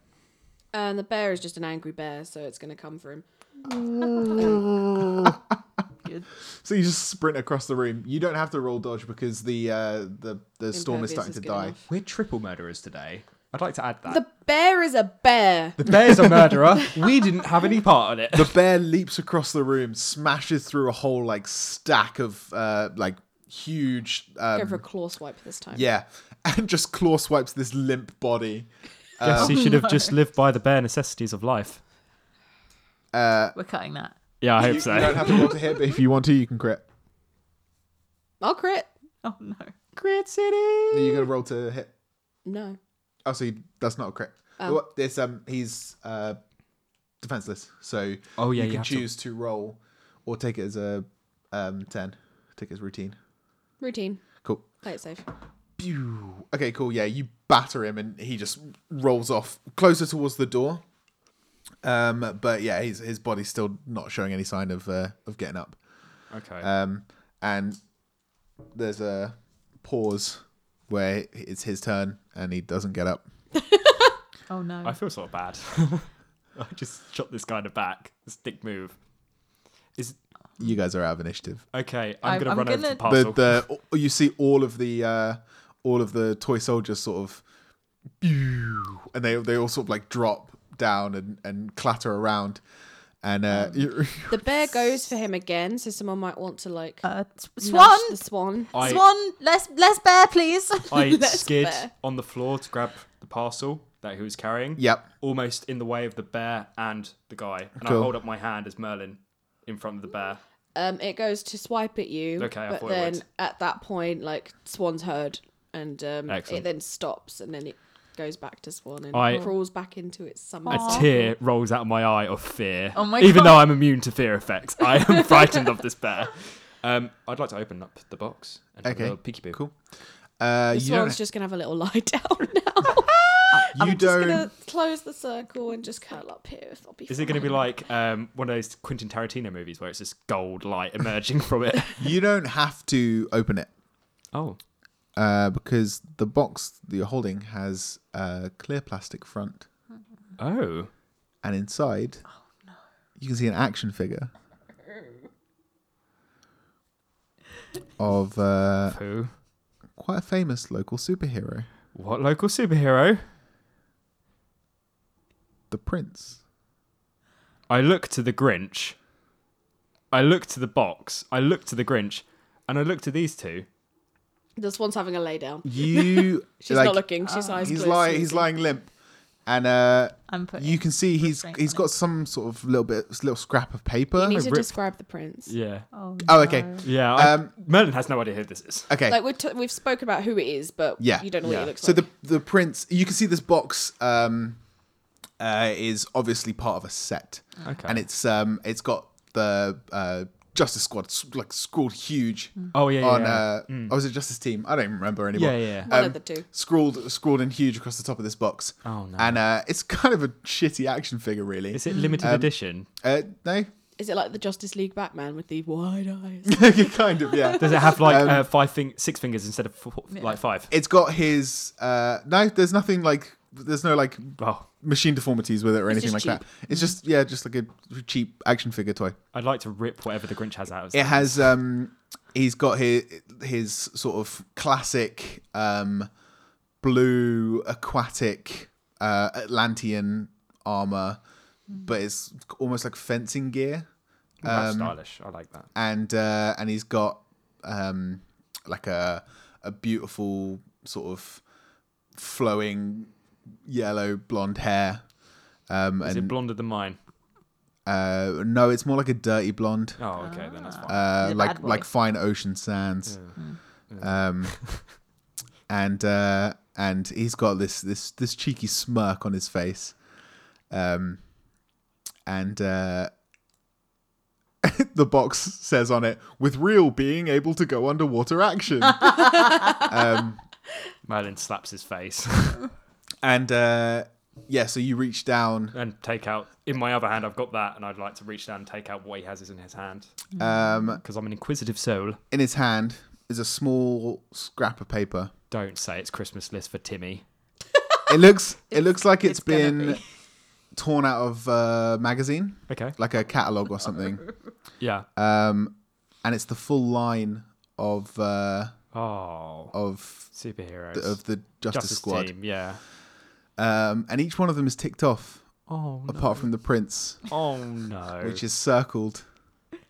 And the bear is just an angry bear, so it's going to come for him. So you just sprint across the room. You don't have to roll dodge because the uh, the the storm is Impervious starting to good die. enough. We're triple murderers today. I'd like to add that. The bear is a bear. Uh, The bear's a murderer. we didn't have any part in it. The bear leaps across the room, smashes through a whole like stack of uh, like huge Go for um, a claw swipe this time. yeah, and just claw swipes this limp body. Yes, he should have just lived by the bare necessities of life. We're cutting that. Yeah, I You, you don't hope so. have to roll to hit, but if you want to, you can crit. I'll crit. Oh no. Grid City. Are you gonna roll to hit? No. Oh, so you, that's not a crit. Oh. What- It's um he's uh defenseless, so Oh, you yeah, you can have to- choose to... roll or take it as a um ten, take it as routine. Routine. Cool. Play it safe. Pew. Okay, cool. Yeah, you batter him and he just rolls off closer towards the door. Um, but yeah, his his body's still not showing any sign of uh, of getting up. Okay. Um, and there's a pause where it's his turn and he doesn't get up. Oh no. I feel sort of bad. I just shot this guy in the back. This dick move. Is You guys are out of initiative. okay. I'm I- gonna I'm run over gonna- to the The parcel. the you see all of the uh, all of the toy soldiers sort of, pew, and they they all sort of like drop down and and clatter around, and uh, you- The bear goes for him again, so someone might want to like Uh, s- nudge Swan, the swan. I- Swan, less less bear, please. I That's skid fair. on the floor to grab the parcel that he was carrying. yep. Almost in the way of the bear and the guy. And Cool. I hold up my hand as Merlin in front of the bear. Um, it goes to swipe at you. Okay, I but thought it then would. at that point, like Swan's heard, and um, it Excellent. then stops, and then it goes back to Swan and I- crawls back into its summer. A tear rolls out of my eye of fear. Oh my Even God. though I'm immune to fear effects, I am frightened of this bear. Um, I'd like to open up the box and have Okay, a little peeky boo. Cool. Uh, The you don't, swan's just gonna have a little lie down now. you I'm just don't gonna close the circle and just curl up here. I'll be Is it going to be like um, one of those Quentin Tarantino movies where it's this gold light emerging from it? you don't have to open it Oh, uh, because the box that you're holding has a clear plastic front, oh, and inside Oh, you can see an action figure of uh, who? quite a famous local superhero, What local superhero? the Prince. I look to the Grinch. I look to the box. I look to the Grinch, and I look to these two. the swan's having a lay down? You She's like, "Ah, not looking. She's eyes He's closed. lying. He's lying limp, and uh, I'm putting. you can see he's restraint he's on got some sort of little bit little scrap of paper. You need to ripped- describe the prince. Yeah, Oh, Oh, okay. no. yeah. I, Um, Merlin has no idea who this is. Okay. Like we've t- we've spoken about who it is, but Yeah. you don't know Yeah. what it looks So like. the the prince, you can see this box um, uh, is obviously part of a set, Okay. and it's um, it's got the uh, Justice Squad s- like scrawled huge Hmm. oh yeah, yeah. on yeah. uh, oh, was it Justice Team? I don't even remember anymore. Um, yeah, yeah. One of the two. Scrawled scrawled and huge across the top of this box. Oh, no. And uh, it's kind of a shitty action figure, really. Is it limited edition? Uh, no, Is it like the Justice League Batman with the wide eyes? kind of yeah. Does it have like Um, uh, five fing- six fingers instead of four, like five? It's got his uh, no. There's nothing like there's no like Oh, machine deformities with it or It's anything like just that. It's just yeah, just like a cheap action figure toy. I'd like to rip whatever the Grinch has out. Of his It has um he's got his his sort of classic um blue aquatic uh Atlantean armor but it's almost like fencing gear Ooh, um, that's stylish. I like that. and uh and he's got um like a a beautiful sort of flowing yellow blonde hair um Is it and blonder than mine? uh no it's more like a dirty blonde Oh, okay, then that's fine. uh, He's a like bad boy. Mm. like fine ocean sands, um, and uh, and he's got this this this cheeky smirk on his face, um, and uh, the box says on it, "With real being able to go underwater action," um, Merlin slaps his face And uh, yeah, so you reach down. and take out. In my other hand, I've got that, and I'd like to reach down and take out what he has in his hand Mm. Um, because I'm an inquisitive soul. in his hand is a small scrap of paper. Don't say it's Christmas list for Timmy. It looks it looks like it's it's gonna been be. torn out of a magazine, Okay. like a catalog or something. Yeah. Um, and it's the full line of uh, Oh, of superheroes. the, of the Justice, Squad. Team. Yeah. Um, and each one of them is ticked off, Oh no. apart from the prince, Oh no. which is circled.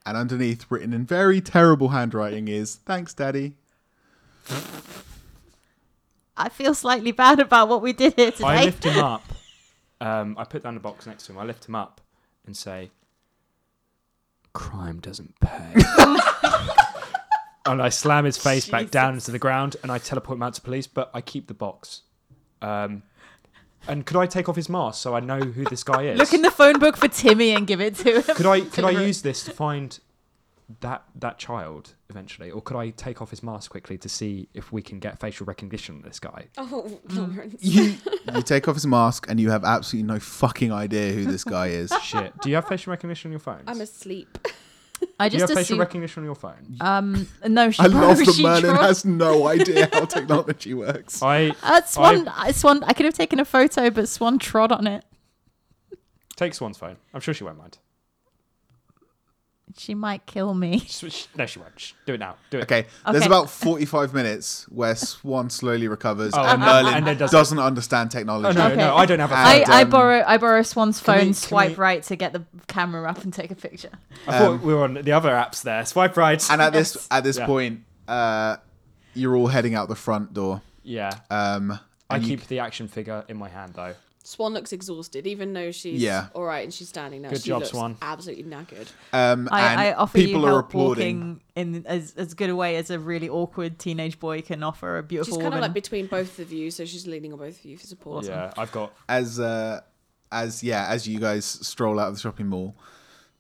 And underneath, written in very terrible handwriting, is "Thanks, Daddy." I feel slightly bad about what we did here today. I lift him up. Um, I put down the box next to him. I lift him up and say, "Crime doesn't pay." and I slam his face back down into the ground, and I teleport him out to police. But I keep the box. Um, and could I take off his mask so I know who this guy is? Look in the phone book for Timmy and give it to him. could I could I use this to find that that child eventually, or could I take off his mask quickly to see if we can get facial recognition on this guy? Oh, Lawrence. Mm. You you take off his mask, and you have absolutely no fucking idea who this guy is. Shit. Do you have facial recognition on your phone? I'm asleep. I Do you have just facial assume. recognition on your phone? um, no, she I love probably that she Merlin draws- has no idea how technology works. I Uh, Swan, I, Swan, I could have taken a photo, but Swan trod on it. Take Swan's phone. I'm sure she won't mind. She might kill me. Sh- sh- No, she won't. Sh- Do it now. Do it. Okay, there's Okay. about 45 minutes where Swan slowly recovers Oh, and and then- Merlin and then does- doesn't understand technology. Oh, no, Okay. no, I don't have a I- I, phone. I I um, borrow I borrow Swan's can we- phone, can swipe we- right to get the camera up and take a picture. I thought we were on the other apps there. Swipe right. um, And at this Yes. at this Yeah. point, uh, you're all heading out the front door. yeah. Um, I and you- keep the action figure in my hand, though. Swan looks exhausted, even though she's Yeah. all right and she's standing now. Good she job, looks Swan. Absolutely knackered. um, and I, I offer people you are help applauding. walking in as, as good a way as a really awkward teenage boy can offer a She's beautiful kind of woman. like between both of you, so she's leaning on both of you for support. Yeah, I've got. as uh, as yeah as you guys stroll out of the shopping mall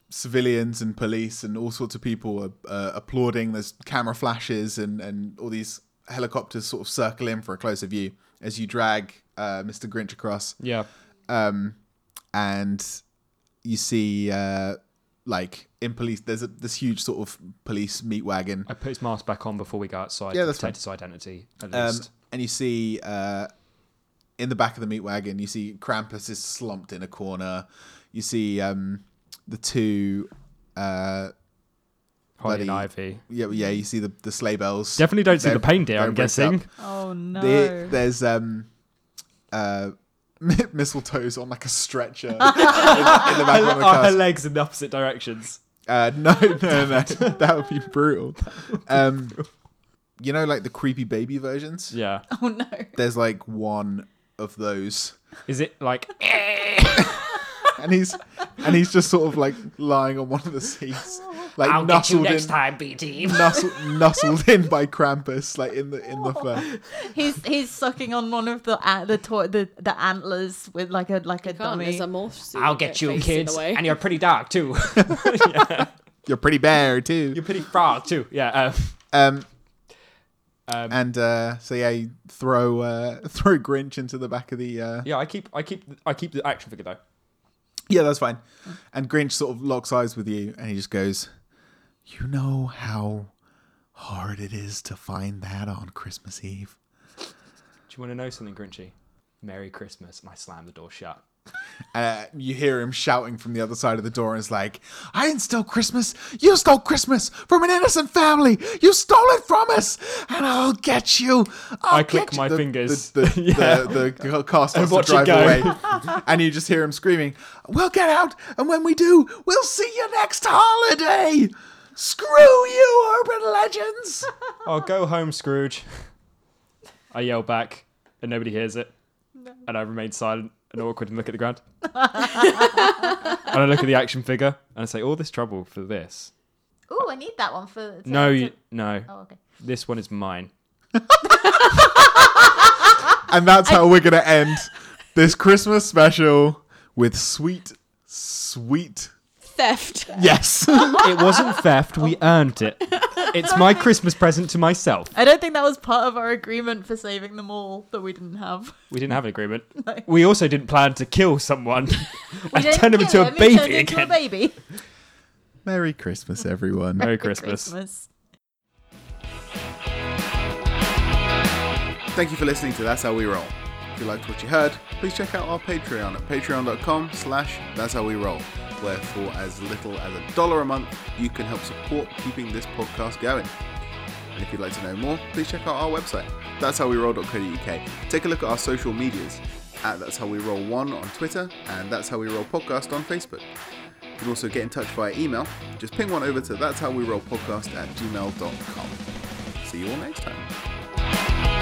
civilians and police and all sorts of people are uh, applauding there's camera flashes and and all these helicopters sort of circle in for a closer view as you drag uh, mr grinch across Yeah. um and you see uh like in police there's a this huge sort of police meat wagon I put his mask back on before we go outside Yeah, to that's protect his identity, at um, least. and you see uh, in the back of the meat wagon, you see Krampus is slumped in a corner. You see um, the two, uh, Holly and bloody- Ivy. yeah, yeah. You see the the sleigh bells. Definitely don't see They're- the pain dear, they're I'm bricked guessing. up. oh no! They- there's um, uh, mistletoes on like a stretcher in, in the back of the Are her car. legs in the opposite directions? Uh, no, no, no, that would be brutal. Um, you know, like the creepy baby versions. Yeah. oh no! There's like one of those. Is it like. and he's and he's just sort of like lying on one of the seats, like I'll get you nuzzled next in, time, BT. nuzzled, nuzzled in by Krampus, like in the in the fur. He's he's sucking on one of the a the to- the, the antlers with like a like a Can't, dummy. there's a morph suit I'll with get their you, face in kids. the way. And you're pretty dark, too. You're pretty bear too. You're pretty frog, too. Yeah. Um, Um, um, and uh, so yeah, you throw uh, throw Grinch into the back of the uh, yeah, I keep, I keep, I keep the action figure though. yeah, that's fine. And Grinch sort of locks eyes with you, and he just goes, "You know how hard it is to find that on Christmas Eve." Do you want to know something, Grinchy? Merry Christmas. And I slam the door shut. Uh, you hear him shouting from the other side of the door, and it's like, I didn't steal Christmas. You stole Christmas from an innocent family. You stole it from us, and I'll get you. I'll I click get you." my The- fingers. The, the, Yeah. the, the, car starts to watch drive it go. away, and you just hear him screaming, We'll get out, and when we do, we'll see you next holiday. Screw you, urban legends. Oh, go home, Scrooge. I yell back, and nobody hears it. And I remain silent and awkward and look at the ground. and I look at the action figure and I say, All this trouble for this. Ooh, I need that one for. to- No, to- you, no, Oh, okay. this one is mine. And that's how we're going to end this Christmas special with sweet, sweet. Theft. Yes. It wasn't theft, we earned it. It's my Christmas present to myself. I don't think that was part of our agreement for saving them all that we didn't have. We didn't have an agreement. No. We also didn't plan to kill someone and didn't turn him into kill a him, he turned baby into a again. baby. Merry Christmas, everyone. Merry Christmas. Christmas. Thank you for listening to That's How We Roll. If you liked what you heard, please check out our Patreon at patreon.com slash that's how we roll, where for as little as a dollar a month, you can help support keeping this podcast going. And if you'd like to know more, please check out our website, that's how we roll.co.uk. Take a look at our social medias at that's how we roll one on Twitter and that's how we roll podcast on Facebook. You can also get in touch via email. Just ping one over to that's how we roll podcast at gmail.com. See you all next time.